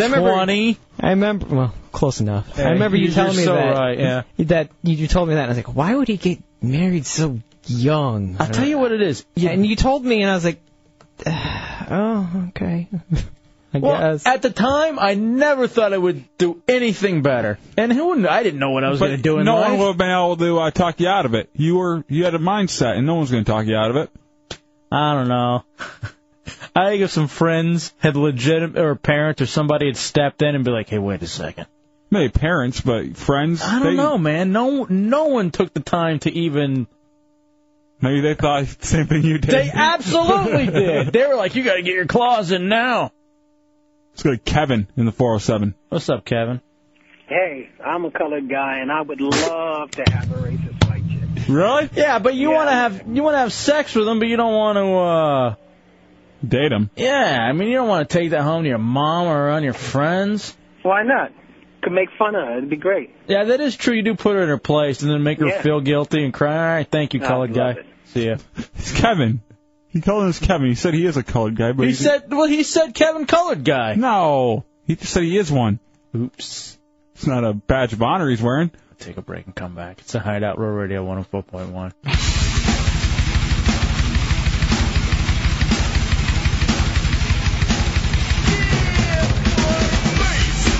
S11: I remember
S5: 20.
S11: I remember, well, close enough.
S5: Yeah,
S11: I remember you
S5: you're
S11: telling me
S5: so
S11: that.
S5: right, yeah.
S11: That you, you told me that, and I was like, why would he get married so young?
S5: I'll tell you what it is.
S11: And you told me, and I was like, oh, okay. I
S5: Well,
S11: guess.
S5: at the time, I never thought I would do anything better. And who? kn- I didn't know what I was
S6: But
S5: going to do in
S6: no
S5: life.
S6: one would have been able to uh, talk you out of it. You were you had a mindset, and no one's going to talk you out of it.
S5: I don't know. I think if some friends had legitimate or parents or somebody had stepped in and be like, "Hey, wait a second.
S6: Maybe parents, but friends.
S5: I don't
S6: they,
S5: know, man. No, no one took the time to even.
S6: Maybe they thought the same thing you did.
S5: They absolutely did. They were like, "You got to get your claws in now."
S6: Let's go to Kevin in the 407.
S5: What's up, Kevin?
S7: Hey, I'm a colored guy, and I would love to have a racist.
S5: Really? Yeah, but you want to have you want to have sex with them, but you don't want to. uh
S6: Date them.
S5: Yeah, I mean, you don't want to take that home to your mom or on your friends.
S7: Why not? Could make fun of it. It'd be great.
S5: Yeah, that is true. You do put her in her place and then make her
S7: Yeah.
S5: feel guilty and cry. All right, thank you,
S7: I
S5: colored guy.
S7: love
S5: See ya.
S6: It's Kevin. He called us Kevin. He said he is a colored guy, but
S5: He said, well, he said Kevin Colored Guy.
S6: no. He just said he is one.
S5: Oops.
S6: It's not a badge of honor he's wearing.
S5: Take a break and come back. It's a hideout, Real Radio 104.1.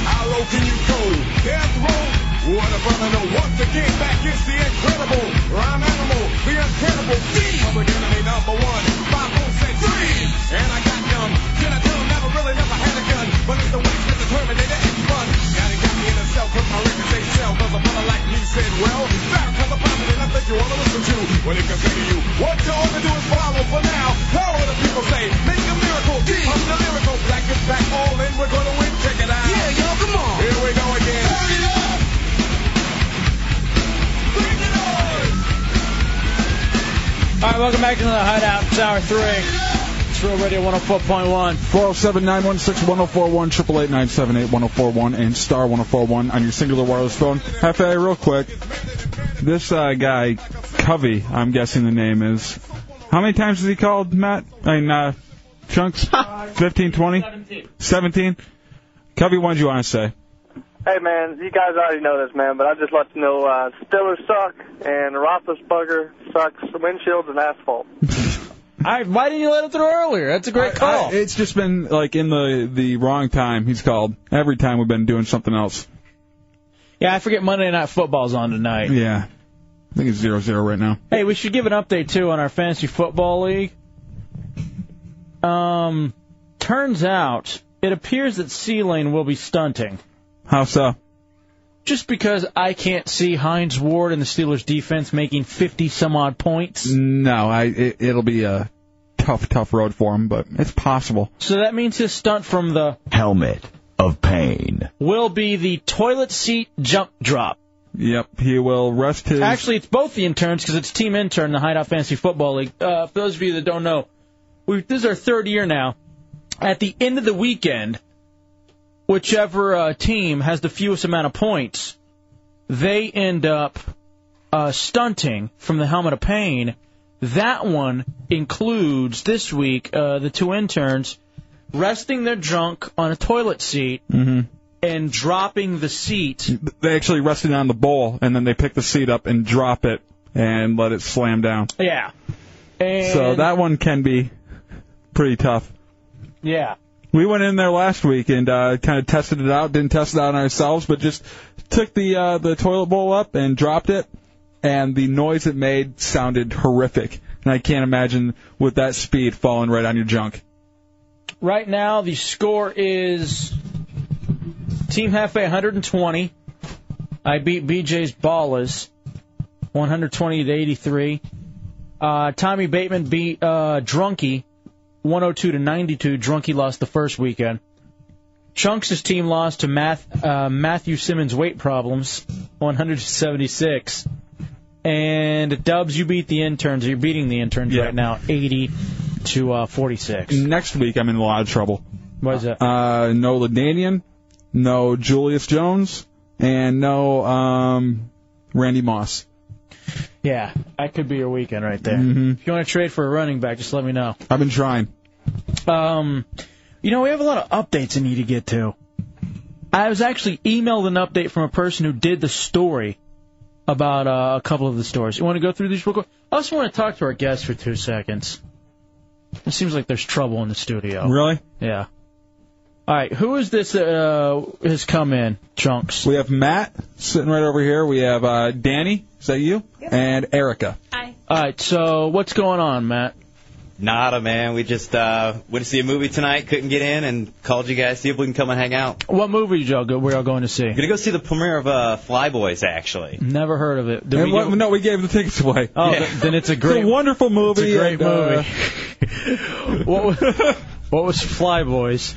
S1: How low can you go? Death row? What a brother, no. Once again, back is the incredible. Rhyme animal, the untenable. Team. Public enemy number one. Five, four, six, three. And I got numb. Can I tell? Never really, never had a gun. But it's the way that the Terminator X fun. Now they got me in a cell, cause my records they sell. Cause a brother like me said, well, back cause I'm poppin' and I think you wanna listen to. Well, it can say to you, what you ought to do is follow for now. Power the people say, make a miracle. I'm the lyrical. Black is back, all in, we're gonna win. Check it out. Yeah, y'all, come on. Here we go again. Turn it up.
S5: All right, welcome back to the hideout. It's hour three. It's Real Radio 104.1.
S6: 407 916 1041, 888 978 1041, and star 1041 on your singular wireless phone. Hefe, real quick. This uh, guy, Covey, I'm guessing the name is. How many times has he called, Matt? I mean, uh, Chunks? 15, 20? 17? Covey, what did you want to say?
S2: Hey man, you guys already know this man, but I just like to know uh, Steelers suck and Roethlisberger sucks windshields and asphalt.
S5: I, why didn't you let it through earlier? That's a great call.
S6: I- it's just been, like, in the, the wrong time he's called. Every time we've been doing something else.
S5: yeah, I forget Monday Night Football's on tonight.
S6: Yeah. I think it's zero zero right now.
S5: Hey, we should give an update too on our fantasy football league. Um, turns out it appears that C Lane will be stunting.
S6: How so?
S5: just because I can't see Heinz Ward and the Steelers defense making 50 some odd points.
S6: No, I it, it'll be a tough, tough road for him, but it's possible.
S5: So that means his stunt from the
S6: Helmet of pain.
S5: will be the toilet seat jump drop.
S6: Yep, he will rest his.
S5: Actually, it's both the interns because it's team intern in the Hideout Fantasy Football League. Uh, for those of you that don't know, we this is our third year now. At the end of the weekend, whichever uh, team has the fewest amount of points, they end up uh, stunting from the helmet of pain. That one includes this week uh, the two interns resting their junk on a toilet seat
S6: Mhm.
S5: and dropping the seat
S6: They actually rested on the bowl, and then they pick the seat up and drop it and let it slam down.
S5: Yeah. And,
S6: So that one can be pretty tough.
S5: Yeah.
S6: We went in there last week and uh, kind of tested it out. Didn't test it out on ourselves, but just took the uh, the toilet bowl up and dropped it, and the noise it made sounded horrific. And I can't imagine with that speed falling right on your junk.
S5: Right now, the score is Team Halfway 120. I beat BJ's Ballers 120 to 83. Uh, Tommy Bateman beat uh, Drunky 102 to 92. Drunky lost the first weekend. Chunks' team lost to Math, uh, Matthew Simmons' weight problems 176. And Dubs, you beat the interns. You're beating the interns right now 80 to uh, 46.
S6: Next week, I'm in a lot of trouble.
S5: What is that?
S6: Uh, no Ladanian, no Julius Jones, and no um, Randy Moss.
S5: Yeah, that could be your weekend right there.
S6: Mhm.
S5: If you want to trade for a running back, just let me know.
S6: I've been trying.
S5: Um, you know, we have a lot of updates I need to get to. I was actually emailed an update from a person who did the story about uh, a couple of the stories. You want to go through these real quick? I also want to talk to our guests for two seconds. It seems like there's trouble in the studio.
S6: Really?
S5: Yeah. All right, who is this uh, has come in, Chunks?
S6: We have Matt sitting right over here. We have uh, Danny. Is that you? And Erica.
S5: All right, so what's going on, Matt?
S4: Nada, man. We just uh, went to see a movie tonight, couldn't get in, and called you guys, see if we can come and hang out.
S5: What movie did y'all go, were y'all going to see?
S4: Gonna go see the premiere of uh, Flyboys, actually.
S5: Never heard of it. Did
S6: And
S5: we
S6: what-
S5: get-
S6: no, we gave the tickets away.
S5: Oh, th- then it's a great,
S6: It's a wonderful movie.
S5: It's a great
S6: and, uh,
S5: movie. what was, what was Flyboys?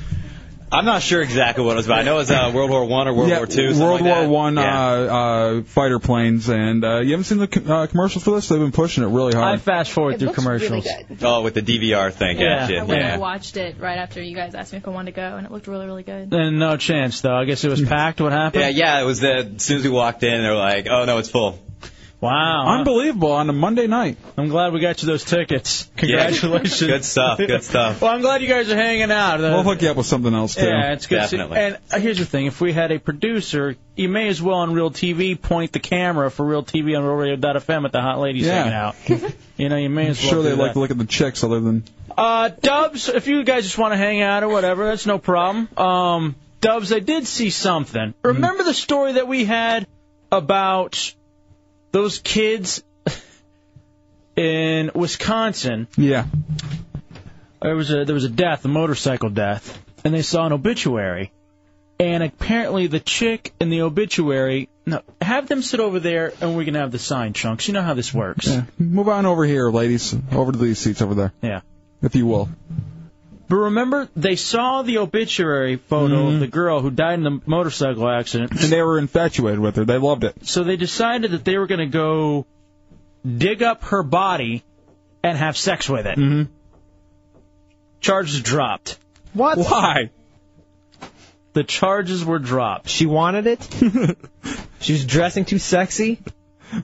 S4: I'm not sure exactly what it was about. I know it was uh, World War One or World
S6: yeah,
S4: War Two. something
S6: World
S4: like
S6: War
S4: that.
S6: One
S4: Yeah.
S6: uh, uh, fighter planes, and uh, you haven't seen the co- uh, commercials for this? They've been pushing it really hard.
S5: I fast forward
S8: It through looks really commercials. good.
S4: Oh, with the DVR thing. Yeah.
S8: I
S4: Gotcha.
S8: went and watched it right after you guys asked me if I wanted to go, and it looked really, really good.
S5: Then no chance though. I guess it
S6: Hmm.
S5: was packed. What happened?
S4: Yeah, yeah. It was the as soon as we walked in, they're like, "Oh no, it's full."
S5: Wow.
S6: Unbelievable on a Monday night.
S5: I'm glad we got you those tickets. Congratulations.
S4: Yeah. good stuff. Good stuff.
S5: Well, I'm glad you guys are hanging out. Uh,
S6: We'll hook you up with something else too.
S5: yeah, it's good. to see-
S4: Definitely.
S5: And uh, here's the thing: if we had a producer, you may as well on Real TV point the camera for Real TV on RealRadio.fm at the hot ladies
S6: Yeah.
S5: hanging out. you know, you may
S6: I'm
S5: as well.
S6: sure they
S5: do that.
S6: like to look at the chicks other than
S5: Uh, Dubs, if you guys just want to hang out or whatever, that's no problem. Um, Dubs, I did see something.
S6: Hmm.
S5: Remember the story that we had about those kids in Wisconsin?
S6: Yeah.
S5: There was a there was a death, a motorcycle death, and they saw an obituary. And apparently the chick in the obituary. No, have them sit over there, and we can have the sign chunks. You know how this works.
S6: Yeah. Move on over here, ladies. Over to these seats over there.
S5: Yeah.
S6: If you will.
S5: But remember, they saw the obituary photo of the girl who died in the motorcycle accident,
S6: Mm-hmm. And they were infatuated with her. They loved it.
S5: so they decided that they were going to go dig up her body and have sex with it.
S6: Mm-hmm.
S5: Charges dropped.
S11: What?
S6: Why?
S5: The charges were dropped.
S11: She wanted it. she was dressing too sexy.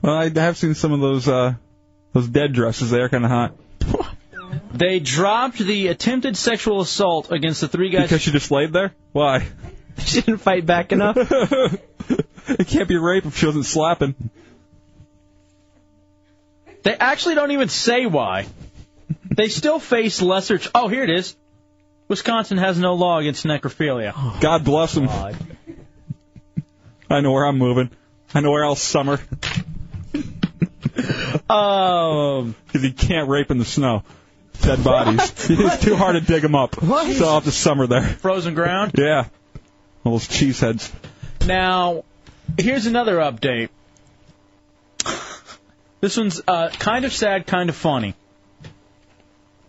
S6: Well, I have seen some of those uh, those dead dresses. They are kind of hot
S5: They dropped the attempted sexual assault against the three guys.
S6: because she just laid there. Why?
S11: She didn't fight back enough.
S6: it can't be rape if she wasn't slapping.
S5: They actually don't even say why. They still face lesser. Ch- oh, here it is. Wisconsin has no law against necrophilia.
S11: Oh.
S6: God bless them.
S5: God.
S6: I know where I'm moving. I know where else summer.
S5: um,
S6: because he can't rape in the snow. Dead bodies. It's too hard to dig them up.
S5: What?
S6: So I'll have to summer there.
S5: Frozen ground.
S6: Yeah. All those cheeseheads.
S5: Now, Here's another update. This one's uh, kind of sad, kind of funny.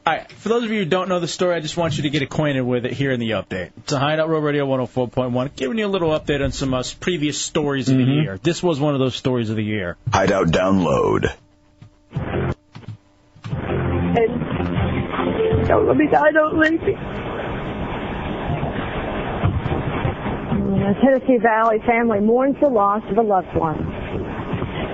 S5: All right, for those of you who don't know the story, I just want you to get acquainted with it here in the update. It's a Hideout Road Radio 104.1, giving you a little update on some uh, previous stories of the year. This was one of those stories of the year.
S7: Hideout download.
S17: Don't let me die, don't leave me. Mm,
S1: The Tennessee Valley family mourns the loss of a loved one.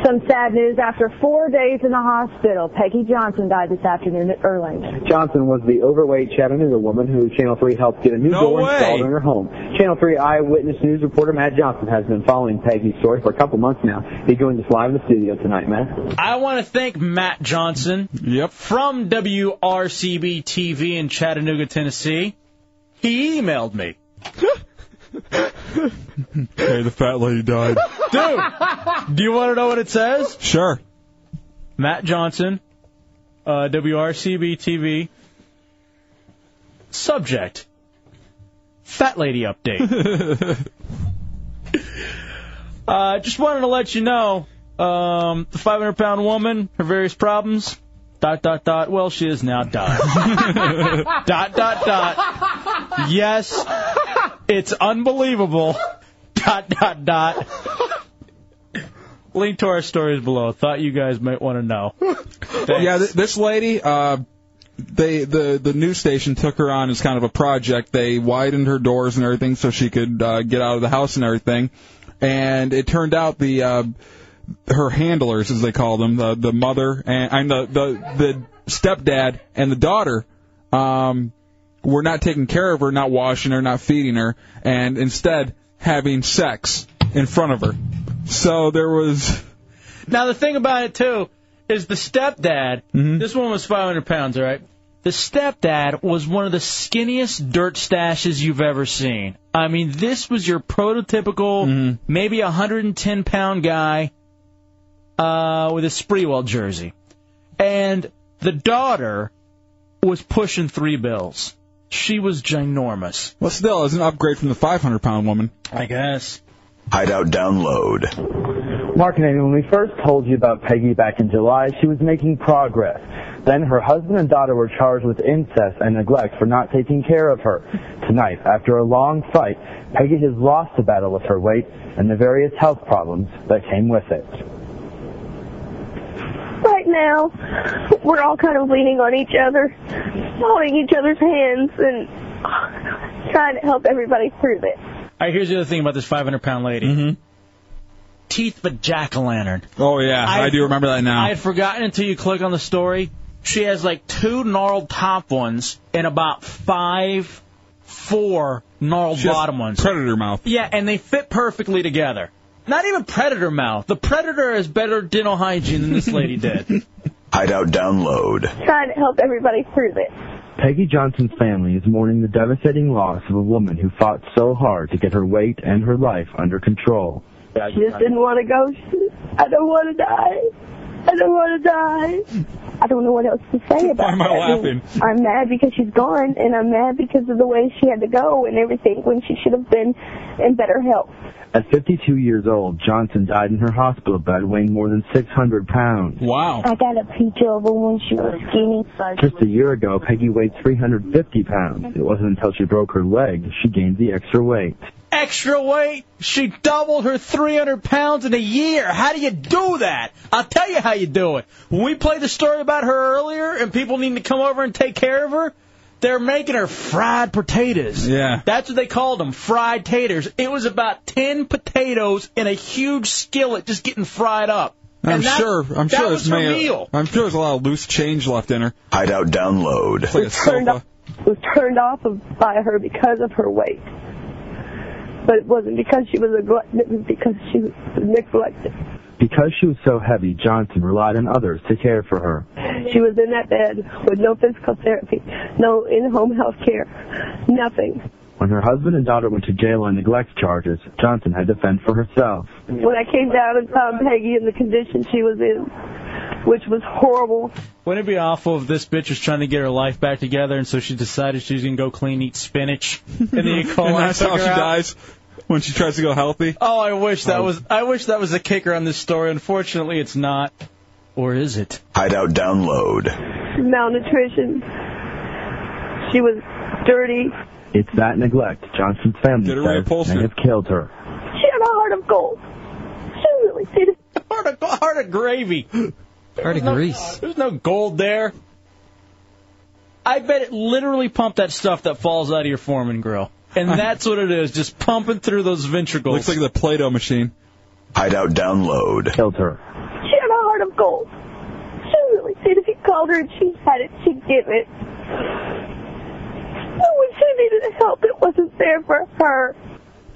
S1: Some sad news after four days in the hospital. Peggy Johnson died this afternoon at Erlanger.
S20: Johnson was the overweight Chattanooga woman who Channel 3 helped get a new door installed in her home. Channel 3 eyewitness news reporter Matt Johnson has been following Peggy's story for a couple months now. He joined us live in the studio tonight, Matt.
S5: I want to thank Matt Johnson. Yep. From WRCB TV in Chattanooga, Tennessee. He emailed me.
S6: Hey, the fat lady died.
S5: Dude, do you want to know what it says? Sure. Matt Johnson, uh, WRCB TV. Subject: Fat lady update. uh, just wanted to let you know um, the 500-pound woman, her various problems. Dot dot dot. Well, she is now done. dot dot dot. Yes, it's unbelievable. Dot dot dot. Link to our stories below. Thought you guys might want to know.
S6: Yeah, th- this lady, uh, they the the news station took her on as kind of a project. They widened her doors and everything so she could uh, get out of the house and everything. And it turned out the uh, her handlers, as they call them, the the mother and I'm the the the stepdad and the daughter. Um, were not taking care of her, not washing her, not feeding her, and instead having sex in front of her. So there was
S5: Now the thing about it too is the stepdad. This one was 500 pounds, all right. The stepdad was one of the skinniest dirt stashes you've ever seen. I mean, this was your prototypical, maybe 110 pound guy uh, with a Spreewell jersey, and the daughter was pushing three bills. She was ginormous.
S6: well, still as an upgrade from the 500 pound woman.
S5: I guess.
S7: Hideout download.
S20: Mark and Amy, when we first told you about Peggy back in July, she was making progress. Then her husband and daughter were charged with incest and neglect for not taking care of her. Tonight, after a long fight, Peggy has lost the battle with her weight and the various health problems that came with it.
S17: Right now, we're all kind of leaning on each other, holding each other's hands, and trying to help everybody through this.
S5: All right, here's the other thing about this 500 pound lady. Mm-hmm. Teeth but jack o' lantern.
S6: Oh yeah, I, do remember that now.
S5: I had forgotten until you click on the story. She has like two gnarled top ones and about five, four gnarled
S6: She has
S5: bottom ones.
S6: Predator mouth.
S5: Yeah, and they fit perfectly together. Not even predator mouth. The predator has better dental hygiene than this lady did.
S7: Hideout download.
S17: Trying to help everybody through this.
S20: Peggy Johnson's family is mourning the devastating loss of a woman who fought so hard to get her weight and her life under control.
S17: She just didn't want to go. She said, I don't want to die. I don't want to die. I don't know what else to say about
S6: am I
S17: that. mean,
S6: laughing?
S17: I'm mad because she's gone, and I'm mad because of the way she had to go and everything when she should have been in better health.
S20: At 52 years old, Johnson died in her hospital bed weighing more than 600 pounds.
S6: Wow.
S17: I got a picture of her when she was skinny.
S20: Just a year ago, Peggy weighed 350 pounds. It wasn't until she broke her leg she gained the extra weight.
S5: Extra weight? She doubled her 300 pounds in a year. How do you do that? I'll tell you how you do it. When we played the story about her earlier and people needing to come over and take care of her, they're making her fried potatoes.
S6: Yeah.
S5: That's what they called them, fried taters. It was about 10 potatoes in a huge skillet just getting fried up.
S6: I'm
S5: And that-
S6: sure. I'm
S5: that
S6: sure
S5: was
S6: this
S5: her
S6: may.
S5: meal.
S6: I'm sure there's a lot of loose change left in her.
S7: Hideout download.
S6: It's like a
S17: turned
S6: sofa.
S17: was turned off of, by her because of her weight. But it wasn't because she was a glutton, it was because she was neglected.
S20: Because she was so heavy, Johnson relied on others to care for her.
S17: She was in that bed with no physical therapy, no in-home health care, nothing.
S20: When her husband and daughter went to jail on neglect charges, Johnson had to fend for herself.
S17: When I came down and found Peggy in the condition she was in, which was horrible,
S5: Wouldn't it be awful if this bitch was trying to get her life back together and so she decided she was going to go clean, eat spinach? And then you call
S6: And that's how she dies. when she tries to go healthy.
S5: Oh, I wish that was I wish that was the kicker on this story. Unfortunately, it's not. Or is it?
S16: Hideout download.
S9: Malnutrition. She was dirty.
S14: It's that neglect Johnson's family
S6: Get her
S14: says may have killed her.
S9: She had a heart of gold. She really did.
S5: Heart of, heart of gravy. Heart of grease. There's no gold there. I bet it literally pumped that stuff that falls out of your foreman grill. And that's what it is, just pumping through those ventricles.
S6: Looks like the Play-Doh machine.
S16: Hideout download.
S14: Killed her.
S9: She had a heart of gold. She really did. If you called her and she had it, she'd give it. But when she needed help, it wasn't there for her.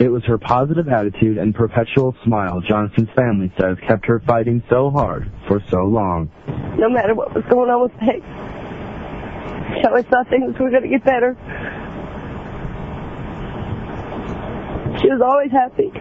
S14: It was her positive attitude and perpetual smile Johnson's family says kept her fighting so hard for so long.
S9: No matter what was going on with Peg. She always thought things were going to get better. She was always happy.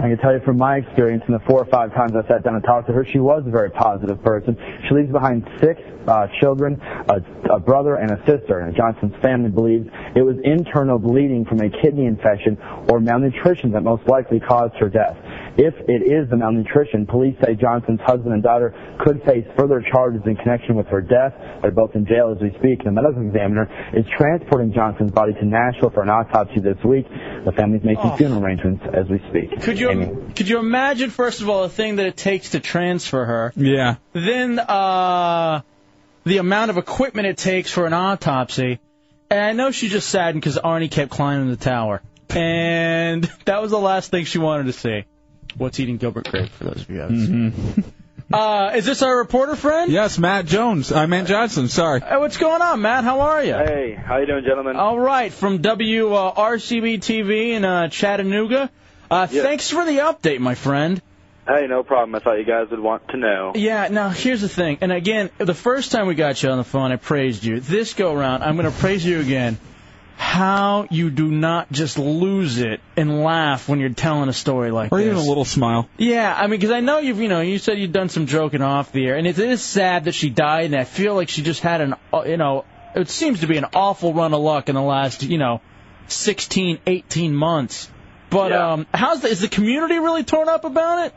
S14: I can tell you from my experience, in the four or five times I sat down and talked to her, she was a very positive person. She leaves behind six uh, children, a, a brother, and a sister. And Johnson's family believes it was internal bleeding from a kidney infection or malnutrition that most likely caused her death. If it is the malnutrition, police say Johnson's husband and daughter could face further charges in connection with her death. They're both in jail as we speak. The medical examiner is transporting Johnson's body to Nashville for an autopsy this week. The family's making funeral arrangements as we speak.
S5: Could you could you imagine first of all the thing that it takes to transfer her?
S6: Yeah.
S5: Then uh, the amount of equipment it takes for an autopsy. And I know she's just saddened because Arnie kept climbing the tower, and that was the last thing she wanted to see. What's eating Gilbert Grape for those of you guys? Uh, is this our reporter friend?
S6: Yes, Matt Jones. I meant Johnson. Sorry.
S5: Hey, what's going on, Matt? How are you?
S20: Hey, how you doing, gentlemen?
S5: All right, from uh, WRCB TV in uh, Chattanooga. Uh,
S20: Yes.
S5: Thanks for the update, my friend.
S20: Hey, no problem. I thought you guys would want to know.
S5: Yeah, now here's the thing. And again, the first time we got you on the phone, I praised you. This go round, I'm going to praise you again. How you do not just lose it and laugh when you're telling a story like
S6: Or
S5: this.
S6: even a little smile.
S5: Yeah, I mean, because I know you've, you know, you said you've done some joking off the air, and it is sad that she died, and I feel like she just had an, uh, you know, it seems to be an awful run of luck in the last, you know, 16, 18 months. But um, how's the, is the community really torn up about it?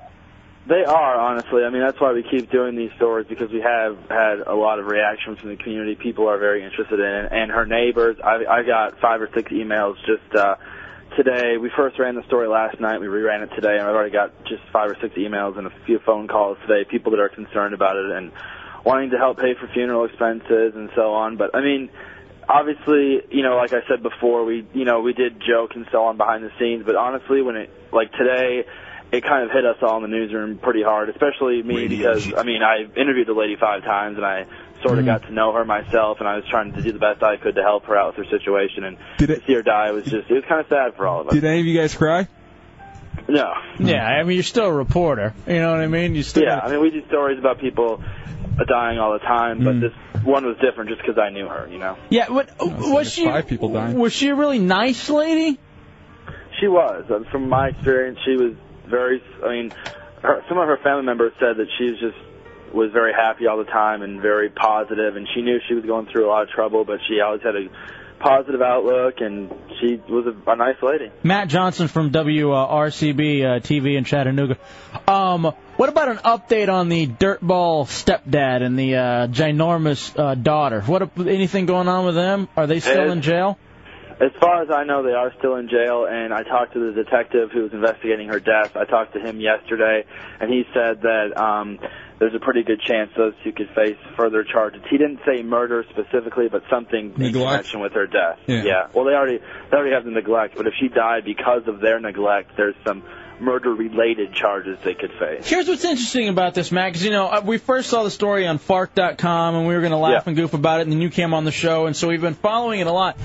S20: They are, honestly. I mean, that's why we keep doing these stories because we have had a lot of reaction from the community. People are very interested in it. And her neighbors, I, I got five or six emails just uh, today. We first ran the story last night. We reran it today, and I've already got just five or six emails and a few phone calls today. People that are concerned about it and wanting to help pay for funeral expenses and so on. But I mean, obviously, you know, like I said before, we you know we did joke and so on behind the scenes. But honestly, when it like today, it kind of hit us all in the newsroom pretty hard, especially me because I mean I interviewed the lady five times and I sort of
S5: Mm.
S20: got to know her myself and I was trying to do the best I could to help her out with her situation and
S6: Did it?
S20: to see her die was just it was kind of sad for all of us.
S6: Did any of you guys cry?
S20: No.
S5: Yeah, I mean, you're still a reporter. You know what I mean? You still.
S20: Yeah, I mean we do stories about people dying all the time,
S6: Mm.
S20: but this one was different just because I knew her. You know,
S5: Yeah, what, was she? Five people dying. Was she a really nice lady?
S20: she was. Uh, From my experience, she was very. I mean, her, some of her family members said that she's just was very happy all the time and very positive, and she knew she was going through a lot of trouble, but she always had a positive outlook, and she was a, a nice lady.
S5: Matt Johnson from WRCB uh, TV in Chattanooga. Um, what about an update on the dirtball stepdad and the uh, ginormous uh, daughter? What anything going on with them? Are they still in jail?
S20: As far as I know, they are still in jail, and I talked to the detective who was investigating her death. I talked to him yesterday, and he said that um, there's a pretty good chance those two could face further charges. He didn't say murder specifically, but something in
S6: Neglect.
S20: connection with her death.
S6: Yeah.
S20: Well, they already they already have the neglect, but if she died because of their neglect, there's some murder-related charges they could face.
S5: Here's what's interesting about this, Matt, 'cause, you know uh, we first saw the story on Fark.com and we were going to laugh and goof about it, and then you came on the show, and so we've been following it a lot.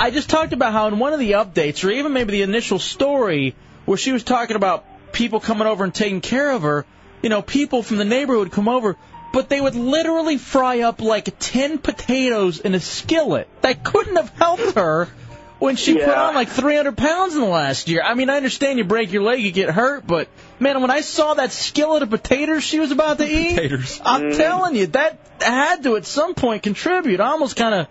S5: I just talked about how in one of the updates, or even maybe the initial story, where she was talking about people coming over and taking care of her. You know, people from the neighborhood come over, but they would literally fry up like ten potatoes in a skillet. That couldn't have helped her. When she put
S20: Yeah.
S5: on like 300 pounds in the last year. I mean, I understand you break your leg, you get hurt, but man, when I saw that skillet of potatoes she was about to eat,
S6: Taters.
S20: Mm.
S5: I'm telling you, that had to at some point contribute. I almost kind of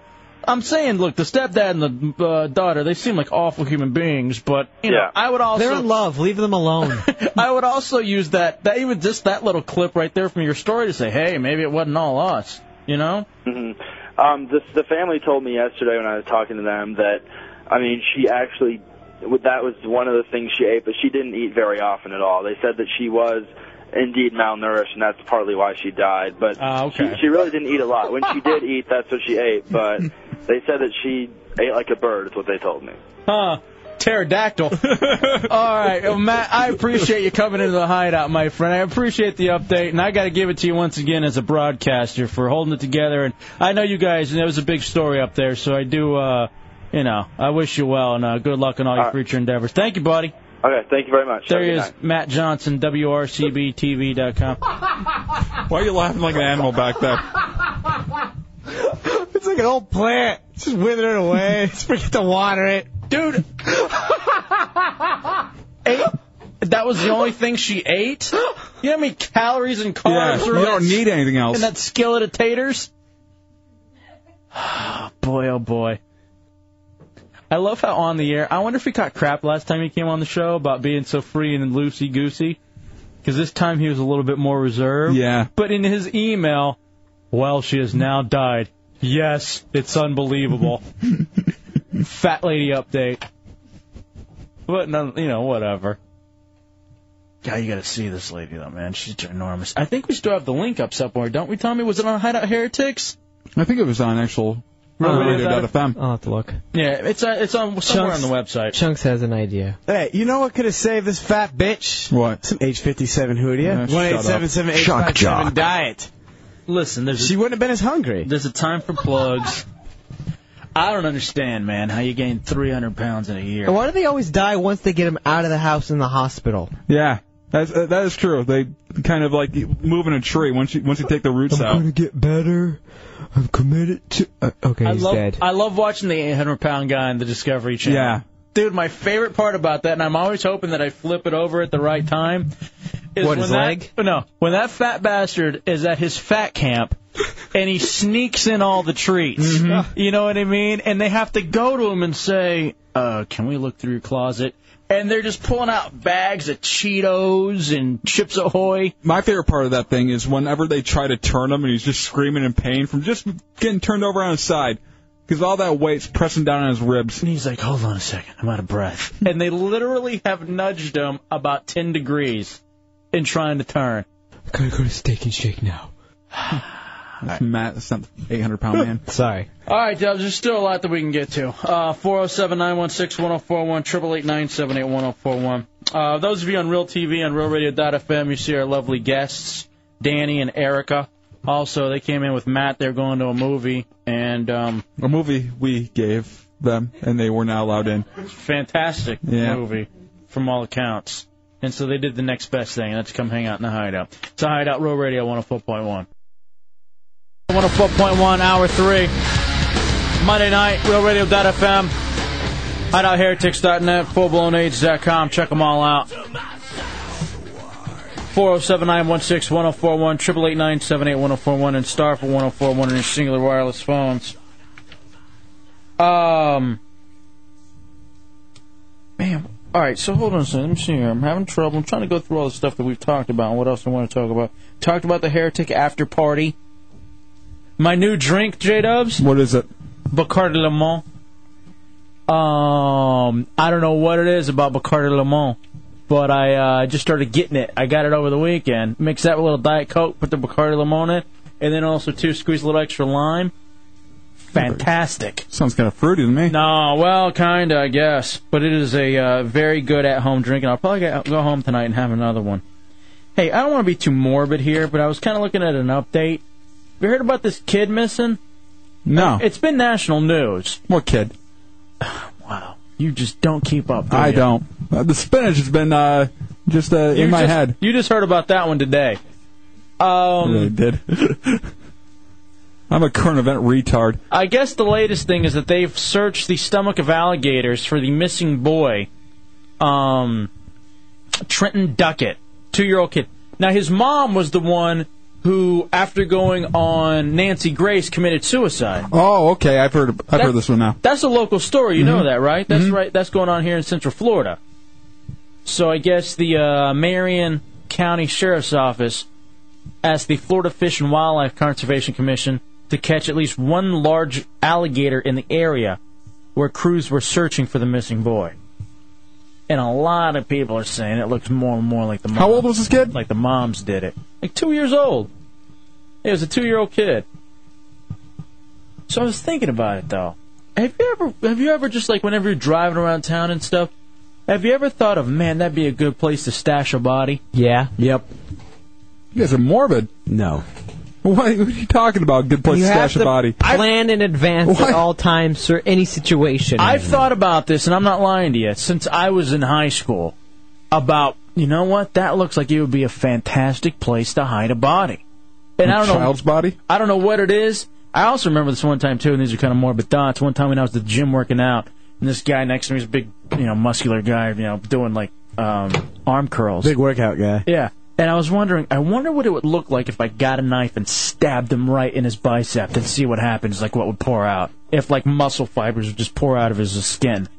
S5: I'm saying, look, the stepdad and the uh, daughter, they seem like awful human beings, but you know,
S11: Yeah.
S5: I would also
S11: They're in love. Leave them alone.
S5: I would also use that, that even just that little clip right there from your story to say, hey, maybe it wasn't all us, you know?
S20: Mhm. Um, the, the family told me yesterday when I was talking to them that, I mean, she actually, that was one of the things she ate, but she didn't eat very often at all. They said that she was indeed malnourished, and that's partly why she died. But
S5: Ah, okay.
S20: she, she really didn't eat a lot. When she did eat, that's what she ate. But they said that she ate like a bird. Is what they told me.
S5: Huh. Pterodactyl. All right, well, Matt, I appreciate you coming into the hideout, my friend. I appreciate the update, and I got to give it to you once again as a broadcaster for holding it together. And I know you guys, and it was a big story up there, so I do, uh, you know, I wish you well and uh, good luck in all your future endeavors. Thank you, buddy.
S20: Okay, thank you very much.
S5: There
S20: Have
S5: he
S20: a good
S5: is,
S20: night.
S5: Matt Johnson, WRCBTV.com.
S6: Why are you laughing like an animal back there?
S11: It's like an old plant. Just wither it away. Just forget to water it.
S5: Dude. Eight, that was the only thing she ate? You know how many calories and
S6: Yeah,
S5: carbs
S6: you
S5: are in
S6: don't
S5: that-
S6: need anything else.
S5: in that skillet of taters? boy, oh boy. I love how on the air. I wonder if he caught crap last time he came on the show about being so free and loosey goosey. Because this time he was a little bit more reserved.
S6: Yeah.
S5: But in his email, well, she has now died. Yes, it's unbelievable. Fat lady update. But none, you know, whatever. God, you got to see this lady though, man. She's ginormous. I think we still have the link up somewhere, don't we, Tommy? Was it on Hideout Heretics? Oh,
S6: I think it was on actual
S5: Really?
S6: radio.fm.
S11: I'll have to look.
S5: Yeah, it's uh, it's on somewhere on the website.
S11: Chunks has an idea.
S12: Hey, you know what could have saved this fat bitch?
S6: What? Uh,
S12: Some age 57
S11: Yeah,
S5: Uh,
S12: Hoodia.
S11: shut
S12: One eight seven seven eight five seven
S11: Shock jock.
S12: diet.
S5: Listen, there's
S12: she wouldn't have been as hungry.
S5: There's a time for plugs. I don't understand, man, how you gain 300 pounds in a year.
S11: Why do they always die once they get them out of the house in the hospital?
S6: Yeah, that's uh, that is true. They kind of like moving a tree once you once you take the roots out.
S11: get better. I'm committed to. Uh, okay,
S5: I
S11: he's
S5: love
S11: dead.
S5: I love watching the 800 pound guy on the Discovery Channel.
S11: Yeah.
S5: Dude, my favorite part about that, and I'm always hoping that I flip it over at the right time, is
S11: What,
S5: when
S11: his
S5: that,
S11: leg?
S5: No, when that fat bastard is at his fat camp, and he sneaks in all the treats.
S11: Mm-hmm.
S5: You know what I mean? And they have to go to him and say, uh, "Can we look through your closet?" And they're just pulling out bags of Cheetos and Chips Ahoy.
S6: My favorite part of that thing is whenever they try to turn him and he's just screaming in pain from just getting turned over on his side because all that weight's pressing down on his ribs. And
S5: he's like, "Hold on a second, I'm out of breath." and they literally have nudged him about 10 degrees in trying to turn.
S11: I gotta go to Steak and Shake now.
S6: That's Matt, that's not the 800 pound man.
S11: Sorry.
S5: All right, Dubs, there's still a lot that we can get to. Uh, 407-916-1041, 888-978-1041. Uh, those of you on Real TV and RealRadio.fm, you see our lovely guests, Danny and Erica. Also, they came in with Matt. They're going to a movie, and um,
S6: A movie we gave them and they were not allowed in.
S5: fantastic
S6: Yeah.
S5: movie from all accounts. And so they did the next best thing, and that's come hang out in the hideout. It's a hideout, Real Radio 104.1. 104.1, hour three. Monday night, realradio.fm, hideoutheretics.net, fullblownage.com. Check them all out. 407 916 1041, 888 978 1041, and star for 1041 on your singular wireless phones. Um. Man, all right. So hold on a second. Let me see here. I'm having trouble. I'm trying to go through all the stuff that we've talked about and what else I want to talk about. Talked about the heretic after party. My new drink, J Dubs.
S6: What is it?
S5: Bacardi Limon. Um, I don't know what it is about Bacardi Limon, but I uh, just started getting it. I got it over the weekend. Mix that with a little Diet Coke, put the Bacardi Limon in, and then also too squeeze a little extra lime. Fantastic.
S6: Sounds kind of fruity to me.
S5: No, well, kind of, I guess. But it is a uh, very good at home drink, and I'll probably go go home tonight and have another one. Hey, I don't want to be too morbid here, but I was kind of looking at an update. Have you heard about this kid missing? Uh,
S6: No.
S5: It's been national news.
S6: What kid?
S5: Wow. You just don't keep up. do
S6: I
S5: you?
S6: don't. Uh, the spinach has been uh, just uh,
S5: You
S6: in my
S5: just-
S6: head.
S5: You just heard about that one today. Um,
S6: really did. I'm a current event retard.
S5: I guess the latest thing is that they've searched the stomach of alligators for the missing boy, um, Trenton Duckett, two year old kid. Now, his mom was the one who, after going on Nancy Grace, committed suicide.
S6: Oh, okay. I've heard. I've
S5: That-
S6: heard this one now.
S5: That's a local story. You know
S6: Mhm.
S5: that, right? That's right. That's going on here in Central Florida. So I guess the uh, Marion County Sheriff's Office asked the Florida Fish and Wildlife Conservation Commission to catch at least one large alligator in the area where crews were searching for the missing boy. And a lot of people are saying it looks more and more like the mom. How old was this kid? Like the moms did it. Like two years old. It was a two year old kid. So I was thinking about it though. Have you ever have you ever just like whenever you're driving around town and stuff, have you ever thought of man, that'd be a good place to stash a body?
S11: Yeah.
S5: Yep.
S6: You guys are morbid.
S12: No.
S6: What, what are you talking about? Good place
S11: you
S6: to
S11: have
S6: stash
S11: to
S6: a body.
S11: Plan in advance at all times for any situation.
S5: I've thought about this, and I'm not lying to you, since I was in high school, about, you know what, that looks like it would be a fantastic place to hide a body. And I
S6: A
S5: don't know.
S6: child's body?
S5: I don't know what it is. I also remember this one time, too, and these are kind of morbid thoughts. One time when I was at the gym working out, and this guy next to me was a big, you know, muscular guy, you know, doing like um, arm curls.
S12: Big workout guy.
S5: Yeah. And I was wondering, I wonder what it would look like if I got a knife and stabbed him right in his bicep and see what happens, like what would pour out. If like muscle fibers would just pour out of his skin.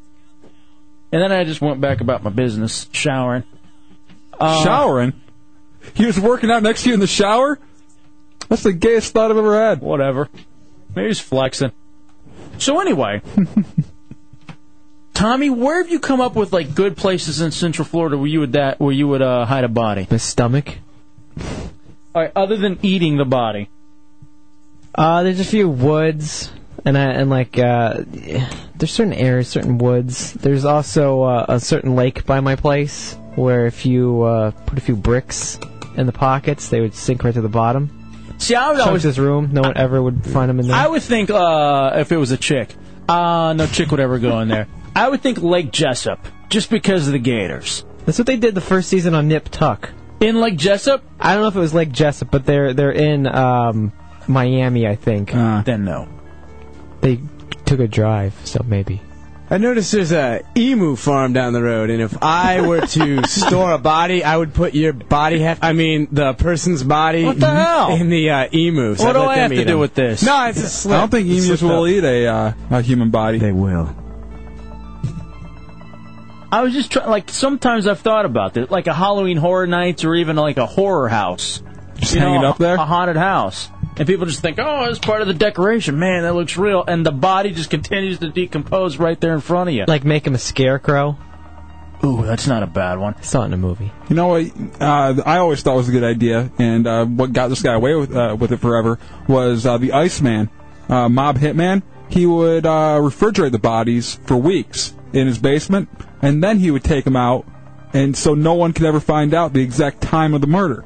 S5: And then I just went back about my business, showering. Uh,
S6: Showering. He was working out next to you in the shower. That's the gayest thought I've ever had.
S5: Whatever. Maybe he's flexing. So anyway, Tommy, where have you come up with like good places in Central Florida where you would that where you would uh, hide a body?
S11: My stomach.
S5: All right, other than eating the body.
S11: Uh, there's a few woods, and I, and like uh, there's certain areas, certain woods. There's also uh, a certain lake by my place where if you uh, put a few bricks in the pockets, they would sink right to the bottom.
S5: See, I would
S11: Chunks
S5: always-
S11: this room. No one ever would find them in there.
S5: I would think uh, if it was a chick, uh, no chick would ever go in there. I would think Lake Jessup, just because of the Gators.
S11: That's what they did the first season on Nip Tuck.
S5: In Lake Jessup?
S11: I don't know if it was Lake Jessup, but they're they're in um, Miami, I think.
S5: Uh, then no.
S11: They took a drive, so maybe.
S12: I noticed there's a emu farm down the road, and if I were to store a body, I would put your body heft. I mean, the person's body.
S6: What the hell?
S12: In the uh, emu. So
S6: What
S12: I'd
S6: do
S12: let
S6: I
S12: them
S6: have to
S12: eat
S6: do
S12: them.
S6: with this?
S12: No, it's a slip.
S6: I don't think
S12: It's
S6: emus
S12: slipped
S6: will
S12: up.
S6: eat a, uh, a human body. They
S12: will.
S5: I was just trying. Like sometimes I've thought about it, like a Halloween Horror Nights, or even like a horror house. Just
S6: hang it up
S5: there, a haunted house, and people just think, "Oh, it's part of the decoration." Man, that looks real, and the body just continues to decompose right there in front of you.
S11: Like make him a scarecrow.
S5: Ooh, that's not a bad one.
S11: It's not in a movie.
S6: You know what? Uh, I always thought was a good idea, and uh, what got this guy away with, uh, with it forever was uh, the Iceman, uh, mob hitman. He would uh, refrigerate the bodies for weeks in his basement, and then he would take them out, and so no one could ever find out the exact time of the murder.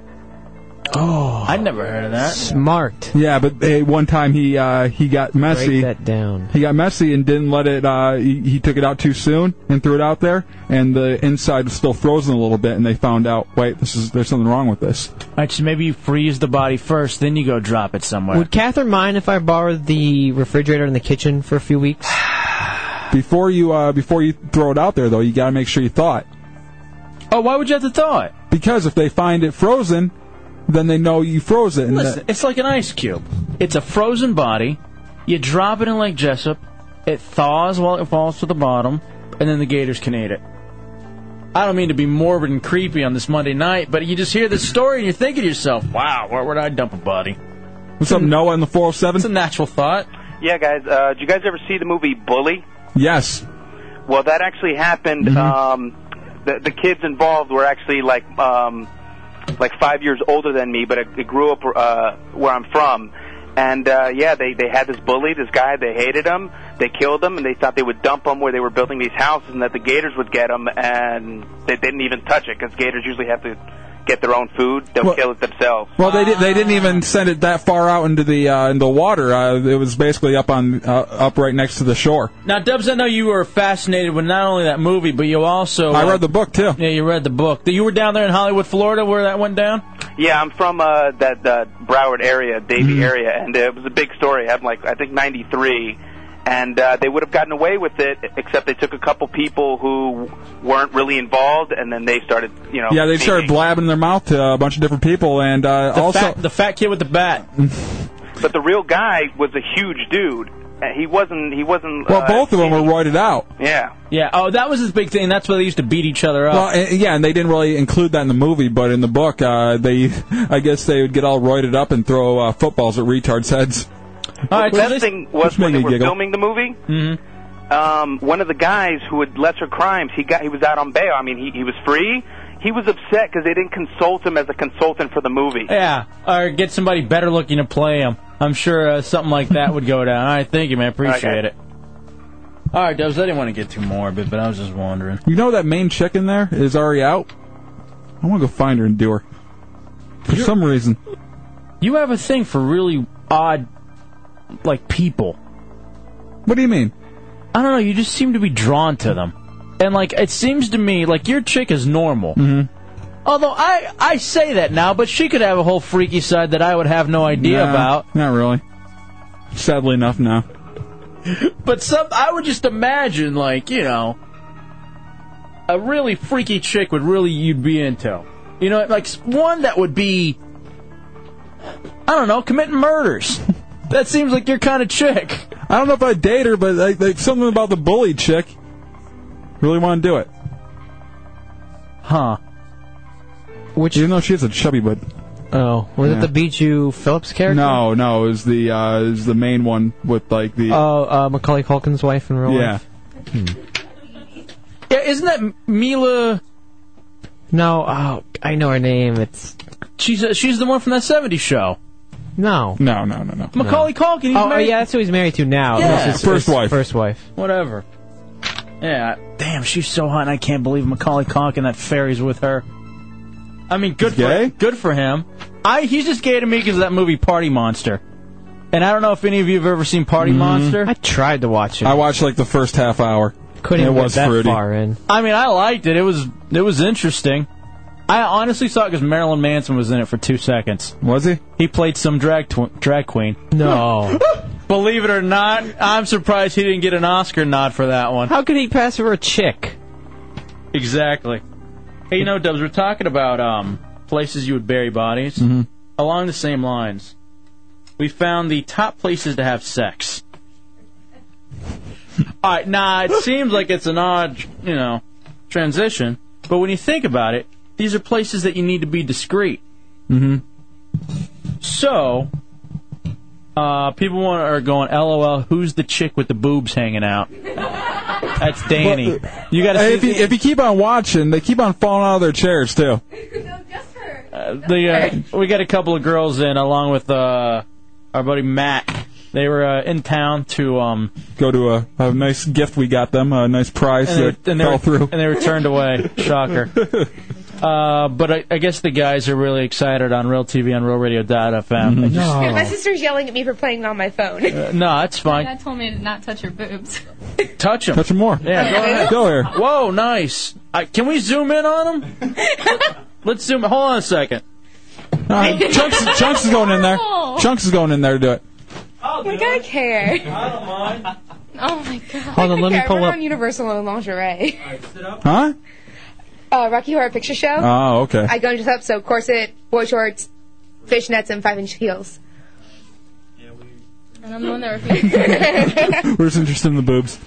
S5: Oh, I'd never heard of that.
S11: Smart.
S6: Yeah, but hey, one time he uh, he got messy.
S11: Break that down.
S6: He got messy and didn't let it. Uh, he, he took it out too soon and threw it out there, and the inside was still frozen a little bit. And they found out, wait, this is there's something wrong with this.
S5: All right, so maybe you freeze the body first, then you go drop it somewhere.
S11: Would Catherine mind if I borrowed the refrigerator in the kitchen for a few weeks?
S6: Before you uh, before you throw it out there though, you got to make sure you thaw it.
S5: Oh, why would you have to thaw it?
S6: Because if they find it frozen, then they know you froze it. And
S5: Listen, it's like an ice cube. It's a frozen body. You drop it in Lake Jessup. It thaws while it falls to the bottom, and then the gators can eat it. I don't mean to be morbid and creepy on this Monday night, but you just hear this story and you're thinking to yourself, wow, where would I dump a body?
S6: that- what's up, Noah? In the 407. It's a
S5: natural thought.
S13: Yeah, guys. Uh, did you guys ever see the movie Bully?
S6: Yes. Mm-hmm.
S13: Well, that actually happened. Um, the, the kids involved were actually like um, like five years older than me, but I, I grew up uh, where I'm from. And uh, yeah, they they had this bully, this guy. They hated him. They killed him, and they thought they would dump him where they were building these houses, and that the gators would get him. And they didn't even touch it because gators usually have to get their own food. They'll
S6: Well-
S13: kill it themselves.
S6: Well, they did, they didn't even send it that far out into the uh, in the water. Uh, it was basically up on uh, up right next to the shore.
S5: Now, Dubs, I know you were fascinated with not only that movie, but you also. uh,
S6: I read the book, too.
S5: Yeah, you read the book. You were down there in Hollywood, Florida, where that went down?
S13: Yeah, I'm from uh,
S6: Mm-hmm.
S13: that uh, Broward area, Davie area, and it was a big story. I'm like, I think '93, and uh, they would have gotten away with it, except they took a couple people who weren't really involved, and then they started, you know.
S6: yeah, they
S13: being-
S6: started blabbing their mouth to a bunch of different people, and uh,
S13: The
S6: also
S13: fat-
S5: the fat kid with the bat.
S13: But the real guy was a huge dude. and He wasn't. He wasn't.
S6: well,
S13: uh,
S6: both of them were roided out.
S13: Yeah.
S5: Yeah. Oh, that was his big thing. That's why they used to beat each other up.
S6: Well, a- yeah, and they didn't really include that in the movie, but in the book, uh, they, I guess, they would get all roided up and throw uh, footballs at retards' heads.
S13: the best thing was
S6: Which
S13: when
S6: made
S13: they
S6: me
S13: were
S6: giggle.
S13: filming the movie.
S5: Mm-hmm.
S13: Um, one of the guys who had lesser crimes, he got he was out on bail. I mean, he he was free. He was upset because they didn't consult him as a consultant for the movie.
S5: Yeah, or get somebody better looking to play him. I'm sure uh, something like that would go down. All right, thank you, man. Appreciate
S13: Okay.
S5: it. All right, Dubs. I didn't want to get too morbid, but I was just wondering.
S6: You know that main chick in there is already out. I want to go find her and do her. For some reason,
S5: You have a thing for really odd, like people.
S6: What do you mean?
S5: I don't know. You just seem to be drawn to them, and like it seems to me like your chick is normal. Mm-hmm. Although I I say that now, but she could have a whole freaky side that I would have no idea
S6: Nah,
S5: about.
S6: Not really. Sadly enough, no.
S5: But some, I would just imagine, like you know, a really freaky chick would really you'd be into. You know, like one that would be, I don't know, committing murders. that seems like your kind of chick.
S6: I don't know if I'd date her, but like, like something about the bully chick. Really want to do it.
S5: Huh.
S6: Which even though she's a chubby but
S11: Oh, was it the Bijou Phillips character?
S6: No, no, it was the uh, it was the main one with like the
S11: Oh, uh, Macaulay Culkin's wife in real
S6: yeah.
S11: life.
S5: Yeah, isn't that Mila?
S11: No, oh, I know her name. It's
S5: she's uh, she's the one from that '70s show.
S11: No,
S6: no, no, no, no.
S5: Macaulay Culkin. He's
S11: oh, oh,
S5: married-
S11: yeah, that's who he's married to now.
S5: Yeah.
S11: That's his-
S5: First
S11: his
S5: wife.
S11: First wife.
S5: Whatever. Yeah. Damn, she's so hot, and I can't believe Macaulay Culkin that ferries with her. I mean, good for good for him. I he's just gay to me because of that movie Party Monster. And I don't know if any of you have ever seen Party Monster.
S11: I tried to watch it.
S6: I watched like the first half hour.
S11: Couldn't
S6: it
S11: even get
S6: was
S11: that
S6: fruity.
S11: far in.
S5: I mean, I liked it. It was it was interesting. I honestly saw it because Marilyn Manson was in it for two seconds.
S6: Was he?
S5: He played some drag tw- drag queen.
S11: No.
S5: Believe it or not, I'm surprised he didn't get an Oscar nod for that one.
S11: How could he pass for a chick?
S5: Exactly. Hey, you know, Dubs, we're talking about um, places you would bury bodies.
S6: Mm-hmm.
S5: Along the same lines, we found the top places to have sex. All right, nah, it seems like it's an odd, you know, transition, but when you think about it, these are places that you need to be discreet.
S6: Mm-hmm.
S5: So, uh, people want, are going, LOL, who's the chick with the boobs hanging out? That's Danny. You got to
S6: uh, if you, if you keep on watching, they keep on falling out of their chairs too.
S5: Uh, the uh, we got a couple of girls in along with uh, our buddy Matt. They were uh, in town to um
S6: Go to a, a nice gift we got them, a nice prize
S5: and they, were,
S6: that
S5: and, they
S6: fell
S5: were,
S6: through.
S5: and they were turned away. Shocker. Uh, but I, I guess the guys are really excited on Real TV on
S6: Mm-hmm.
S5: RealRadio.fm. They just-
S21: My sister's yelling at me for playing on my phone.
S5: Uh, no, it's fine.
S21: Dad told me to not touch her boobs.
S5: Touch them.
S6: Touch them more.
S5: Yeah, go ahead.
S6: Go here.
S5: Whoa, nice. I, can we zoom in on them? Let's zoom. Hold on a second.
S6: Uh, chunks, chunks is going in there. Chunks is going in there to do it.
S5: Oh,
S21: Like I care. I don't mind. Oh my god.
S6: Hold on, let me
S21: I care.
S6: pull
S21: We're
S6: up-
S21: on Universal in lingerie.
S6: Huh?
S21: Uh, Rocky Horror Picture Show.
S6: Oh, okay.
S21: I go dress up so corset, boy shorts, fishnets, and five inch heels.
S8: And I'm the one that
S6: We're just interested in the boobs.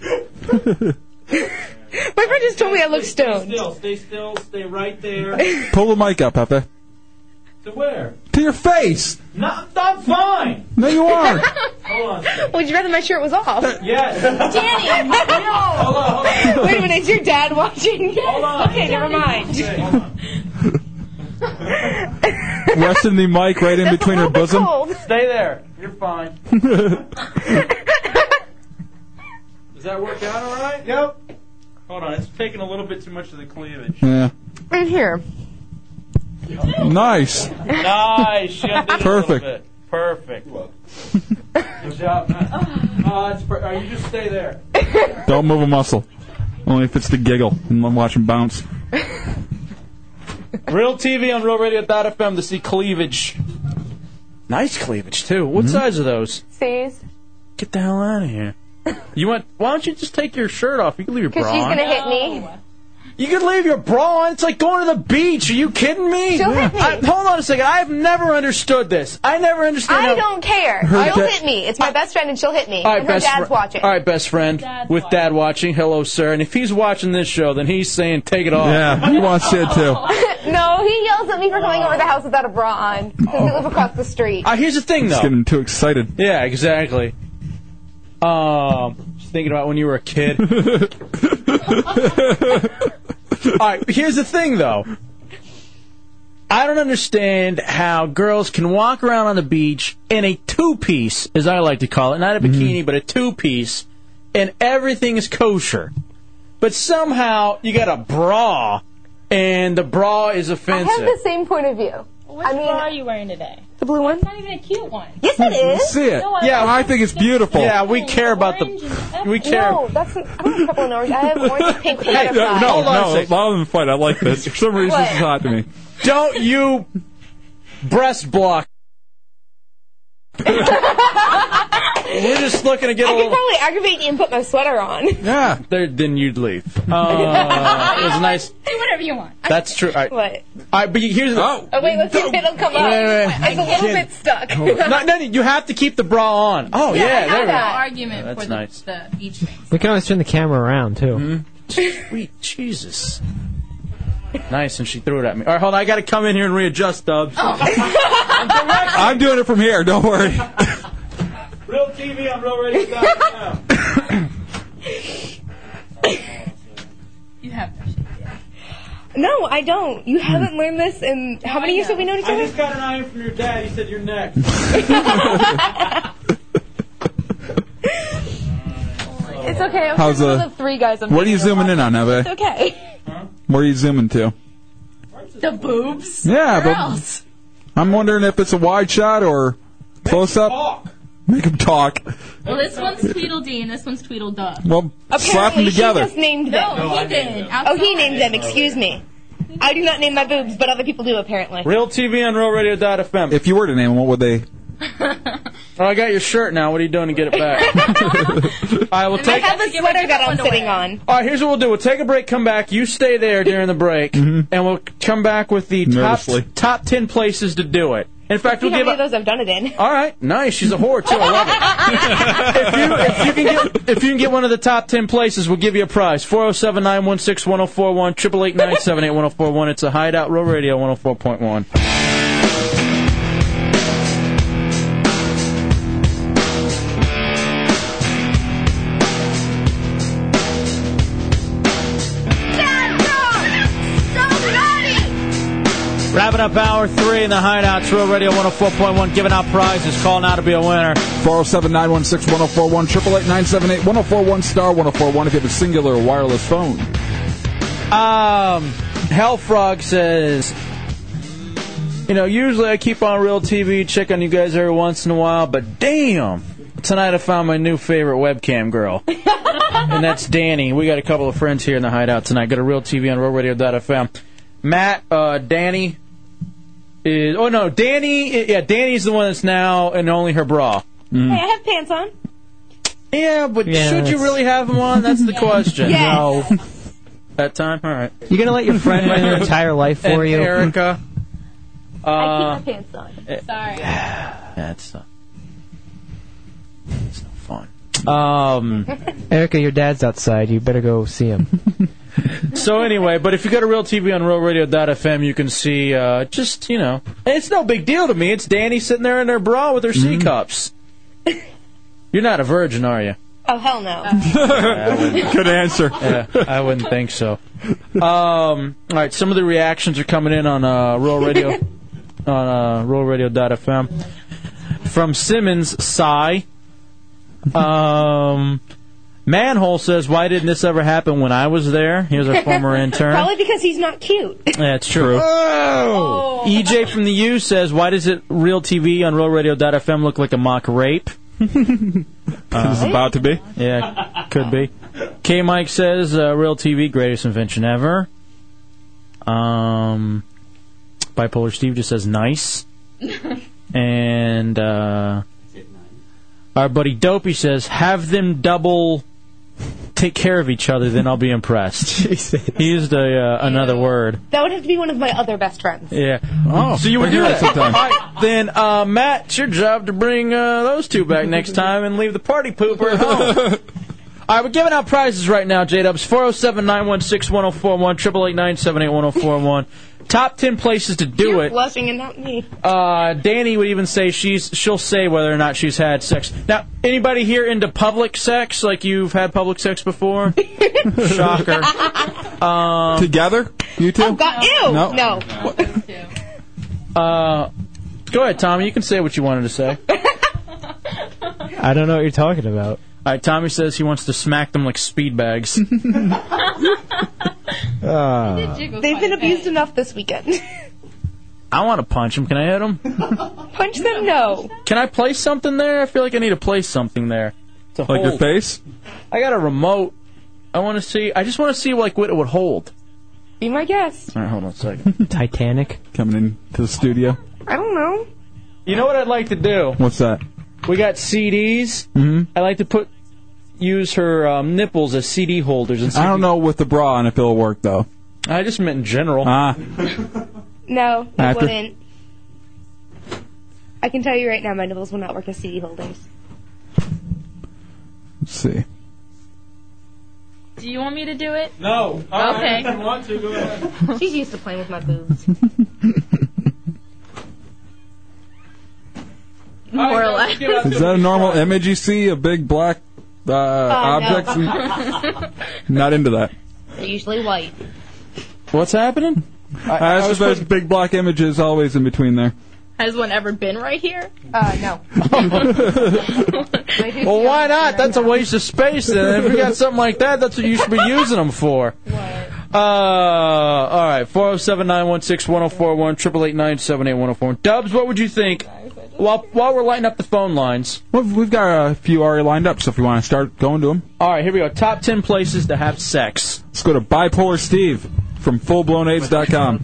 S21: My friend just told me I look stoned.
S5: Stay still. Stay right there.
S6: Pull the mic up, Pepe.
S5: To where?
S6: To your face.
S5: Not, I'm fine.
S6: No, you aren't.
S5: Hold on.
S21: Would you rather my shirt was off?
S5: Yes.
S21: Danny,
S5: Hold on, hold on.
S21: Wait a minute, is your dad watching? Okay, never mind.
S6: Resting the mic right in between her bosom.
S5: Stay there. You're fine. Does that work out all right? Yep. Hold on. It's taking a little bit too much of the cleavage.
S6: yeah.
S21: Right here.
S6: Nice.
S5: nice. She undid it a little
S6: Perfect.
S5: bit. Perfect. Good job. Matt. Uh, it's per- uh, you just stay there.
S6: Don't move a muscle. Only if it's to giggle and I'm watching bounce.
S5: Real TV on RealRadio.fm to see cleavage. Nice cleavage too. What size are those?
S21: Stays.
S5: Get the hell out of here. You want? Why don't you just take your shirt off? You can leave your
S23: Because
S5: bra
S23: she's
S5: on.
S23: going to hit me.
S5: You can leave your bra on. It's like going to the beach. Are you kidding me?
S23: She'll hit me.
S5: I- hold on a second. I have never understood this. I never understood.
S23: I
S5: how-
S23: don't care.
S5: Her
S23: she'll
S5: dad-
S23: hit me. It's my best friend, and she'll hit me.
S5: All right,
S23: and her
S5: best
S23: dad's
S5: fri-
S23: watching.
S5: All right, best friend with dad watching. Hello, sir. And if he's watching this show, then he's saying, "Take it off."
S6: Yeah, he wants it too.
S23: no, he yells at me for coming over the house without a bra on. 'cause we live across the street.
S5: Uh, here's the thing,
S6: It's
S5: though.
S6: getting too excited.
S5: Yeah, exactly. Um, just thinking about when you were a kid. All right, here's the thing, though. I don't understand how girls can walk around on the beach in a two-piece, as I like to call it, not a
S6: Mm-hmm.
S5: bikini, but a two-piece, and everything is kosher. But somehow you got a bra, and the bra is
S23: I
S5: offensive.
S23: have the same point of view.
S26: Which
S23: I mean,
S26: bra are you wearing today?
S23: The blue one?
S26: It's not even a cute one.
S23: Yes, it is.
S6: See it?
S26: No, I
S5: Yeah,
S26: like
S5: I
S6: think it's beautiful.
S5: Yeah, we care about the. We care.
S23: No, that's I have a couple of orange. I have orange, pink, and
S6: Hey, no,
S23: butterfly.
S6: no,
S5: Hold on a
S6: no,
S5: second.
S6: allow them to fight. I like this. For some reason, this is hot to me.
S5: Don't you breast block. We're just looking to get
S23: I
S5: a
S23: could
S5: little.
S23: probably aggravate you and put my sweater on.
S5: Yeah. There, then you'd leave. Uh, it was nice.
S26: Do whatever you want.
S5: That's true. All right. All
S23: What?
S5: right but you- here's the. Oh.
S23: Oh wait, let's see if it'll come up.
S5: Wait, wait, wait.
S23: It's a little bit stuck.
S5: no, no, you have to keep the bra on. Oh
S23: Yeah, I
S5: yeah,
S23: have
S5: there we
S23: that.
S5: go.
S26: Argument
S5: That's
S26: for the,
S5: nice.
S26: the beach thing.
S11: We can always turn the camera around too.
S5: Sweet Jesus. Nice, and she threw it at me. All right, hold on. I got to come in here and readjust, Dubs.
S21: Oh.
S6: I'm doing it from here. Don't worry.
S5: Real TV, I'm real ready to die.
S26: You have to.
S23: No, I don't. You haven't learned this in how many years have we known each other?
S5: Hmm. got an iron from your dad. He said you're next.
S23: It's okay. I'm
S6: How's
S23: one
S6: the-
S23: of the three guys. I'm
S6: What are you
S23: thinking of
S6: zooming in on, Eve?
S23: It's okay.
S6: Where are you zooming to?
S26: The boobs.
S6: Yeah, but-
S26: Girls.
S6: I'm wondering if it's a wide shot or close up. Make him talk.
S26: Well, this one's Tweedledee and this one's Tweedledum.
S6: Well, slap
S23: Apparently,
S6: them together.
S23: He just named
S26: No,
S23: them.
S26: he did.
S23: Oh, he named them. Excuse me. I do not name my boobs, but other people do apparently.
S5: Real TV on RealRadio.fm.
S6: If you were to name them, what would they?
S5: Oh, I got your shirt now. What are you doing to get it back? I will
S23: I
S5: take.
S23: have the sweater that I'm sitting on.
S5: All right, here's what we'll do. We'll take a break, come back. You stay there during the break, and we'll come back with the top
S6: Mm-hmm. Nervously.
S5: top ten places to do it. In fact,
S23: See
S5: we'll
S23: how
S5: give.
S23: many of
S5: A,
S23: those I've done it in.
S5: all right, nice. She's a whore too. I love it. if, you, if you can get if you can get one of the top ten places, we'll give you a prize. 407 916 1041 888 978 1041 It's a Hideout Row Radio 104.1. Wrapping up hour three in the Hideouts, Real Radio 104.1, giving out prizes, calling out to be a winner.
S6: 407 916 1041, 888 978 1041, star 1041 if you have a singular or wireless phone.
S5: Um, Hellfrog says, you know, usually I keep on Real TV, check on you guys every once in a while, but damn, tonight I found my new favorite webcam girl. and that's Danny. We got a couple of friends here in the Hideout tonight. Go to Real TV on RealRadio.fm. Matt, uh, Danny is, oh no, Danny, yeah, Danny's the one that's now in only her bra.
S23: Hey, I have pants on.
S5: Yeah, but
S11: Yeah,
S5: should you
S11: that's-
S5: really have them on? Oh, That's the question.
S23: Yes.
S11: No,
S5: That time? All right.
S11: you're gonna let your friend win your entire life for
S5: and
S11: you.
S5: Erica.
S23: I
S5: Uh,
S23: keep my pants on.
S26: Sorry.
S5: that's uh, it's no fun. Mm-hmm. Um.
S11: Erica, your dad's outside. You better go see him.
S5: so anyway, but if you go to Real TV on RealRadio.fm, you can see uh, just you know, and it's no big deal to me. It's Danny sitting there in her bra with her
S11: Mm-hmm.
S5: C cups. You're not a virgin, are you?
S23: Oh hell no.
S6: Good answer.
S5: Yeah, I wouldn't think so. Um, all right, some of the reactions are coming in on uh, Rural Radio on uh, RuralRadio.fm from Simmons Sigh. Um, Manhole says, "Why didn't this ever happen when I was there?" Here's our former intern.
S23: Probably because he's not cute.
S5: That's true.
S6: Oh!
S5: EJ E from the U says, "Why does it real TV on RealRadio.fm look like a mock rape?"
S6: This is about to be.
S5: Yeah, could be. K Mike says uh, Real TV, greatest invention ever. Um, Bipolar Steve just says nice. and uh, Our buddy Dopey says, have them double take care of each other, then I'll be impressed. He used a, uh, another word.
S23: That would have to be one of my other best friends.
S5: Yeah.
S6: Oh,
S5: so you would
S6: they
S5: do
S6: do
S5: that
S6: that sometimes.
S5: All right, then, uh, Matt, it's your job to bring uh, those two back next time and leave the party pooper at home. All right, we're giving out prizes right now, oh J Dubs. 407 916 1041, 888 978 1041. Top 10 places to do
S23: You're
S5: it.
S23: blushing and not me.
S5: Uh, Danny would even say she's she'll say whether or not she's had sex. Now, anybody here into public sex? Like you've had public sex before? Shocker. Um,
S6: Together, you two?
S23: God, ew!
S5: Oh, No.
S23: No.
S5: Uh, go ahead, Tommy. You can say what you wanted to say.
S11: I don't know what you're talking about.
S5: All right, Tommy says he wants to smack them like speed bags. Uh,
S11: Ah.
S23: They've been abused enough this weekend.
S5: I want to punch him. Can I hit him?
S23: Punch them, no.
S5: Can I place something there? I feel like I need to place something there. To
S6: Like your
S5: hold.
S6: face?
S5: I got a remote. I want to see. I just want to see like what it would hold.
S23: Be my guest.
S5: All right, hold on a second.
S11: Titanic
S6: coming into the studio.
S23: I don't know.
S5: You know what I'd like to do?
S6: What's that?
S5: We got CDs. Mm-hmm. I like to put use her um, nipples as CD holders. And
S6: I don't know with the bra on if it'll work though.
S5: I just meant in general.
S6: Ah,
S23: No, it
S6: After-
S23: wouldn't. I can tell you right now, my nipples will not work as CD holders.
S6: let's see.
S26: Do you want me to do it?
S5: No.
S26: All right, if you
S5: want to, go ahead.
S23: She's used to playing with my boobs.
S26: More or less.
S5: Uh,
S6: Is that a normal image you see? A big black uh,
S23: Oh,
S6: object? Not into that.
S23: They're usually white.
S5: What's happening?
S6: I,
S5: I was
S6: suppose there's big black images always in between there.
S26: Has one ever been right here?
S23: Uh, no.
S5: Well, why not? That's a waste of space. Then if you got something like that, that's what you should be using them for. Uh, all right, four zero seven nine one six one zero four one triple eight nine seven eight one zero four. Dubs, what would you think? While while we're lighting up the phone lines,
S6: We've, we've got a few already lined up, so if you want to start going to them,
S5: all right, here we go. Top ten places to have sex.
S6: let's go to Bipolar Steve from FullBlownAids.com.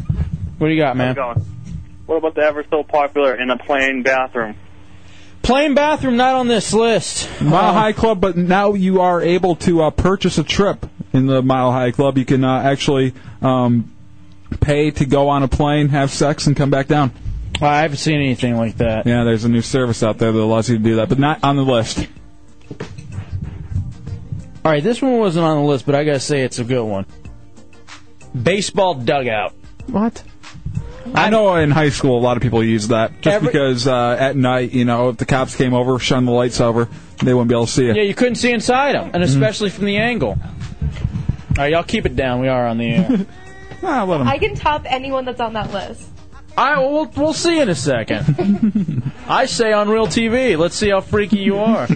S5: What do you got, man?
S20: How's it going? What about the ever so popular in a plain bathroom?
S5: Plain bathroom not on this list. Uh,
S6: Mile High Club, but now you are able to uh, purchase a trip in the Mile High Club. You can uh, actually um, pay to go on a plane, have sex, and come back down.
S5: I haven't seen anything like that.
S6: Yeah, there's a new service out there that allows you to do that, but not on the list.
S5: All right, this one wasn't on the list, but I gotta say it's a good one. Baseball dugout.
S11: What?
S6: I know in high school a lot of people used that just
S5: Every-
S6: because uh, at night, you know, if the cops came over, shone the lights over, they wouldn't be able to see you. Mm-hmm.
S5: Yeah, you couldn't see inside them, and especially from the angle. All right, y'all keep it down. We are on the air.
S6: Ah,
S5: Um.
S6: let 'em.
S23: I can top anyone that's on that list.
S5: I we'll, we'll see in a second. I say on real TV. Let's see how freaky you are.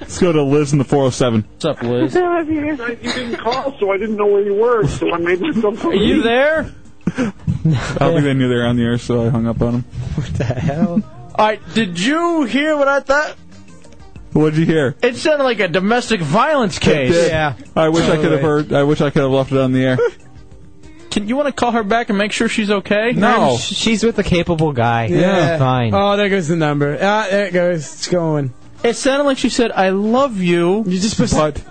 S6: Let's go to Liz in the 407.
S5: What's up, Liz?
S14: I you didn't call, so I didn't know where you were, so I made myself
S5: Are you there?
S6: I don't think they knew they were on the air, so I hung up on them.
S11: The hell?
S5: All right, did you hear what I thought?
S6: What'd you hear?
S5: It sounded like a domestic violence case.
S6: It did. I wish I could have
S11: Totally.
S6: heard. I wish I could have left it on the air.
S5: Can you want to call her back and make sure she's okay?
S6: No.
S11: She's with a capable guy.
S6: Yeah.
S11: Fine.
S2: Oh, there goes the number. Ah, there it goes. It's going.
S5: It sounded like she said, "I love you."
S2: You're just supposed
S6: But
S2: to,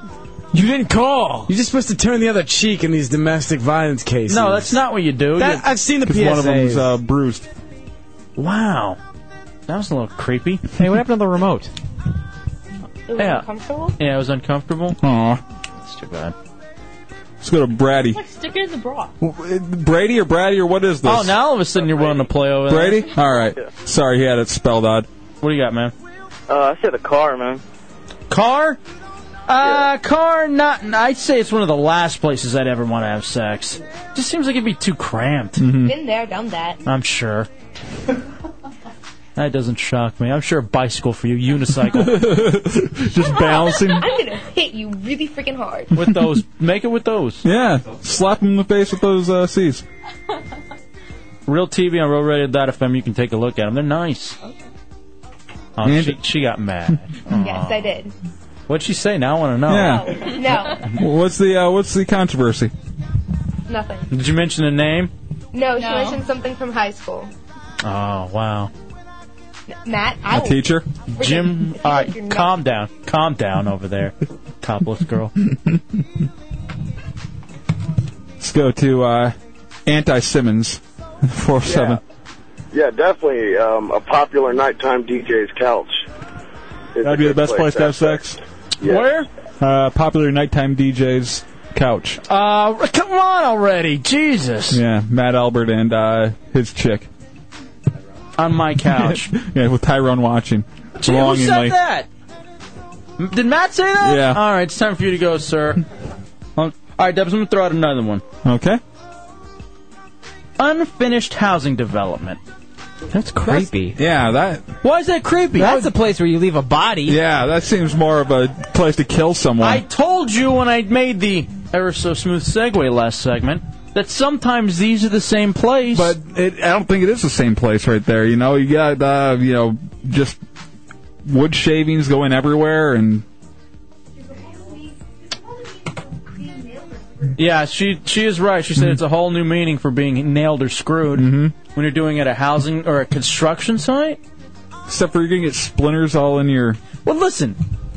S2: you didn't call. You're just supposed to turn the other cheek in these domestic violence cases.
S5: No, that's not what you do.
S2: That, I've seen the
S6: because
S2: PSAs.
S6: one of them's uh, bruised.
S5: You- wow, that was a little creepy.
S11: hey, what happened to the remote?
S23: It was
S5: Yeah.
S23: uncomfortable.
S5: Yeah, it was uncomfortable.
S6: Aw.
S5: That's too bad.
S6: Let's go to Brady.
S26: Like stick it in the bra.
S6: W- Brady or Brady or what is this?
S5: Oh, now all of a sudden you're willing to play over there.
S6: Brady. All right. Sorry, he had it spelled odd.
S5: What do you got, man?
S20: Uh, I said a car, man.
S5: Car? Uh, car, not. I'd say it's one of the last places I'd ever want to have sex. Just seems like it'd be too cramped.
S6: Mm-hmm.
S23: Been there, done that.
S5: I'm sure. that doesn't shock me. I'm sure a bicycle for you, unicycle.
S6: Just balancing.
S23: I'm gonna hit you really freaking hard.
S5: with those. Make it with those.
S6: Yeah. Slap him in the face with those uh, C's.
S5: Real TV on RealRadio.fm, you can take a look at them. They're nice. Oh,
S6: And-
S5: she, she got mad.
S23: Yes, I did.
S5: What'd she say? Now I want to know.
S6: Yeah.
S23: No,
S6: What's the uh, What's the controversy?
S23: nothing.
S5: Did you mention a name?
S23: No, she
S26: No.
S23: mentioned something from high school.
S5: Oh, wow.
S21: Matt,
S5: A
S21: ow.
S5: Jim, all right, calm down. Calm down over there, topless girl. Uh,
S6: Let's go to uh, Anti Simmons, four seven.
S15: Yeah, definitely um, a popular nighttime DJ's couch. is
S6: That'd be
S15: a
S6: the
S15: good
S6: best place to have sex.
S5: Where?
S6: Uh, popular nighttime DJ's couch.
S5: Uh, come on already, Jesus!
S6: Yeah, Matt Albert and uh, his chick.
S5: On my couch.
S6: yeah, with Tyrone watching.
S5: Gee, who said
S6: Longingly.
S5: that? M- Did Matt say that?
S6: Yeah.
S5: All right, it's time for you to go, sir. All right, Debs, I'm gonna throw out another one.
S6: Okay.
S5: Unfinished housing development. That's creepy.
S6: yeah, that.
S5: Why is that creepy?
S11: That's a place where you leave a body.
S6: Yeah, that seems more of a place to kill someone.
S5: I told you when I made the ever so smooth segue last segment that sometimes these are the same place.
S6: But it, I don't think it is the same place right there. You know, you got uh, you know just wood shavings going everywhere, and
S5: Yeah, she she is right. She
S6: Mm-hmm.
S5: said it's a whole new meaning for being nailed or screwed when you're doing it at a housing or a construction site.
S6: Except for you're gonna get splinters all in your.
S5: Well, listen,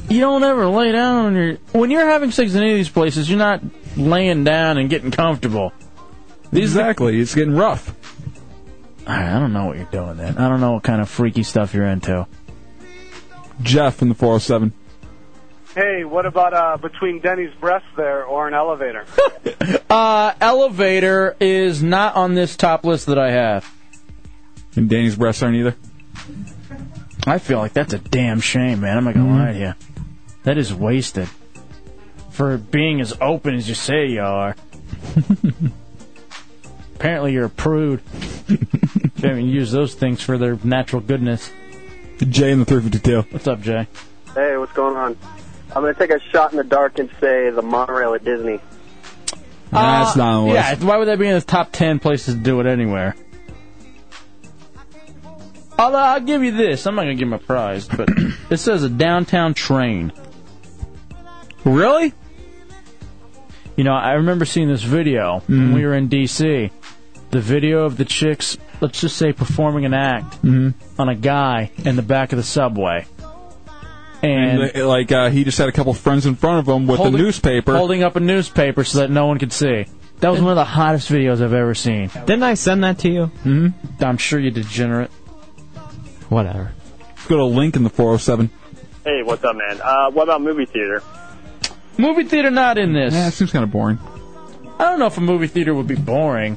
S5: you don't ever lay down on your when you're having sex in any of these places. You're not laying down and getting comfortable.
S6: exactly, it's getting rough.
S5: I I don't know what you're doing then. I don't know what kind of freaky stuff you're into.
S6: Jeff in the 407.
S22: Hey, what about uh, between Denny's breasts there or an elevator?
S5: Uh, elevator is not on this top list that I have.
S6: And Danny's breasts aren't either.
S5: I feel like that's a damn shame, man. I'm not
S6: Mm-hmm.
S5: gonna lie to you. That is wasted for being as open as you say you are. Apparently, you're a prude. Can't even use those things for their natural goodness.
S6: Jay in the 352.
S5: What's up, Jay?
S23: Hey, what's going on? I'm going to take a shot in the dark and say the monorail at Disney.
S6: That's not on the
S5: Uh, Yeah, why would that be in the top ten places to do it anywhere? Although I'll give you this, I'm not gonna give him a prize, but it says a downtown train.
S6: Really?
S5: You know, I remember seeing this video
S6: Mm-hmm.
S5: when we were in D.C. The video of the chicks, let's just say, performing an act
S6: Mhm.
S5: on a guy in the back of the subway,
S6: And,
S5: and,
S6: uh, like uh, he just had a couple friends in front of him with a
S5: Holding-
S6: newspaper.
S5: holding up a newspaper so that no one could see. That was one of the hottest videos I've ever seen.
S11: Didn't I send that to you?
S6: hmm
S5: I'm sure you degenerate.
S11: Whatever.
S6: Let's go to Link in the 407.
S25: Hey, what's up, man? Uh, what about movie theater?
S5: Movie theater not in this.
S6: Yeah, it seems kind of boring.
S5: I don't know if a movie theater would be boring.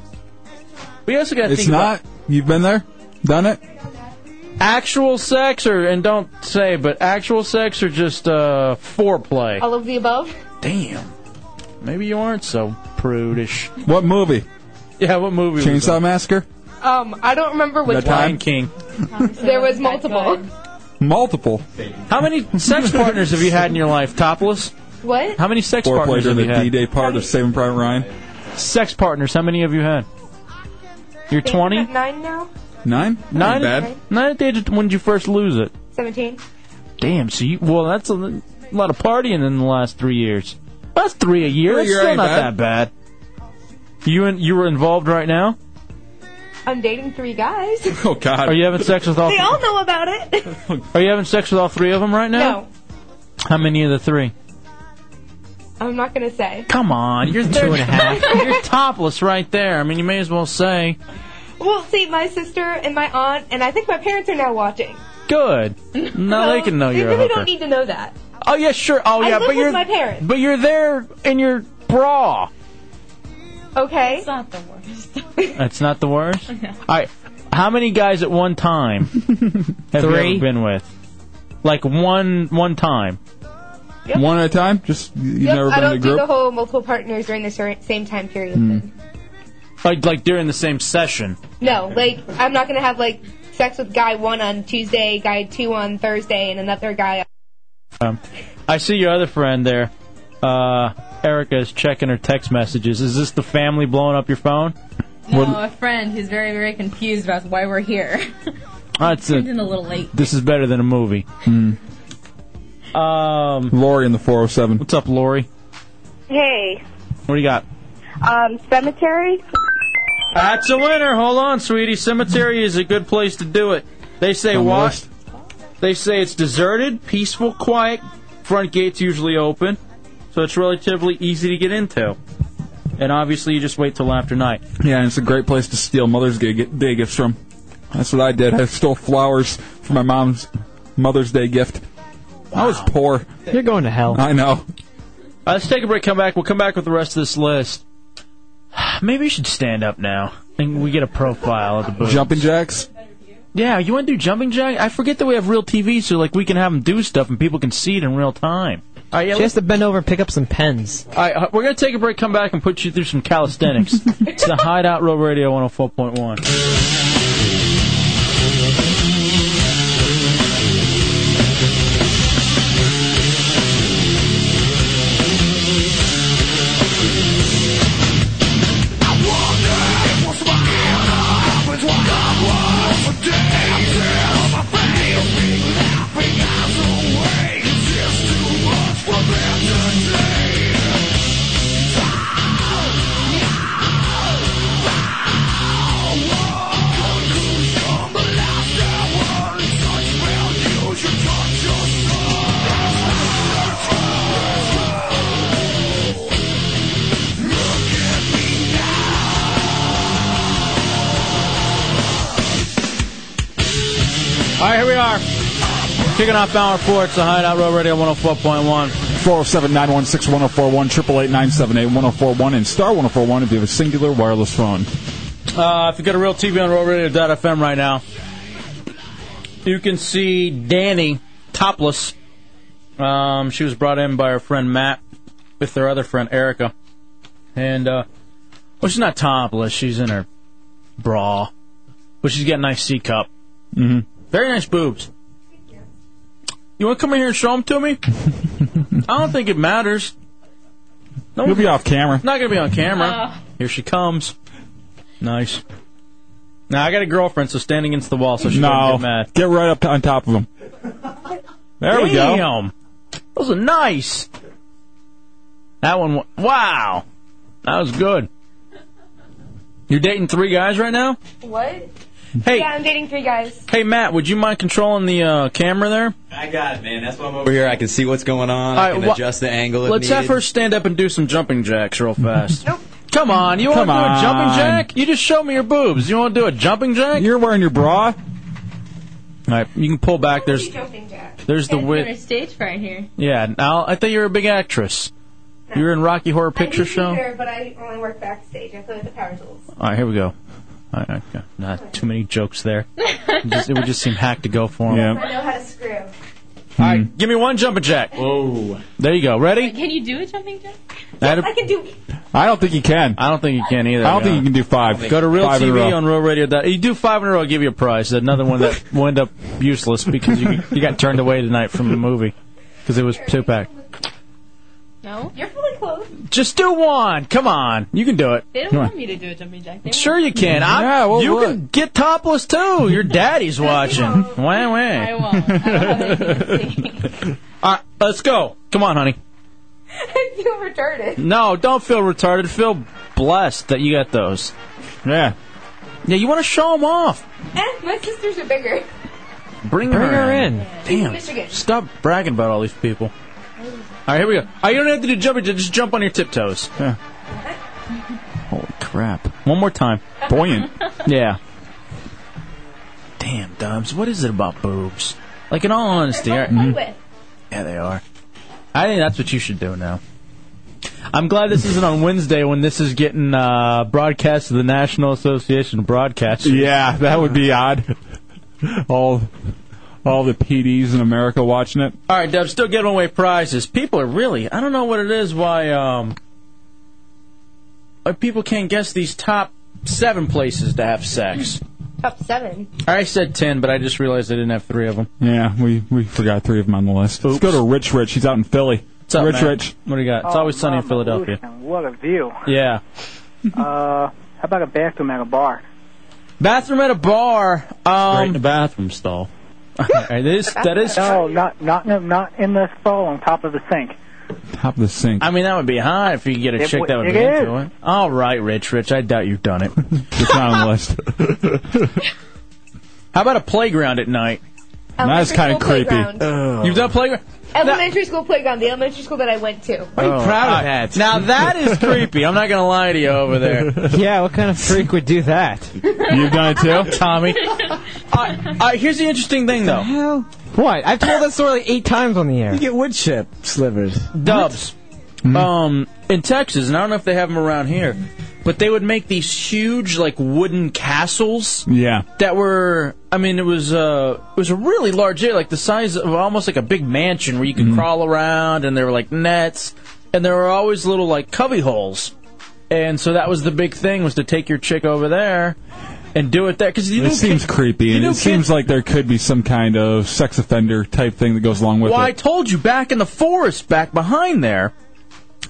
S5: We also got to
S6: It's
S5: think about-
S6: not. You've been there, done it.
S5: actual sex or and don't say but actual sex or just uh foreplay
S8: All of the above.
S5: damn maybe you aren't so prudish
S6: what movie
S5: yeah what movie was
S6: Chainsaw
S5: that?
S6: Massacre.
S23: Um, I don't remember
S6: which The one. Time?
S5: king
S23: There was multiple.
S6: Multiple.
S5: how many sex partners have you had in your life topless
S23: What?
S5: how many sex
S6: Foreplay
S5: partners have
S6: during
S5: you
S6: the
S5: had
S6: D-Day part of Saving Private Ryan.
S5: sex partners how many have you had you're 20
S23: Nine now?
S6: nine
S5: nine
S23: bad.
S5: nine at the age of when did you first lose it
S23: 17.
S5: damn so you well that's a, l- lot of partying in the last three years that's three a
S23: Three
S5: year
S23: a
S5: that's
S23: year
S5: still
S23: ain't bad.
S5: not that bad you in, you were involved right now
S23: I'm dating three guys.
S6: Oh God!
S5: Are you having sex with all?
S23: They all know about it.
S5: Are you having sex with all three of them right now?
S23: No,
S5: How many of the three?
S23: I'm not going to say.
S5: Come on, you're two and a half. you're topless right there. I mean, you may as well say
S23: Well, see, my sister and my aunt, and I think my parents are now watching.
S5: good. Now they can know
S23: They
S5: you're
S23: really
S5: a hooker.
S23: don't need to know that.
S5: oh yeah, sure. Oh
S23: I
S5: yeah,
S23: live
S5: but
S23: with
S5: you're
S23: my parents.
S5: but you're there in your bra.
S23: Okay? It's not the worst.
S5: That's not the worst. All right, how many guys at one time have you
S23: Three.
S5: ever been with? Like one one time.
S23: Yep.
S6: One at a time. Just you've
S23: Yep,
S6: never
S23: I
S6: been
S23: don't
S6: in a
S23: do
S6: group.
S23: the whole multiple partners during the cer- same time period.
S5: Mm.
S23: thing.
S5: Hmm. Like like during the same session.
S23: No, like, I'm not going to have, like, sex with guy one on Tuesday, guy two on Thursday, and another guy.
S5: Um, I see your other friend there. Uh, Erica is checking her text messages. Is this the family blowing up your phone?
S26: No,
S5: What-
S26: a friend who's very, very confused about why we're here.
S5: That's
S26: Tuned in a
S5: a,
S26: little late.
S5: this is better than a movie. Um,
S6: Hmm. Lori in the 407.
S5: What's up, Lori?
S30: Hey,
S5: What do you got?
S30: um, cemetery?
S5: That's a winner. Hold on, sweetie. Cemetery is a good place to do it. They say what? They say it's deserted, peaceful, quiet. Front gate's usually open, so it's relatively easy to get into. And obviously, you just wait till after night.
S6: Yeah, and it's a great place to steal Mother's Ga- Day gifts from. That's what I did. I stole flowers for my mom's Mother's Day gift. I was poor.
S11: You're going to hell.
S6: I know.
S5: Uh, let's take a break. Come back. We'll come back with the rest of this list. Maybe you should stand up now, and we get a profile of the booth.
S6: Jumping jacks.
S5: Yeah, you want to do jumping jack? I forget that we have real TV, so like we can have them do stuff, and people can see it in real time. All right, yeah,
S11: She has to bend over and pick up some pens.
S5: All right, uh, we're going to take a break, come back, and put you through some calisthenics. it's the Hideout Road Radio 104.1. All right, here we are. Kicking off hour four. It's the Hideout Road Radio 104.1.
S6: 407 916 1041, 888 978 1041, and star 1041 if you have a singular wireless phone.
S5: Uh, if you go to Real TV on RealRadio.fm right now, you can see Danny topless. Um, she was brought in by her friend Matt with their other friend Erica, and uh, well, she's not topless. She's in her bra, but she's got a nice C cup.
S6: Mm-hmm.
S5: Very nice boobs. You want to come in here and show them to me? I don't think it matters. No,
S6: You'll be off camera.
S5: Not gonna be on camera. Here she comes. Nice. Now I got a girlfriend, so stand against the wall, so she
S6: no,
S5: won't get mad.
S6: get right up on top of him. There we go.
S5: Damn. Those are nice. That one. wa- Wow. That was good. You're dating three guys right now.
S23: What?
S5: Hey.
S23: Yeah, I'm dating three guys.
S5: Hey Matt, would you mind controlling the uh, camera there?
S7: I got it, man. That's why I'm over here. I can see what's going on. I
S5: All
S7: can
S5: right, wha-
S7: adjust the angle. if
S5: Let's have
S7: needed.
S5: her stand up and do some jumping jacks real fast. nope. Come on, you
S7: Come
S5: want to do a jumping
S7: on.
S5: jack? You just show me your boobs. You want to do a jumping jack?
S6: You're wearing your bra. All
S5: right, you can pull back. There's there's the
S26: That's
S5: width.
S26: our stage fright here.
S5: Yeah, now I thought you were a big actress. You were in Rocky Horror Picture Show.
S23: Here, but I only work backstage. I play with the power tools.
S5: All right, here we go. All right, okay. Not too many jokes there. It, just, it would just seem hack to go for him.
S23: I know how to screw.
S5: All
S6: Hmm.
S5: right, give me one jumping jack. Oh, there you go. Ready?
S26: Can you do a jumping jack?
S5: That'd-
S23: I can do.
S6: I don't think you can.
S5: I don't think you can either.
S6: I don't think you can do five.
S5: Go to Real
S6: Five in a
S5: TV
S6: row.
S5: on Real Radio. dot- You do five in a row, I'll give you a prize. Another one that will end up useless because you, you got turned away tonight from the movie because it was two pack.
S26: No.
S23: You're fully clothed.
S5: Just do one. Come on, you can do it.
S26: They don't
S5: Come on.
S26: want me to do a jumping jack. They
S5: Sure
S26: want-
S5: you can. I,
S26: Yeah, well,
S5: you
S26: look.
S5: can get topless too. Your daddy's watching. Wah wah. I
S26: won't.
S5: All right, let's go. Come on, honey.
S23: I feel retarded.
S5: No, don't feel retarded. Feel blessed that you got those.
S6: Yeah.
S5: Yeah, you want to show them off.
S23: And Eh, my sisters are bigger.
S5: Bring,
S23: Bring her
S5: in. Damn.
S23: Michigan.
S5: Stop bragging about all these people. All right, here we go. Oh, you don't have to do jumping. Just jump on your tiptoes. Holy crap. One more time.
S6: Buoyant.
S5: yeah. Damn, Dubs. What is it about boobs? Like, in all honesty, are
S23: Play with.
S5: yeah, they are. I think that's what you should do now. I'm glad this isn't on Wednesday when this is getting uh, broadcast to the National Association of Broadcasters.
S6: Yeah, that would be odd. all, all the PDs in America watching it.
S5: All right, Dub, still giving away prizes. People are really, I don't know what it is why um, why people can't guess these top seven places to have sex.
S23: Top seven.
S5: I said ten, but I just realized I didn't have three of them.
S6: Yeah, we, we forgot three of them on the list. Let's go to Rich Rich. He's out in Philly.
S5: What's up,
S6: Rich
S5: man?
S6: Rich.
S5: What do you got? It's
S1: Oh,
S5: always sunny in
S1: Mama
S5: Philadelphia.
S1: Lucia, What a view.
S5: Yeah.
S1: uh, how about a bathroom at a bar?
S5: Bathroom at a bar. Um,
S1: Right in
S5: the bathroom stall. that is, that is
S1: no, not not in, not in the stall on top of the sink.
S6: Top of the sink.
S5: I mean, that would be hot if you could get a
S1: It
S5: chick
S1: w-
S5: that would
S1: it
S5: be
S1: is.
S5: into it. All right, Rich, Rich, I doubt you've done it.
S6: it's not on the list.
S5: How about a playground at night?
S23: Elementary That's kinda school creepy. playground. Ugh.
S5: You've done playground?
S23: Elementary school playground, the elementary school that I went to.
S5: Are
S6: Oh.
S5: you proud of that? Now that is creepy. I'm not gonna lie to you over there.
S11: yeah, what kind of freak would do that?
S5: You've done it too, Tommy. I, I, here's the interesting thing, though.
S11: What? I've told that story like eight times on the air. You
S12: get wood chip slivers.
S5: Dubs. Um, in Texas, and I don't know if they have them around here, but they would make these huge, like wooden castles.
S6: Yeah.
S5: That were, I mean, it was uh, it was a really large area, like the size of almost like a big mansion where you could crawl around, and there were like nets, and there were always little like cubby holes, and so that was the big thing was to take your chick over there and do it there because you
S6: It
S5: know
S6: seems creepy, and it seems like there could be some kind of sex offender type thing that goes along with
S5: well, I
S6: it.
S5: told you back in the forest, back behind there,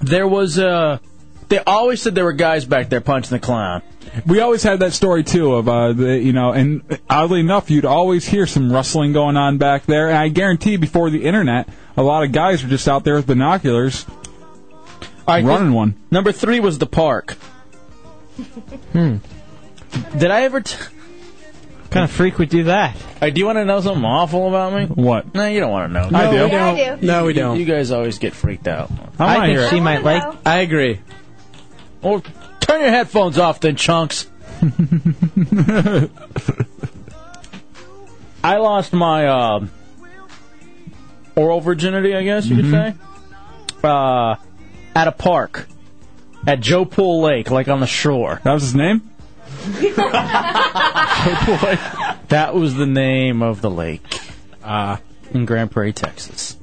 S5: there was Uh, they always said there were guys back there punching the clown.
S6: We always had that story too of uh, the you know, and oddly enough, you'd always hear some rustling going on back there. And I guarantee, before the internet, a lot of guys were just out there with binoculars, running one.
S5: Number three was the park.
S11: Hmm.
S5: Did I ever? T- what
S11: kind of freak would do that?
S5: do you want to know something awful about me?
S6: What?
S5: No, you don't want to know.
S11: No, I do. we Yeah, I don't. do. No, we
S5: You-
S11: don't.
S5: You guys always get freaked out.
S11: I wanna think hear it. she I might wanna like- know.
S5: I agree. Well, turn your headphones off then, chunks. I lost my uh, oral virginity, I guess you could say,
S6: Mm-hmm.
S5: uh, at a park at Joe Pool Lake, like on the shore.
S6: That was his name.
S5: That was the name of the lake uh, in Grand Prairie, Texas.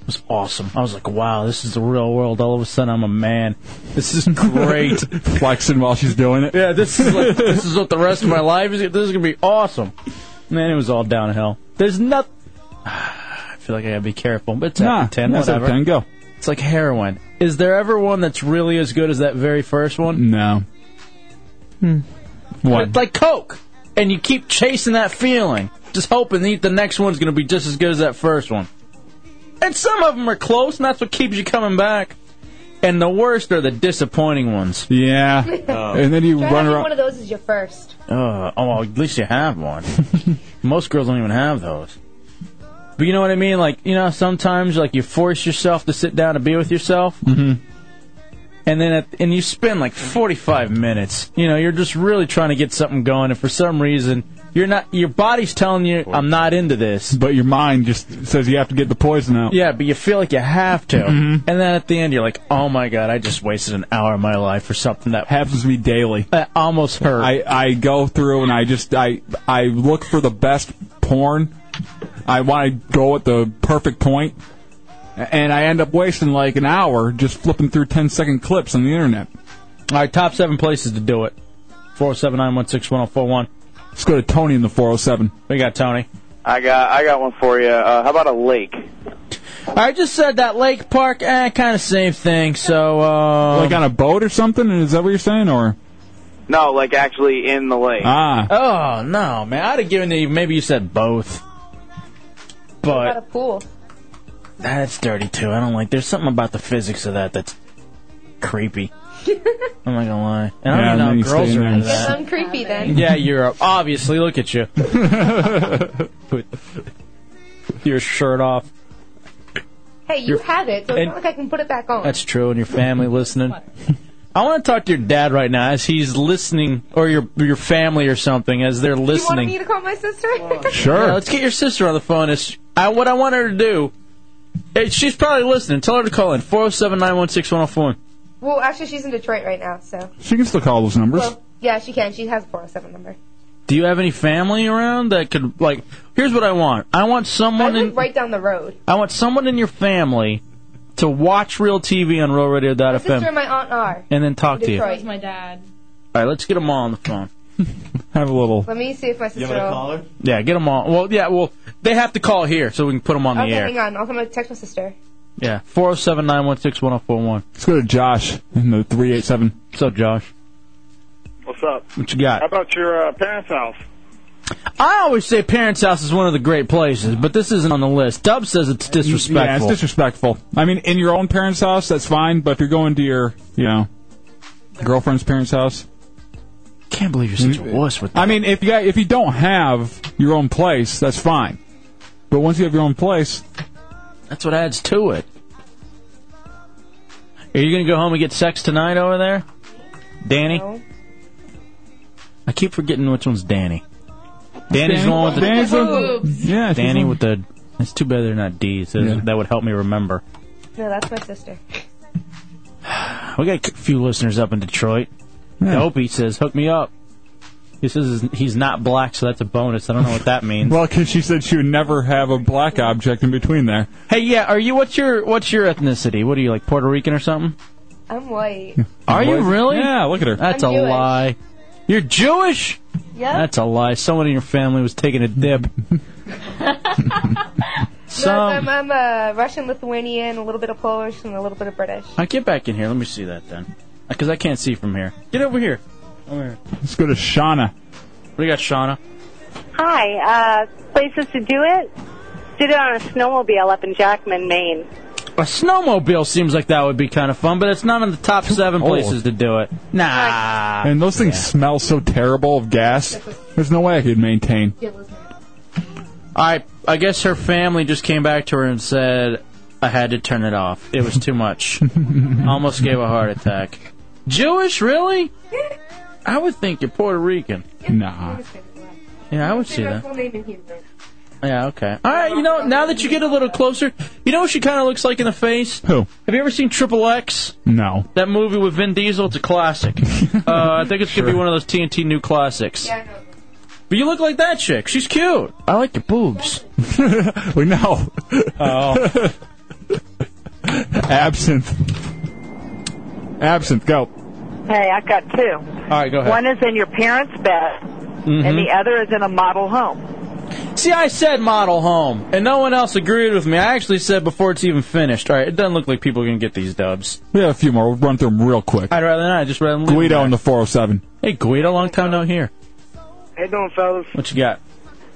S5: It was awesome. I was like, wow, this is the real world. All of a sudden, I'm a man. This is great.
S6: flexing while she's doing it.
S5: Yeah, this is like, this is what the rest of my life is. This is gonna be awesome. And then it was all downhill. There's not. I feel like I gotta be careful, but it's
S6: Nah,
S5: after ten,
S6: that's
S5: whatever.
S6: after 10, go.
S5: It's like heroin. Is there ever one that's really as good as that very first one?
S6: No.
S5: But it's like Coke, and you keep chasing that feeling, just hoping that the next one's gonna be just as good as that first one. And some of them are close, and that's what keeps you coming back. And the worst are the disappointing ones.
S6: Yeah. And then you
S23: Try having one of those as your first.
S5: Uh, oh, well, at least you have one. Most girls don't even have those. But you know what I mean? Like, you know, sometimes like you force yourself to sit down to be with yourself,
S6: Mm-hmm.
S5: and then at, and you spend like 45 minutes. You know, you're just really trying to get something going, and for some reason, you're not. Your body's telling you, "I'm not into this."
S6: But your mind just says you have to get the poison out.
S5: Yeah, but you feel like you have to.
S6: Mhm.
S5: And then at the end, you're like, oh my god, I just wasted an hour of my life for something that
S6: happens to me daily.
S5: That almost hurt.
S6: I, I go through and I just I I look for the best porn. I want to go at the perfect point, and I end up wasting like an hour just flipping through 10 second clips on the internet.
S5: All right, top seven places to do it. 407 916 1041.
S6: Let's go to Tony in the 407.
S5: We got Tony.
S13: I got I got one for you. Uh, how about a lake?
S5: I just said that Lake Park, eh, kind of same thing. So, uh.
S6: like on a boat or something? Is that what you're saying? Or
S13: No, like actually in the lake.
S6: ah?
S5: Oh no, man! I'd have given you. Maybe you said both,
S23: What
S5: but
S23: a pool.
S5: that's dirty too. I don't like. There's something about the physics of that that's creepy. I'm not gonna lie. And
S6: Yeah,
S5: I don't
S6: and
S5: even
S6: then you
S5: know how girls
S6: stay in
S5: are into
S6: there.
S5: that.
S23: I'm creepy then.
S5: Uh, Yeah, Europe. Obviously, look at you. With your shirt off.
S23: Hey, you
S5: You're-
S23: have it, so it's
S5: and-
S23: not like I can put it back on.
S5: That's true, and your family listening. I want to talk to your dad right now as he's listening, or your your family or something as they're
S23: you want
S5: listening.
S23: me to call my sister?
S5: Yeah, let's get your sister on the phone. Is I, what I want her to do. eh, she's probably listening. Tell her to call in 407 916 1041.
S23: well, actually, she's in Detroit right now, so.
S6: She can still call those numbers.
S23: Well, yeah, she can. She has a 407 number.
S5: Do you have any family around that could like? Here's what I want. I want
S23: I
S5: someone in.
S23: live right down the road.
S5: I want someone in your family to watch real TV on
S23: My sister
S5: RealRadio.fm
S23: and my aunt are.
S5: and then talk to you. All
S23: Detroit. my dad.
S5: right, let's get them all on the phone.
S6: Have a little.
S23: Let me see if my sister will.
S5: her? Yeah, get them all. Well, yeah, well, they have to call here so we can put them on
S23: okay,
S5: the air.
S23: hang on. I'm going to text my sister.
S5: Yeah, 407 916 1041.
S6: Let's go to Josh in the 387.
S5: What's up, Josh?
S2: What's up?
S5: What you got?
S2: How about your uh, parents' house?
S5: I always say Parents' House is one of the great places, but this isn't on the list. Dub says it's disrespectful.
S6: Yeah, it's disrespectful. I mean, in your own parents' house, that's fine, but if you're going to your, you know, girlfriend's parents' house,
S5: can't believe you're such a wuss with
S6: I mean, if you got, if you don't have your own place, that's fine. But once you have your own place,
S5: that's what adds to it. Are you going to go home and get sex tonight over there, Danny? I keep forgetting which one's Danny. Danny's the one with the
S6: Danny's the one- yeah, she's
S5: Danny
S6: the one-
S5: with the. It's too bad they're not D's. That- That would help me remember.
S23: No, that's my sister.
S5: We got a few listeners up in Detroit. Opie says, "Hook me up." He says he's not black, so that's a bonus. I don't know what that means.
S6: well, because she said she would never have a black object in between there.
S5: hey, yeah, are you? What's your What's your ethnicity? What are you like, Puerto Rican or something?
S23: I'm white.
S5: Are you
S6: Boys-
S5: really?
S6: Yeah, look at her.
S5: That's
S23: I'm
S5: a
S23: Jewish.
S5: lie. You're Jewish.
S23: Yep.
S5: That's a lie. Someone in your family was taking a dip.
S23: no,
S5: Some.
S23: I'm, I'm uh, Russian, Lithuanian, a little bit of Polish, and a little bit of British.
S5: I get back in here. Let me see that then, because I can't see from here. Get over here. Over here.
S6: Let's go to Shauna.
S5: What do you got, Shauna?
S4: Hi, uh, places to do it? Did it on a snowmobile up in Jackman, Maine.
S5: A snowmobile seems like that would be kind of fun, but it's not in the top seven
S6: old.
S5: places to do it. Nah.
S6: And those things smell so terrible of gas. There's no way I could maintain.
S5: I I guess her family just came back to her and said I had to turn it off. It was too much. Almost gave a heart attack. Jewish, really? I would think you're Puerto Rican.
S6: Nah.
S5: Yeah, I would see that.
S23: name in Hebrew.
S5: Yeah, okay. All right, you know, now that you get a little closer, you know what she kind of looks like in the face?
S6: Who?
S5: Have you ever seen Triple X?
S6: No.
S5: That movie with Vin Diesel, it's a classic. uh, I think it's gonna be one of those TNT new classics. Yeah, I know. But you look like that chick. She's cute. I like your boobs.
S6: we know.
S5: Oh.
S6: Absinthe. Absinthe, go.
S9: Hey, I got two.
S5: All right, go ahead.
S9: One is in your parents' bed, and the other is in a model home.
S5: See, I said model home, and no one else agreed with me. I actually said before it's even finished. All right, it doesn't look like people are gonna get these dubs.
S6: We have a few more. We'll run through them real quick.
S5: I'd rather not. Just rather leave them
S6: Guido
S5: there.
S6: in the 407.
S5: Hey, Guido, long time no hear.
S10: Hey, doing, fellas?
S5: What you got?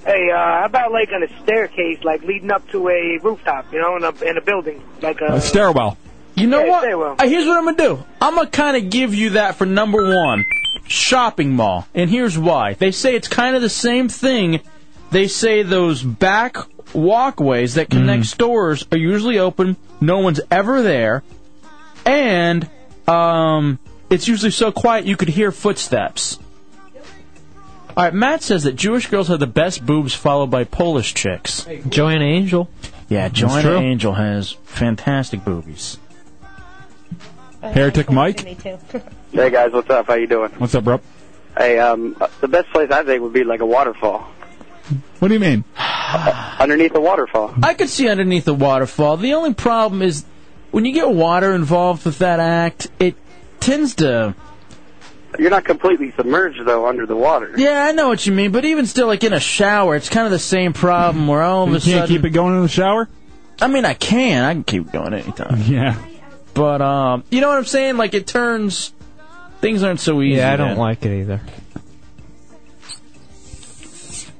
S10: Hey, uh, how about like on a staircase, like leading up to a rooftop, you know, in a in a building, like a
S6: Uh, stairwell.
S5: You know
S10: Yeah,
S5: what?
S10: stairwell.
S5: Uh, here's what I'm gonna do. I'm gonna kind of give you that for number one, shopping mall, and here's why. They say it's kind of the same thing. They say those back walkways that connect stores are usually open. No one's ever there, and um, it's usually so quiet you could hear footsteps. All right, Matt says that Jewish girls have the best boobs, followed by Polish chicks.
S11: Joanna Angel.
S5: Yeah,
S11: That's
S5: Joanna
S11: true.
S5: Angel has fantastic boobies.
S6: Heretic Mike.
S23: Me too.
S3: Hey guys, what's up? How you doing?
S6: What's up, bro?
S3: Hey,
S13: uh,
S3: um, the best place I think would be like a waterfall,
S6: What do you mean?
S3: underneath a waterfall.
S5: I could see underneath the waterfall. The only problem is when you get water involved with that act, it tends to.
S3: You're not completely submerged though under the water.
S5: Yeah, I know what you mean, but even still, like in a shower, it's kind of the same problem where all of
S6: You
S5: a
S6: can't
S5: sudden.
S6: keep it going in the shower?
S5: I mean, I can. I can keep going anytime.
S6: Yeah.
S5: But um, you know what I'm saying? Like it turns. Things aren't so easy.
S11: Yeah, I don't
S5: then.
S11: like it either.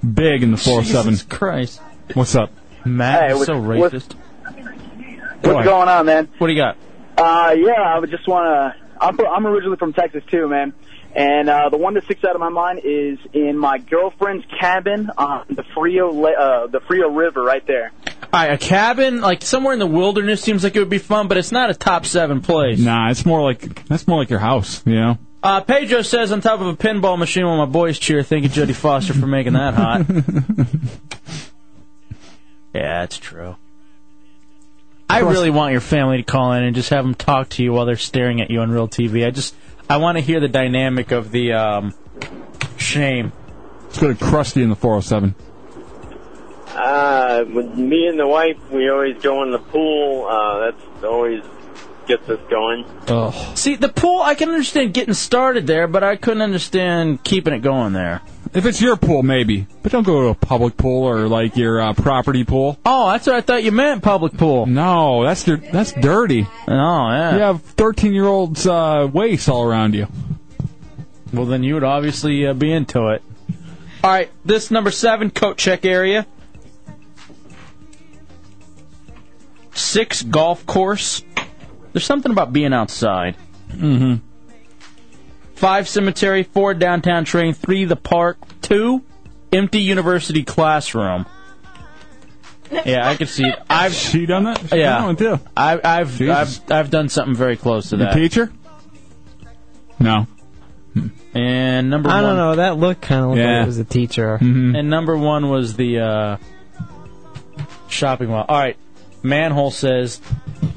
S6: Big in the 407.
S5: Jesus Christ.
S6: What's up?
S5: Matt
S25: Hey,
S5: is
S25: what's-
S5: so
S25: what's-
S5: racist.
S25: What's
S5: ahead.
S25: going on, man?
S5: What do you got?
S25: Uh, yeah, I would just want to. I'm, fr- I'm originally from Texas too, man. And uh, the one that sticks out of my mind is in my girlfriend's cabin on the Frio la- uh, the Frio River right there.
S5: All right, a cabin like somewhere in the wilderness seems like it would be fun, but it's not a top seven place.
S6: Nah, it's more like that's more like your house, you know.
S5: Uh, Pedro says on top of a pinball machine while my boys cheer. Thank you, Jody Foster, for making that hot. yeah, it's true. I really want your family to call in and just have them talk to you while they're staring at you on real TV. I just I want to hear the dynamic of the um, shame.
S6: Let's go to Krusty in the 407.
S16: Uh, with me and the wife, we always go in the pool. Uh, that's always gets us going.
S6: Oh.
S5: See the pool. I can understand getting started there, but I couldn't understand keeping it going there.
S6: If it's your pool, maybe, but don't go to a public pool or like your uh, property pool.
S5: Oh, that's what I thought you meant, public pool.
S6: No, that's dir- that's dirty.
S5: Oh yeah.
S6: You have 13 year olds uh, waste all around you.
S5: Well, then you would obviously uh, be into it. All right, this number seven coat check area. Six golf course. There's something about being outside.
S6: Mm-hmm.
S5: Five cemetery, four downtown train, three the park, two empty university classroom. Yeah, I can see it. I've
S6: she done that.
S5: yeah,
S6: done that
S5: I, I've,
S6: Jesus.
S5: I've I've done something very close to
S6: Your
S5: that.
S6: teacher? No.
S5: And number
S11: I
S5: one-
S11: don't know. That look kind of looked like
S5: Yeah.
S11: it was a teacher.
S6: Mm-hmm.
S5: And number one was the uh, shopping mall. All right, Manhole says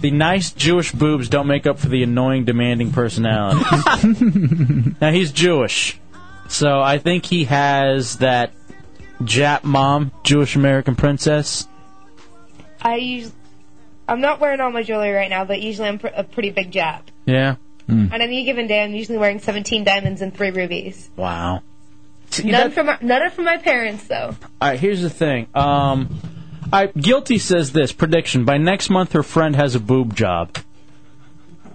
S5: the nice Jewish boobs don't make up for the annoying, demanding personality. now he's Jewish, so I think he has that Jap mom, Jewish American princess.
S23: I usually, I'm not wearing all my jewelry right now, but usually I'm pr- a pretty big jap.
S5: Yeah.
S23: On any given day, I'm usually wearing 17 diamonds and three rubies.
S5: Wow.
S23: None from my, none are from my parents though.
S5: All right, here's the thing. Um, I guilty says this prediction: by next month, her friend has a boob job.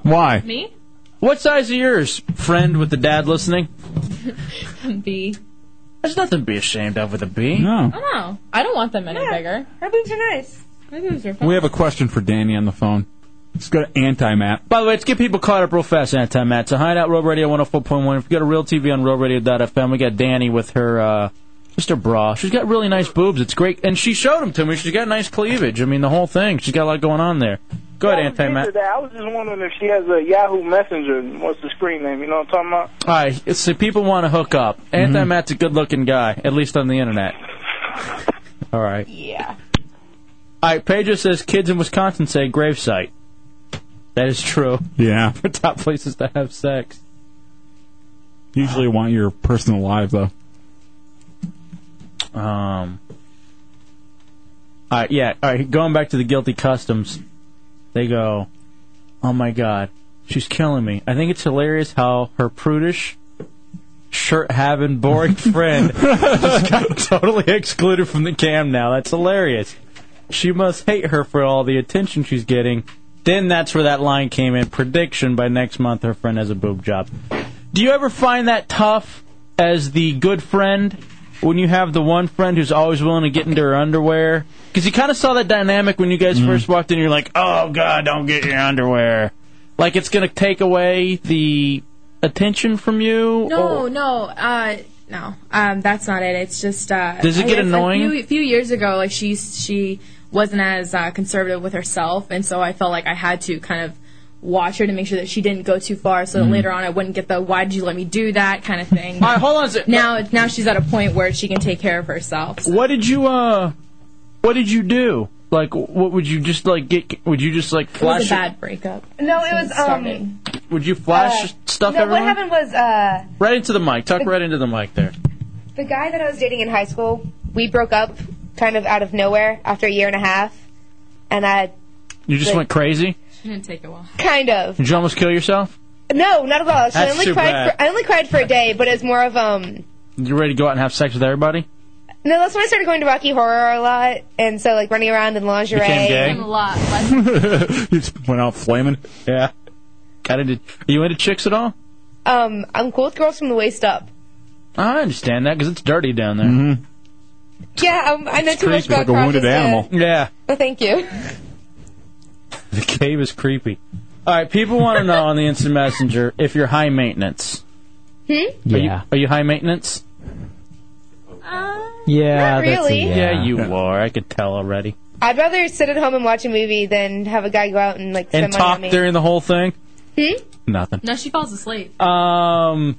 S5: Why?
S26: Me?
S5: What size are yours, friend? With the dad listening,
S26: B.
S5: there's nothing to be ashamed of with a B.
S6: No.
S26: I don't know. Oh. I don't want them any bigger.
S23: Her boobs are nice.
S26: My boobs are fine.
S6: We have a question for Danny on the phone. Let's go to anti Matt.
S5: By the way, let's get people caught up real fast in that time, Matt. So Hideout Road Radio 104.1. If you go to Real TV on RealRadio.fm, we got Danny with her, uh, just her bra. She's got really nice boobs. It's great. And she showed them to me. She's got nice cleavage. I mean, the whole thing. She's got a lot going on there. Go ahead, Anti Matt.
S22: That, I was just wondering if she has a Yahoo Messenger. What's the screen name? You know what I'm talking about?
S5: All right, so people want to hook up. Anti Matt's a good looking guy, at least on the internet. All right.
S23: Yeah.
S5: All right, Pedro says kids in Wisconsin say gravesite. That is true.
S6: Yeah.
S5: For top places to have sex.
S6: Usually want your person alive though.
S5: Um. All right, yeah. All right, going back to the guilty customs, they go, "Oh my God, she's killing me." I think it's hilarious how her prudish, shirt-having, boring friend just got totally excluded from the cam. Now that's hilarious. She must hate her for all the attention she's getting. Then that's where that line came in. Prediction by next month, her friend has a boob job. Do you ever find that tough as the good friend when you have the one friend who's always willing to get into her underwear? Because you kind of saw that dynamic when you guys first walked in. You're like, oh, God, don't get your underwear. Like it's going to take away the attention from you?
S8: No,
S5: or-
S8: no, uh, no. Um, that's not it. It's just. Uh,
S5: Does it
S8: I
S5: get
S8: guess
S5: annoying?
S8: A few, few years ago, like she she wasn't as uh, conservative with herself, and so I felt like I had to kind of watch her to make sure that she didn't go too far. So that
S5: Mhm.
S8: later on, I wouldn't get the "Why did you let me do that?" kind of thing.
S5: All right, hold on a second.
S8: Now, now she's at a point where she can take care of herself.
S5: What did you, uh, what did you do? Like, what would you just, like, get, would you just, like,
S8: It was
S5: flash,
S8: a bad breakup.
S23: No, it was
S8: started.
S23: um.
S5: would you flash
S23: uh,
S5: stuff
S23: No,
S5: everyone?
S23: what happened was uh,
S5: Right into the mic. Talk right into the mic there.
S23: the guy that I was dating in high school. We broke up kind of out of nowhere after a year and a half, and I
S5: You just
S23: Like-
S5: went crazy?
S8: She didn't take a while.
S23: kind of
S5: Did you almost kill yourself?
S23: No, not at all. Actually,
S5: That's
S23: I only
S5: too
S23: cried.
S5: bad.
S23: For, I only cried for a day, but it was more of um.
S5: You ready to go out and have sex with everybody?
S23: No, that's when I started going to Rocky Horror a lot, and so like running around in lingerie.
S5: Became gay? Became a
S23: lot.
S6: you just went out flaming.
S5: Yeah. Kind of did. Are you into chicks at all?
S23: Um, I'm cool with girls from the waist up.
S5: I understand that because it's dirty down there.
S23: Yeah, um, I know too much
S5: Creepy.
S23: about crotches to-
S5: Yeah.
S23: Well, thank you.
S5: The cave is creepy. All right, people want to know on the instant messenger if you're high maintenance.
S23: Hmm?
S5: Are you, are you high maintenance? Uh,
S11: Yeah,
S23: Not that's a really.
S5: yeah.
S23: yeah.
S5: you are. I could tell already.
S23: I'd rather sit at home and watch a movie than have a guy go out and like spend
S5: and
S23: money
S5: talk
S23: on me.
S5: during the whole thing?
S23: Hmm?
S5: Nothing.
S8: No, she falls asleep.
S5: Um.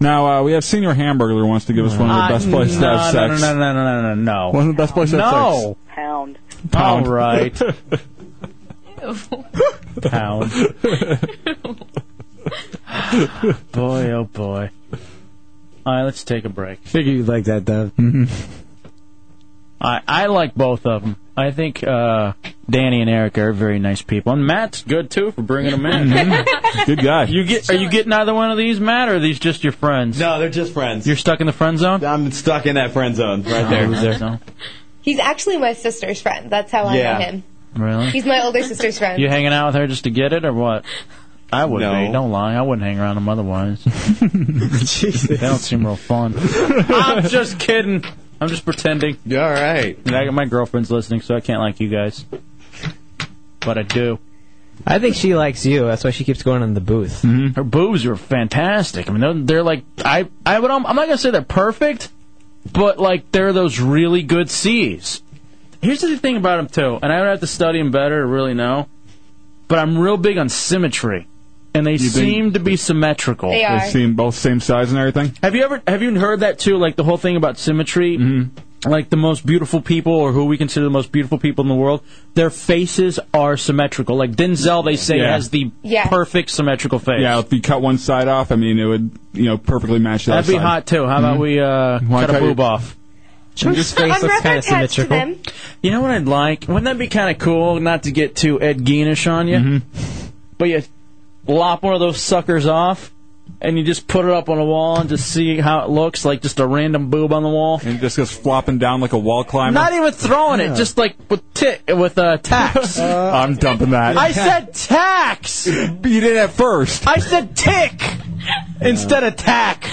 S6: Now uh, we have senior hamburger wants to give us one of the best places
S5: no,
S6: to have
S5: no,
S6: sex.
S5: No, no, no, no, no, no.
S6: One of the best places to have sex.
S5: No.
S9: Pound.
S5: All
S6: Pound.
S5: right. Pound. boy, oh boy. All right, let's take a break.
S12: Figure you'd like that, Dove.
S6: Mm-hmm.
S5: I I like both of them. I think uh, Danny and Eric are very nice people, and Matt's good too for bringing them in.
S6: good guy.
S5: You get? Are you getting either one of these, Matt, or are these just your friends?
S7: No, they're just friends.
S5: You're stuck in the friend zone.
S7: I'm stuck in that friend zone right
S5: Oh,
S7: there.
S5: loser. No.
S23: He's actually my sister's friend. That's how I
S7: Yeah.
S23: know him.
S5: Really?
S23: He's my older sister's friend.
S5: You hanging out with her just to get it, or what? I would
S7: No.
S5: be. Don't lie. I wouldn't hang around them otherwise. They don't seem real fun. I'm just kidding. I'm just pretending.
S7: All right.
S5: I got my girlfriend's listening, so I can't like you guys. But I do.
S11: I think she likes you. That's why she keeps going in the booth.
S5: Mm-hmm. Her boobs are fantastic. I mean, they're, they're like I I would. al- I'm not gonna say they're perfect, but like they're those really good C's. Here's the thing about them too, and I would have to study them better to really know. But I'm real big on symmetry, and they
S6: think-
S5: seem to be symmetrical.
S6: They seem both same size and everything.
S5: Have you ever have you heard that too? Like the whole thing about symmetry.
S6: Mm-hmm.
S5: Like the most beautiful people, or who we consider the most beautiful people in the world, their faces are symmetrical. Like Denzel, they say
S6: Yeah.
S5: has the
S6: Yeah.
S5: perfect symmetrical face.
S6: Yeah, if you cut one side off, I mean, it would you know perfectly match that.
S5: That'd be hot too. How about we uh,
S6: Why
S5: cut a
S6: Mm-hmm. cut your-
S5: boob off?
S6: Chinger's face looks Unwrap kinda our tats to symmetrical. them.
S5: You know what I'd like? Wouldn't that be kind of cool? Not to get too Ed Geenish on you,
S6: Mm-hmm.
S5: but you lop one of those suckers off, and you just put it up on a wall and just see how it looks, like just a random boob on the wall,
S6: and just goes flopping down like a wall climber.
S5: Not even throwing it, just like with tit with uh, tacks.
S6: I'm dumping that.
S5: I said tax.
S6: you did at first.
S5: I said tick instead of tack.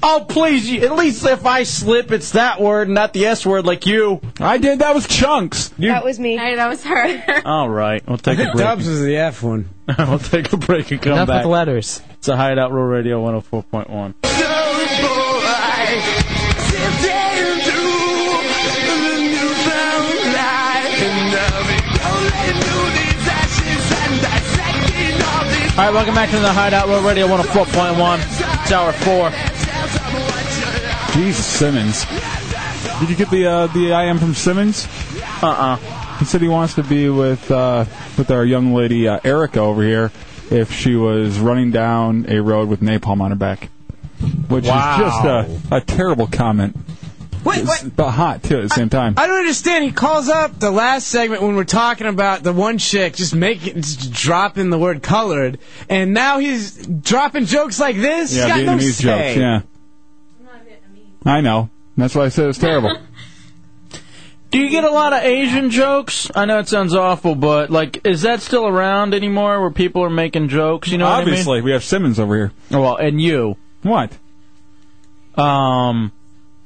S5: Oh please! You, at least if I slip, it's that word, not the S word, like you.
S6: I did. That was chunks.
S23: that was me.
S8: that was her.
S5: All right, we'll take a break.
S12: Dubs was the F one.
S5: we'll take a break and come
S12: Enough with
S5: back.
S11: letters.
S5: It's a Hideout Rule Radio 104.1. All right, welcome back to the Hideout Road Radio 104.1. It's hour four.
S6: Jesus Simmons. Did you get the uh, the IM from Simmons?
S5: Uh uh
S6: He said he wants to be with uh, with our young lady uh, Erica over here if she was running down a road with napalm on her back, which
S12: Wow.
S6: is just a, a terrible comment. Wait, But hot too at the same time.
S12: I don't understand. He calls up the last segment when we're talking about the one chick just making, just dropping the word colored, and now he's dropping jokes like this.
S6: yeah,
S12: he's got no
S6: Vietnamese
S12: say.
S6: jokes. Yeah. I know. That's why I said it's terrible.
S5: Do you get a lot of Asian jokes? I know it sounds awful, but like, is that still around anymore? Where people are making jokes? You know,
S6: Obviously, we have Simmons over here.
S5: What I mean? Well, and you.
S6: What?
S5: Um,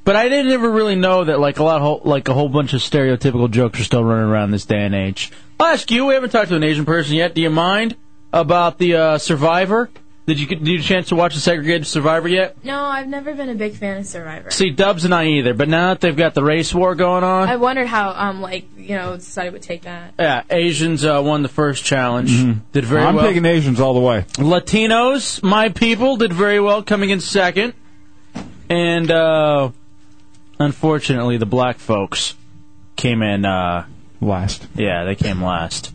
S5: but I didn't ever really know that like a lot, of, whole- like a whole bunch of stereotypical jokes are still running around this day and age. I'll ask you. We haven't talked to an Asian person yet. Do you mind about the uh, Survivor? Did you get did you get a chance to watch the segregated Survivor yet?
S8: No, I've never been a big fan of Survivor.
S5: See, Dubs and I either. But now that they've got the race war going on,
S8: I wondered how, um, like, you know, society would take that.
S5: Yeah, Asians uh, won the first challenge. Did very
S6: Mm-hmm. I'm
S5: well.
S6: taking Asians all the way.
S5: Latinos, my people, did very well, coming in second. And uh, unfortunately, the black folks came in uh,
S6: last.
S5: Yeah, they came last.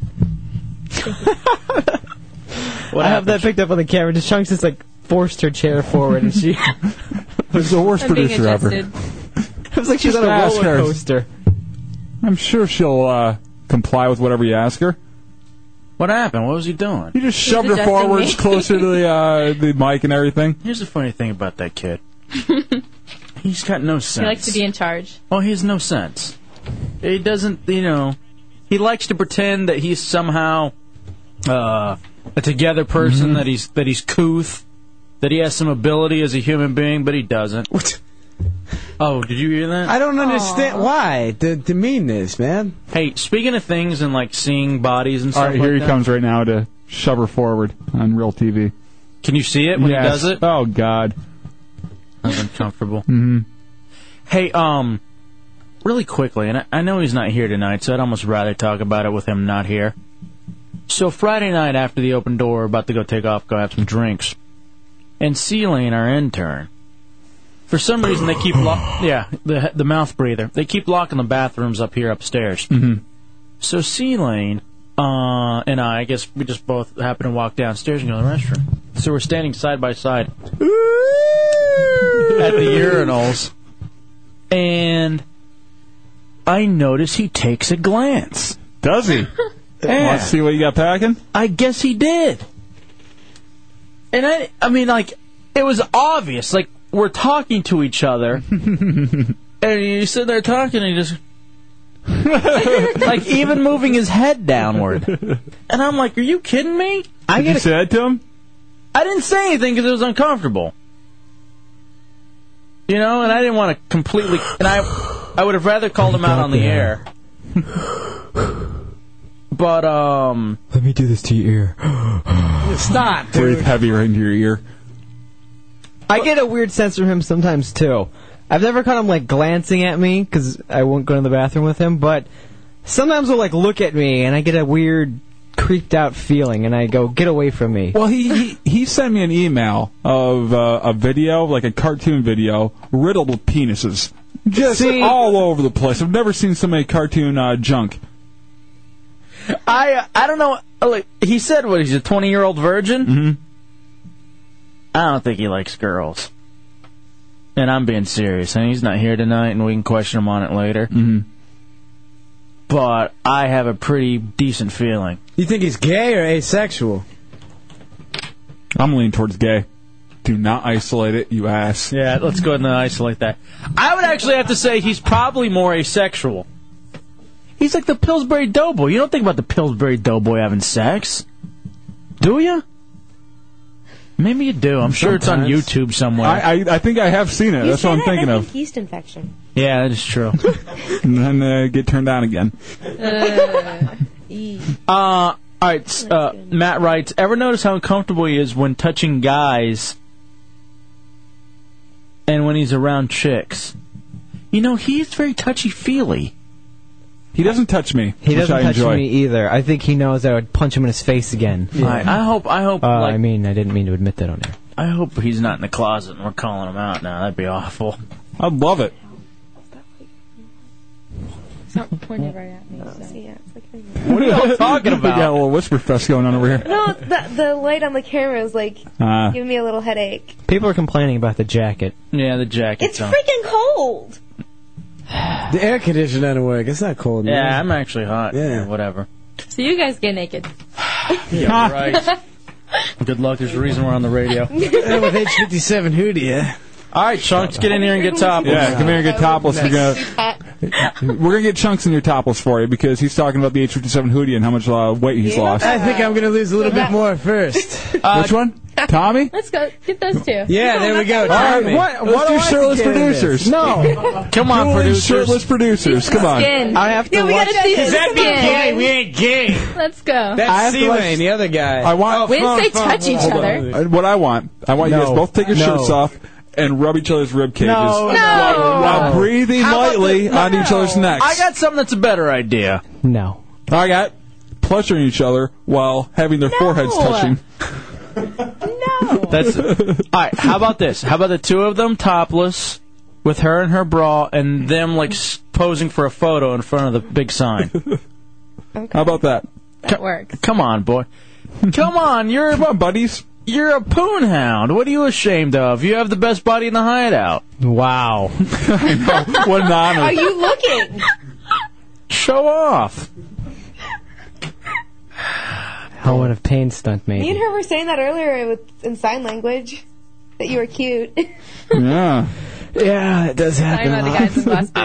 S11: I have that picked up on the camera. Just chunks just like forced her chair forward, and she.
S6: It's the worst
S11: I'm being
S6: producer ever.
S11: adjusted. it was like she's on a
S6: Just ask
S11: roller
S6: her.
S11: coaster.
S6: I'm sure she'll uh, comply with whatever you ask her.
S5: What happened? What was he doing?
S6: You just
S5: He's
S6: shoved her
S5: adjusting
S6: forwards
S5: me.
S6: closer to the uh, the mic and everything.
S5: Here's the funny thing about that kid. He's got no sense.
S26: He likes to be in charge.
S5: Oh, he has no sense. He doesn't, you know, he likes to pretend that he's somehow uh, a together
S6: Mm-hmm.
S5: person, that he's that he's couth, that he has some ability as a human being, but he doesn't. Oh, did you hear that?
S12: I don't understand why the the meanness, man.
S5: Hey, speaking of things and like seeing bodies and
S6: All
S5: stuff
S6: right, here
S5: like
S6: he
S5: that,
S6: comes right now to shove her forward on real TV.
S5: Can you see it when
S6: Yes.
S5: he does it?
S6: Oh God.
S5: That's uncomfortable.
S6: hmm
S5: Hey, um, really quickly, and I, I know he's not here tonight, so I'd almost rather talk about it with him not here. So Friday night after the open door, we're about to go take off, go have some drinks, and Celine, our intern, for some reason they keep lock, yeah, the the mouth breather. They keep locking the bathrooms up here upstairs.
S6: Mhm.
S5: So Celine uh, and I, I guess we just both happen to walk downstairs and go to the restroom. So we're standing side by side at the urinals, and I notice he takes a glance.
S6: Does he?
S5: Yeah.
S6: Let's see what you got packing.
S5: I guess he did. And I, I mean, like, it was obvious. Like, we're talking to each other, and you sit there talking, and he just. like, even moving his head downward. And I'm like, are you kidding me? I
S6: Did you
S5: get
S6: say that to him?
S5: I didn't say anything because it was uncomfortable. You know, and I didn't want to completely. And I, I would have rather called him out on the air. But um,
S12: let me do this to your ear.
S5: Stop,
S6: Breathe heavy right into your ear.
S11: I get a weird sense from him sometimes too. I've never caught him like glancing at me because I won't go to the bathroom with him. But sometimes he'll like look at me, and I get a weird, creeped out feeling, and I go, "Get away from me."
S6: Well, he he, he sent me an email of uh, a video, like a cartoon video, riddled with penises, just all over the place. I've never seen so many cartoon uh, junk.
S5: I I don't know. Like, he said, what he's a twenty year old virgin. Mm-hmm. I don't think he likes girls. And I'm being serious. And he's not here tonight, and we can question him on it later. Mm-hmm. But I have a pretty decent feeling.
S2: You think he's gay or asexual?
S6: I'm leaning towards gay. Do not isolate it, you ass.
S5: Yeah, let's go ahead and isolate that. I would actually have to say he's probably more asexual. He's like the Pillsbury Doughboy. You don't think about the Pillsbury Doughboy having sex, do you? Maybe you do. I'm sure it's on
S6: Sometimes.
S5: YouTube somewhere.
S6: I, I I think I have seen it. That's what I'm thinking of.
S23: Yeast infection.
S5: yeah, that is true.
S6: and then uh, get turned on again.
S5: Uh, all right. s- Uh, Matt writes. Ever notice how uncomfortable he is when touching guys, and when he's around chicks? You know, he's very touchy feely.
S6: He doesn't touch me.
S11: He
S5: which
S11: doesn't
S5: I
S11: touch
S5: enjoy.
S11: me either. I think he knows I would punch him in his face again.
S5: I, I hope. I hope.
S11: Uh,
S5: like,
S11: I mean, I didn't mean to admit that on air.
S5: I hope he's not in the closet and we're calling him out now. That'd be awful.
S6: I'd love it.
S23: Pointed right at me. Yeah, it's like
S5: What are you talking
S6: We got a little whisper fest going on over here.
S23: no, the, the light on the camera is like
S5: Uh,
S11: Ah.
S23: giving me a little headache.
S11: People are complaining about the jacket.
S5: Yeah, the jacket.
S23: It's freaking cold.
S2: The air conditioner doesn't work. It's not cold.
S5: Yeah, I'm actually hot. Yeah, whatever.
S26: So you guys get naked.
S5: Yeah, right. Good luck. There's a reason we're on the radio.
S2: With H57, who do you?
S5: All right, Chunks, get in here and get topless.
S6: Yeah, come here and get topless. We're gonna, we're gonna get chunks in your topless for you because he's talking about the H57 hoodie and how much uh, weight he's lost.
S2: I think I'm going to lose a little bit more first.
S6: Which one? Tommy?
S26: Let's go get those two.
S2: Yeah, there we go.
S6: All right,
S2: Tommy.
S6: what,
S2: Let's
S6: what
S2: do
S6: do shirtless
S2: think it is.
S6: producers?
S2: No.
S5: Come
S6: on,
S2: producers.
S6: shirtless producers. Come on.
S2: I have
S26: to Yeah, we watch- gotta see
S2: Because
S26: this
S2: that'd be
S26: again.
S2: gay. We ain't gay.
S26: Let's go.
S6: I have
S2: That's
S6: to
S2: C-Lane,
S6: watch-
S2: the other guy.
S6: I want.
S26: When they touch each
S6: Hold on.
S26: other.
S6: Uh, What I want, I want you
S2: No.
S6: guys both take your
S2: No.
S6: shirts off and rub each other's rib cages
S5: No. No.
S6: while, while breathing
S5: How about
S6: lightly
S5: the- no.
S6: on each other's necks.
S5: I got something that's a better idea.
S11: No.
S6: I got pleasuring each other while having their foreheads touching.
S5: That's all right. How about this? How about the two of them topless, with her in her bra, and them like s- posing for a photo in front of the big sign?
S6: How about that?
S26: That works.
S5: Come on, boy. Come on, you're come
S6: on, buddies.
S5: You're a poon hound. What are you ashamed of? You have the best body in the hideout.
S11: Wow.
S6: What an honor.
S23: Are you looking?
S5: Show off.
S11: How would have Oh, pain stunt
S23: Me and
S11: me?
S23: her were saying that earlier with, in sign language that you were cute.
S6: Yeah.
S5: Uh,
S11: Yeah, it does
S23: happen a lot.
S5: All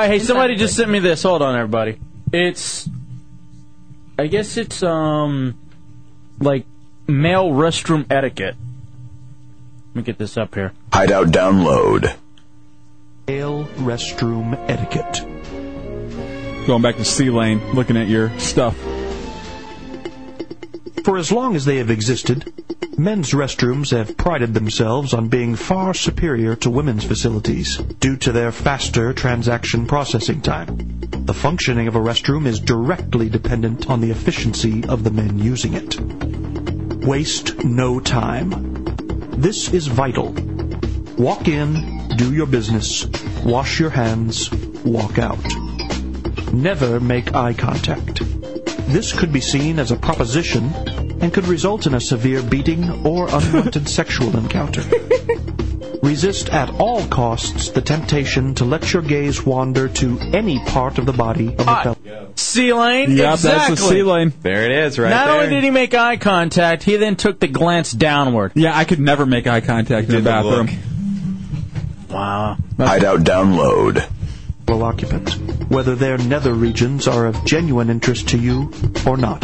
S5: right, hey, somebody just sent me this. Hold on, everybody. It's, I guess it's um, like male restroom etiquette. Let me get this up here.
S18: Hideout download. Male restroom etiquette.
S6: Going back to C lane, looking at your stuff.
S18: For as long as they have existed, men's restrooms have prided themselves on being far superior to women's facilities due to their faster transaction processing time. The functioning of a restroom is directly dependent on the efficiency of the men using it. Waste no time. This is vital. Walk in, do your business, wash your hands, walk out. Never make eye contact. This could be seen as a proposition and could result in a severe beating or unwanted sexual encounter. Resist at all costs the temptation to let your gaze wander to any part of the body of a fellow.
S5: C lane.
S18: Yep, Ah, that's the
S5: exactly.
S6: C lane.
S31: There it is, right
S5: Not
S31: there.
S5: only did he make eye contact, he then took the glance downward.
S6: Yeah, I could never make eye contact in the bathroom.
S5: Wow.
S18: Hideout download. Well, occupant, whether their nether regions are of genuine interest to you or not.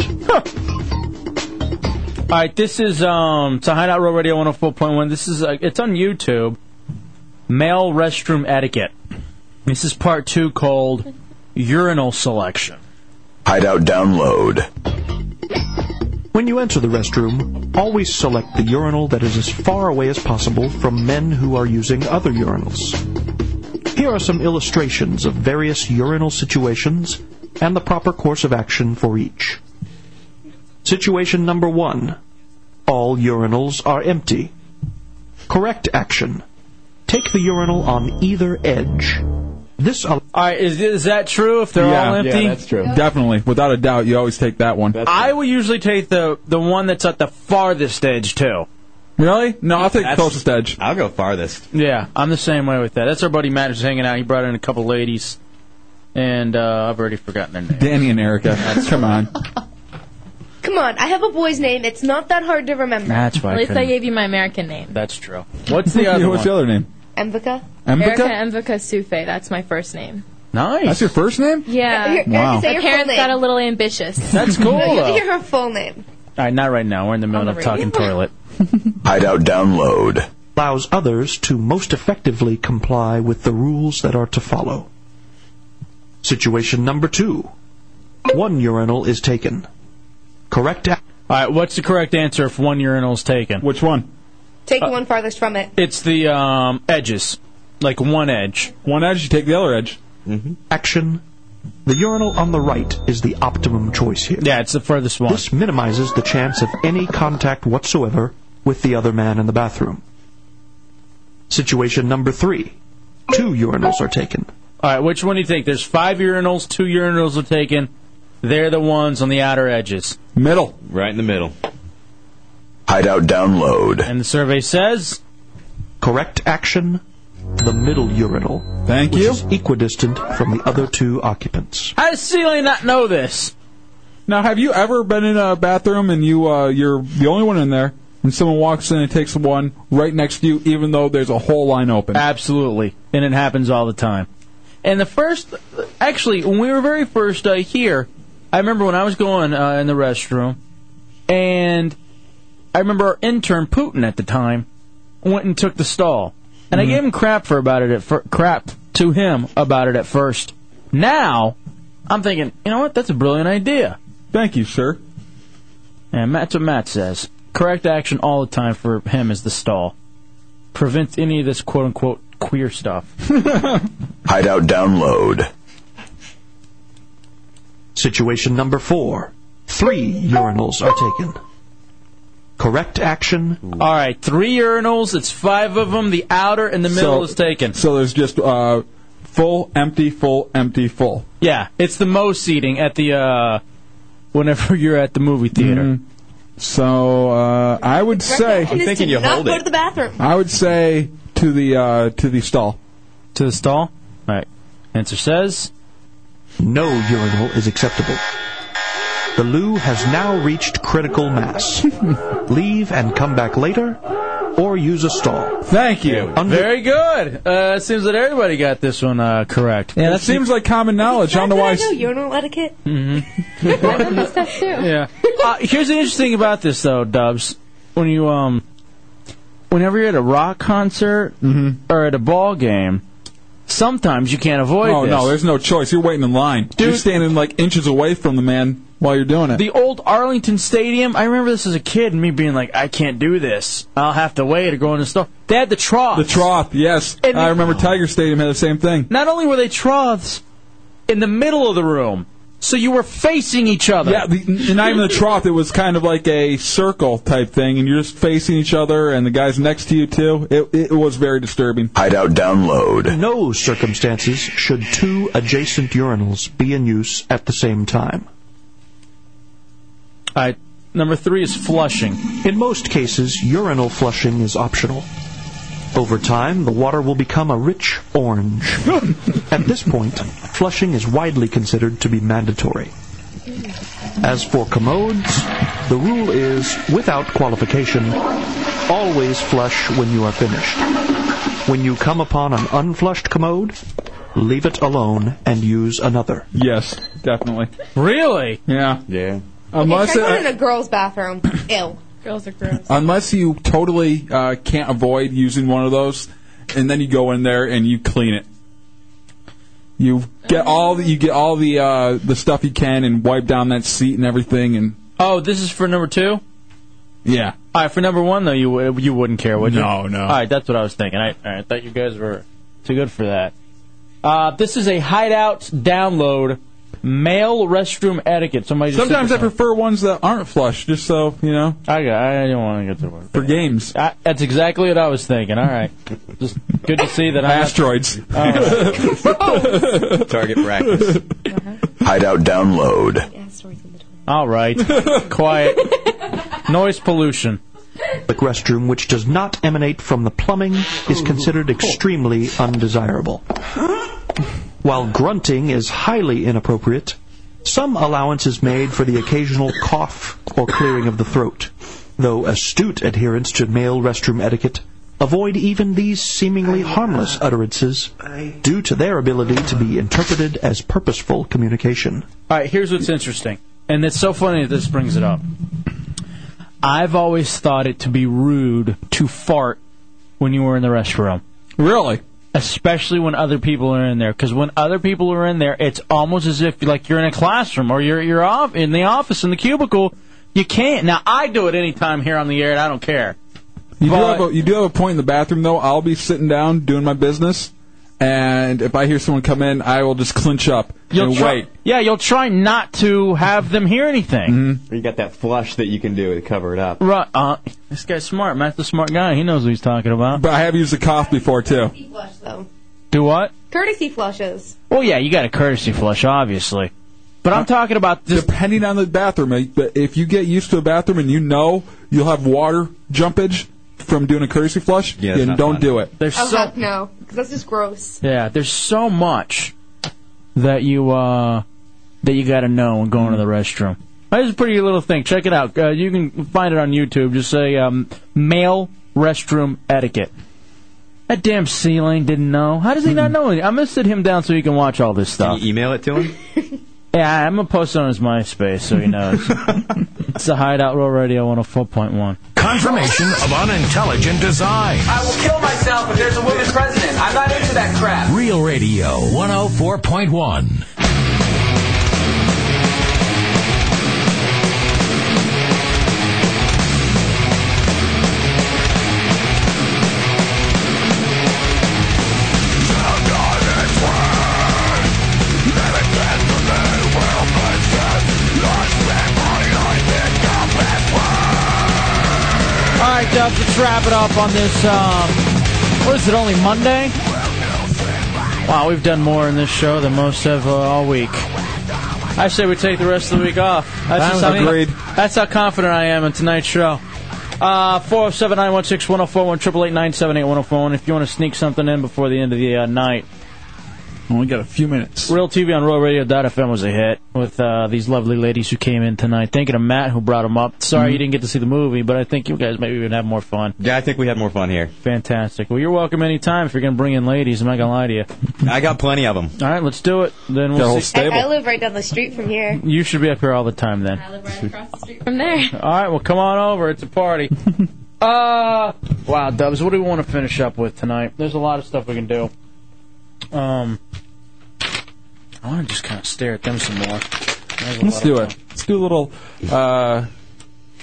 S5: All right, this is um to Hideout Row Radio 104.1. This is uh, it's on YouTube. Male restroom etiquette. This is part two called urinal selection.
S18: Hideout download. When you enter the restroom, always select the urinal that is as far away as possible from men who are using other urinals. Here are some illustrations of various urinal situations and the proper course of action for each. Situation number one All urinals are empty. Correct action Take the urinal on either edge. This al-
S5: All right, is, is that true? If they're all empty,
S6: Definitely, without a doubt, you always take that one.
S5: I will usually take the the one that's at the farthest edge too.
S6: Really? No, I'll take
S5: That's-
S6: closest edge.
S32: I'll go farthest.
S5: Yeah, I'm the same way with that. That's our buddy Matt who's hanging out. He brought in a couple ladies, and uh, I've already forgotten their names.
S6: Danny and Erica. Come on.
S23: Come on, I have a boy's name. It's not that hard to remember.
S5: That's why I
S26: At least I
S5: couldn't-
S26: gave you my American name.
S5: That's true. What's the other
S6: What's
S5: one?
S6: the other name?
S23: Emvika?
S26: Erica Emvika Sufe. That's my first name.
S5: Nice. That's
S6: your first name?
S26: Yeah.
S23: Here, Erica, Wow. say
S26: My
S23: your
S26: parents
S23: full
S26: got
S23: name.
S26: a little ambitious.
S5: That's cool,
S23: No, you have to
S5: though.
S23: hear her full name.
S5: All right, not right now. We're in the middle
S23: On
S5: of
S23: the
S5: talking toilet.
S18: Hideout Download allows others to most effectively comply with the rules that are to follow. Situation number two One urinal is taken. Correct action.
S5: All right, what's the correct answer if one urinal is taken?
S6: Which one?
S23: Take the one farthest from it.
S5: It's the um, edges, like one edge.
S6: One edge, you take the other edge.
S18: Mm-hmm. Action. The urinal on the right is the optimum choice here.
S5: Yeah, it's the furthest one.
S18: This minimizes the chance of any contact whatsoever with the other man in the bathroom. Situation number three. Two urinals are taken.
S5: All right, which one do you think? There's five urinals. Two urinals are taken. They're the ones on the outer edges.
S6: Middle.
S32: Right in the middle.
S18: Hideout download.
S5: And the survey says.
S18: Correct action the middle urinal.
S6: Thank
S18: which you. Is equidistant from the other two occupants.
S5: How does Celia not know this?
S6: Now, have you ever been in a bathroom and you uh, you're the only one in there, and someone walks in and takes one right next to you, even though there's a whole line open?
S5: Absolutely, and it happens all the time. And the first, actually, when we were very first uh, here, I remember when I was going uh, in the restroom, and I remember our intern Putin at the time went and took the stall, and
S6: Mm-hmm.
S5: I gave him crap for about it at fir- crap to him about it at first. Now, I'm thinking, you know what? That's a brilliant idea.
S6: Thank you, sir.
S5: And that's what Matt says. Correct action all the time for him is the stall. Prevent any of this quote unquote queer stuff.
S18: Hideout download. Situation number four. Three urinals are taken. Correct action
S5: All right, three urinals. It's five of them. The outer and the middle
S6: So-
S5: is taken.
S6: So there's just uh, full, empty, full, empty, full.
S5: Yeah, it's the most seating at the uh, whenever you're at the movie theater.
S6: Mm-hmm. So uh, I would say
S23: Correct action is to not go to the bathroom.
S6: I would say to the uh, to the stall.
S5: To the stall. All right. Answer says
S18: no urinal is acceptable. The loo has now reached critical mass. Leave and come back later, or use a stall.
S6: Thank you.
S5: Very good. Uh, it seems that everybody got this one uh, correct.
S6: Yeah, that seems like common knowledge. I don't know
S23: Did I
S6: why.
S23: know urinal etiquette?
S5: Mm-hmm. yeah. Uh, here's the interesting thing about this though, Dubs. When you um, whenever you're at a rock concert
S6: Mm-hmm.
S5: or at a ball game, sometimes you can't avoid.
S6: Oh
S5: this.
S6: no, there's no choice. You're waiting in line. You're standing like inches away from the man while you're doing it.
S5: The old Arlington Stadium, I remember this as a kid and me being like, I can't do this. I'll have to wait or go in the store. They had the trough.
S6: The trough, yes.
S5: And-
S6: I remember Tiger Stadium had the same thing.
S5: Not only were they troughs in the middle of the room, so you were facing each other.
S6: Yeah, the, n- not even the trough. It was kind of like a circle type thing, and you're just facing each other, and the guy's next to you too. It, it was very disturbing.
S18: Hideout download. No circumstances should two adjacent urinals be in use at the same time.
S5: All right, number three is flushing.
S18: In most cases, urinal flushing is optional. Over time, the water will become a rich orange. At this point, flushing is widely considered to be mandatory. As for commodes, the rule is, without qualification, always flush when you are finished. When you come upon an unflushed commode, leave it alone and use another.
S6: Yes, definitely.
S5: Really?
S6: Yeah.
S32: Yeah.
S6: Unless
S23: Try going
S6: it,
S23: in a girl's bathroom. Ew.
S26: Girls are gross.
S6: unless you totally uh, can't avoid using one of those, and then you go in there and you clean it. You get all the, you get all the uh, the stuff you can and wipe down that seat and everything and
S5: Oh, this is for number two?
S6: yeah.
S5: All right, for number one, though, you w- you wouldn't care, would you?
S6: No, no.
S5: All right, that's what I was thinking. I, all right, I thought you guys were too good for that. Uh, this is a hideout download male restroom etiquette. Somebody just
S6: Sometimes I
S5: sent this
S6: prefer ones that aren't flush, just so you know.
S5: I got. I don't want to get to work
S6: for games.
S5: I, that's exactly what I was thinking. All right, just good to see that. Oh. I'm
S6: Asteroids.
S5: Target practice.
S15: Hideout download.
S5: All right, quiet. Noise pollution.
S18: Public restroom which does not emanate from the plumbing is considered extremely undesirable. While grunting is highly inappropriate, some allowance is made for the occasional cough or clearing of the throat, though astute adherents to male restroom etiquette avoid even these seemingly harmless utterances due to their ability to be interpreted as purposeful communication.
S5: All right, here's what's interesting, and it's so funny that this brings it up. I've always thought it to be rude to fart when you were in the restroom.
S6: Really?
S5: Especially when other people are in there, because when other people are in there, it's almost as if like you're in a classroom or you're you're off in the office in the cubicle. You can't. Now I do it anytime here on the air, and I don't care.
S6: You do,
S5: But-
S6: have a, you do have a point in the bathroom, though. I'll be sitting down doing my business, and if I hear someone come in, I will just clinch up
S5: You'll
S6: and
S5: try,
S6: wait.
S5: Yeah, you'll try not to have them hear anything.
S7: Or you got that flush that you can do to cover it up.
S5: Right. Uh, this guy's smart. Matt's a smart guy. He knows what he's talking about.
S6: But I have used the cough before too.
S23: Flush though.
S5: Do what?
S23: Courtesy flushes.
S5: Well, yeah, you got a courtesy flush, obviously. But I'm talking about this.
S6: Uh, Depending on the bathroom, eh, but if you get used to a bathroom and you know you'll have water jumpage from doing a courtesy flush,
S5: Yeah, it's
S6: then
S5: not
S6: don't
S5: fun.
S6: do it.
S5: There's
S23: oh
S5: so
S23: heck no, because that's just gross.
S5: yeah, there's so much that you uh that you got to know when going to the restroom. That is a pretty little thing. Check it out. Uh, you can find it on YouTube. Just say um, male restroom etiquette. That damn C Lane didn't know. How does he not know? it? I'm gonna sit him down so he can watch all this stuff.
S7: Email it to him.
S5: Yeah, I'm gonna post it on his MySpace so he knows. it's the Hideout Roll Radio 104.1.
S15: Confirmation of unintelligent design.
S19: I will kill myself if there's a woman president. I'm not into that crap.
S15: Real Radio 104.1.
S5: All right, Dubs, let's wrap it up on this. Um, what is it? Only Monday? Wow, we've done more in this show than most have uh, all week. I say we take the rest of the week off.
S6: I'm
S5: just how-
S6: agreed.
S5: that's how confident I am in tonight's show. Uh, 407 916 1041, 888 978 1041. If you want to sneak something in before the end of the uh, night,
S6: Only got a few minutes.
S5: Real TV on RealRadio.fm was a hit with uh, these lovely ladies who came in tonight. Thinking of Matt who brought them up. Sorry
S6: Mm-hmm.
S5: you didn't get to see the movie, but I think you guys maybe even have more fun.
S7: Yeah, I think we had more fun here.
S5: Fantastic. Well, you're welcome anytime if you're going to bring in ladies. I'm not going to lie to you.
S7: I got plenty of them.
S5: All right, let's do it. Then
S7: The
S5: we'll
S7: whole
S5: see.
S7: stable.
S23: I, I live right down the street from here.
S5: You should be up here all the time then. I live right across the street from there. All right, well, come on over. It's a party. uh, wow, Dubs, what do we want to finish up with tonight? There's a lot of stuff we can do. Um, I want to just kind of stare at them some more. There's a
S6: Let's
S5: lot
S6: do
S5: of-
S6: it. Let's do a little uh,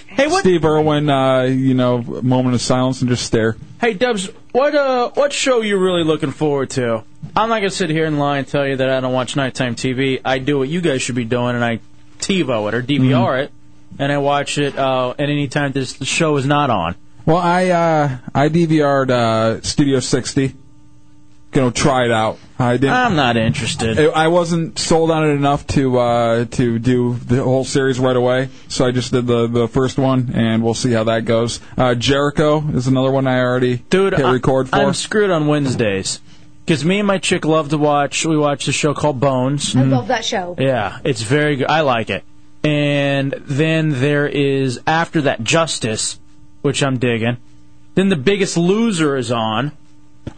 S5: hey, what?
S6: Steve Irwin, uh, you know, moment of silence and just stare.
S5: Hey, Dubs, what uh, what show you really looking forward to? I'm not gonna sit here and lie and tell you that I don't watch nighttime TV. I do what you guys should be doing, and I TiVo it or DVR
S6: Mm-hmm.
S5: it, and I watch it uh, at any time this the show is not on.
S6: Well, I uh, I DVR'd uh, Studio 60. Gonna try it out. I didn't.
S5: I'm not interested.
S6: I I wasn't sold on it enough to uh, to do the whole series right away, so I just did the, the first one, and we'll see how that goes. Uh, Jericho is another one I already
S5: Dude,
S6: hit
S5: I-
S6: record for.
S5: I'm screwed on Wednesdays because me and my chick love to watch. We watch a show called Bones. Mm-hmm.
S23: I love that show.
S5: Yeah, it's very good. I like it. And then there is after that Justice, which I'm digging. Then the Biggest Loser is on.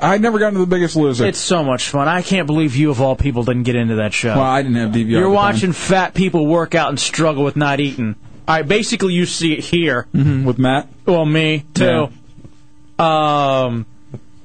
S6: I never got into the Biggest Loser.
S5: It's so much fun. I can't believe you of all people didn't get into that show.
S6: well, I didn't have DVR.
S5: You're
S6: at the time.
S5: watching fat people work out and struggle with not eating. All right, basically you see it here.
S6: Mhm, with Matt.
S5: Well, me too. Um,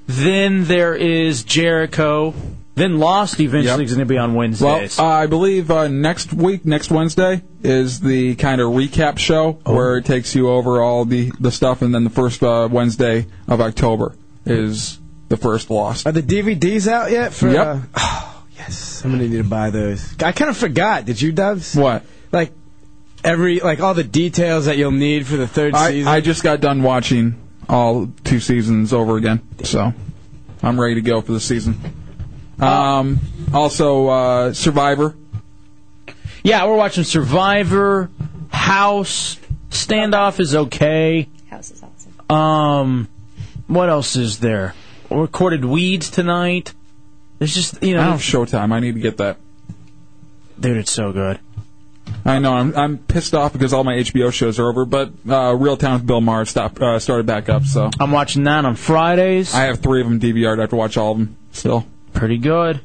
S5: then there is Jericho. Then Lost eventually is going to be on
S6: Well,
S5: Wednesdays.
S6: uh, I believe uh, next week, next Wednesday, is the kind of recap show where it takes you over all the, the stuff, and then the first uh, Wednesday of October is the first loss.
S2: Are the DVDs out yet? For
S6: Yep.
S2: uh, oh, yes, I'm gonna need to buy those. I kind of forgot. Did you, Dubs?
S6: What?
S2: Like every like all the details that you'll need for the third
S6: I,
S2: season.
S6: I just got done watching all two seasons over again, so I'm ready to go for the season. Um, also, uh, Survivor.
S5: Yeah, we're watching Survivor, House, Standoff is okay.
S23: House is
S5: awesome. Um, what else is there? We recorded Weeds tonight. There's just you know.
S6: I don't have Showtime. I need to get that.
S5: Dude, it's so good.
S6: I know. I'm, I'm pissed off because all my HBO shows are over, but uh, Real Town with Bill Maher stopped, uh, started back up. So
S5: I'm watching that on Fridays.
S6: I have three of them DVR'd. I have to watch all of them still.
S5: Pretty good.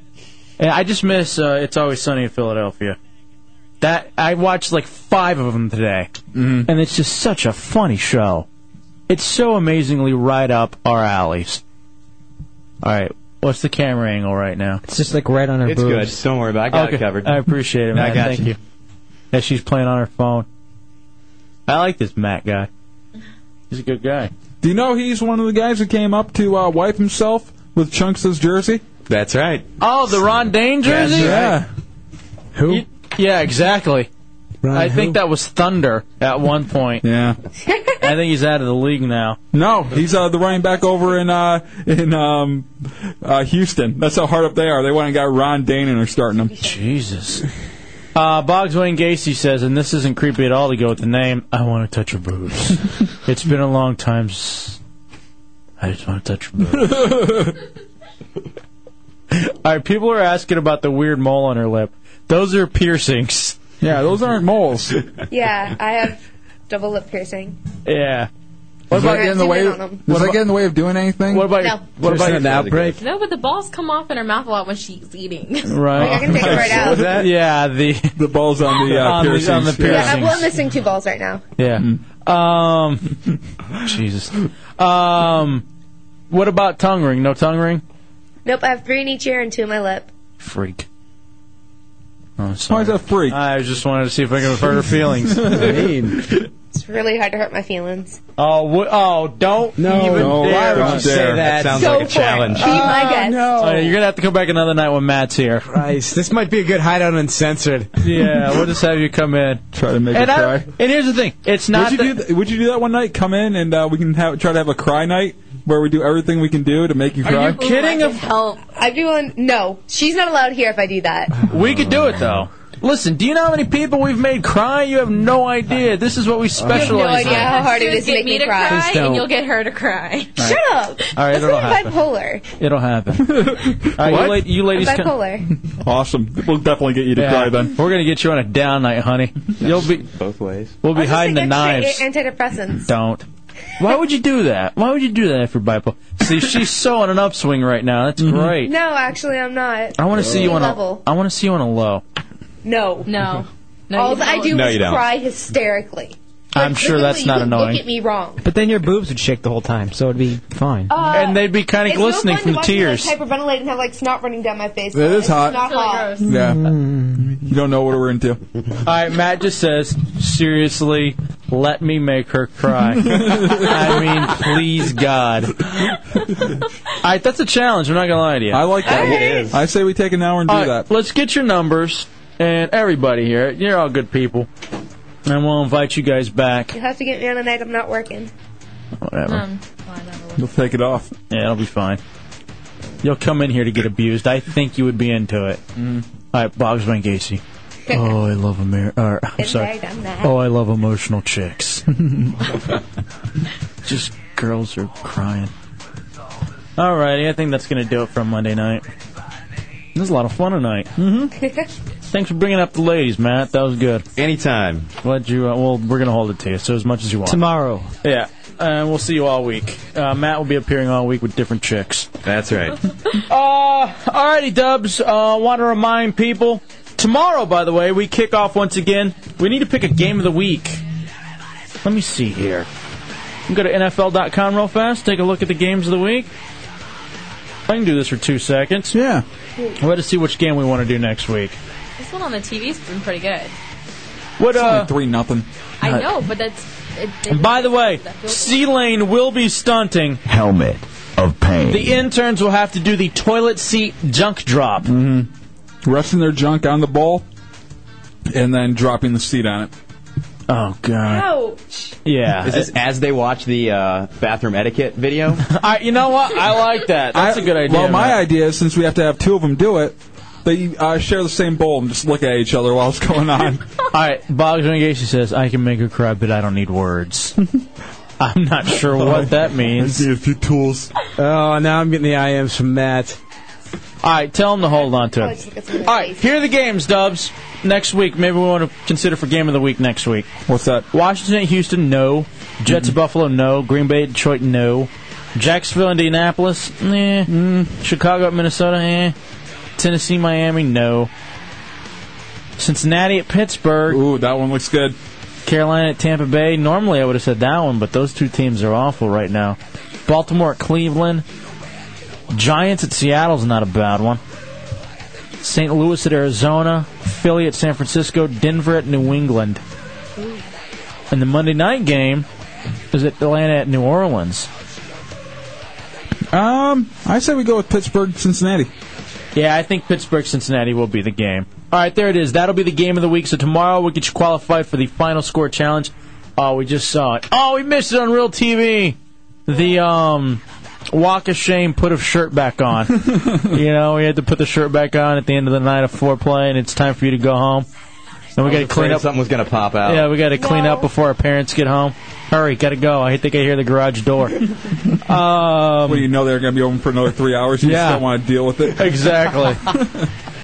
S5: Yeah, I just miss uh, It's Always Sunny in Philadelphia. That I watched like five of them today,
S6: Mm-hmm.
S5: mm and it's just such a funny show. It's so amazingly right up our alleys. All right, what's the camera angle right now?
S13: It's just like right on her
S5: It's
S13: boobs.
S5: good. Don't worry about it. I got it
S13: Okay.
S5: covered. I appreciate it, man.
S13: I got
S5: Thank
S13: you.
S5: you. Yeah, she's playing on her phone. I like this Matt guy. He's a good guy.
S6: Do you know he's one of the guys who came up to uh, wipe himself with Chunks' jersey?
S33: That's right.
S5: Oh, the Ron Dane
S6: That's
S5: jersey?
S6: right.
S5: Who? yeah, exactly. I think that was Thunder at one point.
S6: yeah.
S5: I think he's out of the league now.
S6: No, he's uh, the running back over in uh, in um, uh, Houston. That's how hard up they are. They went and got Ron Dane and are starting him.
S5: Jesus. Uh, Boggs Wayne Gacy says, and this isn't creepy at all to go with the name, I want to touch your boobs. it's been a long time. s- I just want to touch your boobs. all right, people are asking about the weird mole on her lip. Those are piercings.
S6: Yeah, those aren't moles.
S23: Yeah, I have double lip piercing.
S5: yeah.
S6: What
S23: Does
S6: about
S23: that
S6: getting in the
S23: zoom in
S6: way?
S23: on them?
S6: Does that get in the way of doing anything?
S5: What about
S23: No.
S5: what about an outbreak?
S26: No, but the balls come off in her mouth a lot when she's eating.
S5: Right.
S23: Like, I can take it right out.
S5: Yeah, the
S6: the balls on the uh,
S5: on
S6: piercings.
S5: The, on the
S23: Yeah, I'm, well, I'm
S5: piercings.
S23: missing two balls right now.
S5: Yeah.
S6: Mm.
S5: Um, Jesus. Um, what about tongue ring? No tongue ring.
S23: Nope, I have three in each ear and two in my lip.
S5: Freak.
S6: Why is that freak?
S5: Oh, I just wanted to see if I could hurt her feelings.
S6: Mean.
S23: It's really hard to hurt my feelings.
S5: oh, wh- oh, don't
S6: No,
S5: even
S6: no, why
S5: dare
S6: would you say That that? sounds
S23: Go for It. Be my guest.
S5: Oh, yeah, you're gonna have to come back another night when Matt's here.
S2: Christ, this might be a good hideout uncensored.
S5: Yeah, we'll just have you come in.
S6: Try to make
S5: and,
S6: it
S5: I-
S6: cry.
S5: and here's the thing: it's not.
S6: Would you,
S5: that-
S6: do th- would you do that one night? Come in and uh, we can have, try to have a cry night where we do everything we can do to make you
S5: Are
S6: cry.
S5: you kidding? Of-
S23: Help. I'd be willing. No, she's not allowed here if I do that.
S5: we could do it though. Listen, do you know how many people we've made cry? You have no idea. This is what we specialize
S23: you have no
S5: in.
S23: idea how hard it
S26: Just
S23: is to
S26: get
S23: make
S26: me
S23: me
S26: to
S23: cry.
S34: Just don't.
S26: and you'll get her to cry.
S23: Shut up.
S5: All right,
S23: That's
S5: it'll
S23: not
S5: happen.
S23: bipolar.
S5: It'll happen. All right, you, la- you
S23: I'm
S5: ladies, can-
S23: bipolar.
S6: Awesome. We'll definitely get you to
S5: Yeah.
S6: cry then.
S5: We're gonna get you on a down night, honey. You'll be
S33: both ways.
S5: We'll be
S23: I'll just
S5: hiding the
S23: take extra
S5: knives.
S23: Antidepressants.
S5: Don't. Why would you do that? Why would you do that if you're bipolar? See, she's so on an upswing right now. That's
S6: Mm-hmm.
S5: great.
S23: No, actually, I'm not.
S5: I want to see you on
S23: Level.
S5: a. I want to see you on a low.
S23: No.
S26: No. No,
S23: All
S26: you
S23: that I
S26: don't.
S23: do
S5: No,
S23: is
S5: you don't.
S23: cry hysterically.
S5: I'm sure that's
S23: Specifically,
S5: not
S23: you can
S5: annoying.
S23: Look at me wrong.
S13: But then your boobs would shake the whole time, so it'd be fine.
S23: Uh,
S5: and they'd be kind of
S23: it's
S5: glistening
S23: no fun
S5: from
S23: to
S5: the
S23: watch me,
S5: tears.
S23: Like, hyperventilate and have like snot running down my face.
S6: It is
S23: It's
S6: hot.
S23: Not
S26: It's really
S23: hot.
S26: gross.
S6: Yeah. You don't know what we're into.
S5: All right, Matt just says, seriously, let me make her cry. I mean, please, God. All right, that's a challenge. I'm not gonna lie to you.
S6: I like that. I say we take an hour and do
S5: All right,
S6: that.
S5: Let's get your numbers and everybody here. You're all good people, and we'll invite you guys back.
S23: You'll have to get me on a night I'm not working.
S5: Whatever.
S26: Um, well, I don't know.
S6: We'll take it off.
S5: Yeah, it'll be fine. You'll come in here to get abused. I think you would be into it. All right, Bob's Van Gacy. Mm-hmm. Oh, I love Amer- or, I'm
S23: Been
S5: sorry.
S23: there, done that.
S5: Oh, I love emotional chicks. Just girls are crying. Alrighty, I think that's gonna do it for Monday night. This was a lot of fun tonight. Mm-hmm. Thanks for bringing up the ladies, Matt. That was good.
S33: Anytime.
S5: Glad you. Uh, well, we're gonna hold it to you. So as much as you want.
S13: Tomorrow.
S5: Yeah, and we'll see you all week. Uh, Matt will be appearing all week with different chicks.
S33: That's right.
S5: Uh, alrighty, Dubs. Uh, want to remind people tomorrow, by the way, we kick off once again. We need to pick a game of the week. Let me see here. You Go to NFL.com real fast. Take a look at the games of the week. I can do this for two seconds.
S6: Yeah.
S5: Let us see which game we want to do next week.
S26: This one on the TV's been pretty good.
S5: What uh?
S6: Three nothing.
S26: I know, but that's. It, it,
S5: And by the way, C Lane will be stunting
S34: Helmet.
S35: of pain.
S36: The interns will have to do the toilet seat junk drop.
S6: Mm-hmm. Resting their junk on the bowl and then dropping the seat on it.
S5: Oh, God.
S23: Ouch.
S13: Yeah. Is this as they watch the uh, bathroom etiquette video?
S5: I, you know what? I like that. That's a
S6: I-
S5: good idea.
S6: Well, my
S5: Matt.
S6: idea is since we have to have two of them do it, they uh, share the same bowl and just look at each other while it's going on.
S5: All right, Boggs Gacy says, I can make her cry, but I don't need words. I'm not sure what that means.
S37: a few tools. Oh, now I'm getting the IMs from Matt.
S5: All right, tell him to hold on
S17: Oh,
S5: to it. All right, here are the games, Dubs. Next week, maybe we want to consider for game of the week next week.
S6: What's that? Mm-hmm.
S5: Washington at Houston, no. Jets at Buffalo, no. Green Bay at Detroit, no. Jacksonville, Indianapolis, eh.
S6: Mm-hmm.
S5: Chicago at Minnesota, eh. Tennessee, Miami, no. Cincinnati at Pittsburgh.
S6: Ooh, that one looks good.
S5: Carolina at Tampa Bay. Normally, I would have said that one, but those two teams are awful right now. Baltimore at Cleveland. Giants at Seattle's not a bad one. St. Louis at Arizona. Philly at San Francisco. Denver at New England. And the Monday night game is at Atlanta at New Orleans.
S6: Um, I say we go with Pittsburgh, Cincinnati.
S5: Yeah, I think Pittsburgh Cincinnati will be the game. All right, there it is. That'll be the game of the week. So tomorrow we'll get you qualified for the final score challenge. Oh, we just saw it. Oh, we missed it on real TV. The um, walk of shame put a shirt back on. you know, we had to put the shirt back on at the end of the night of foreplay, and it's time for you to go home. And we got to clean up.
S13: Something was going to pop out.
S5: Yeah, we got to clean up before our parents get home. Hurry, gotta go. I think I hear the garage door. um,
S6: Well, you know they're going to be open for another three hours. You
S5: Yeah.
S6: just don't want to deal with it.
S5: Exactly.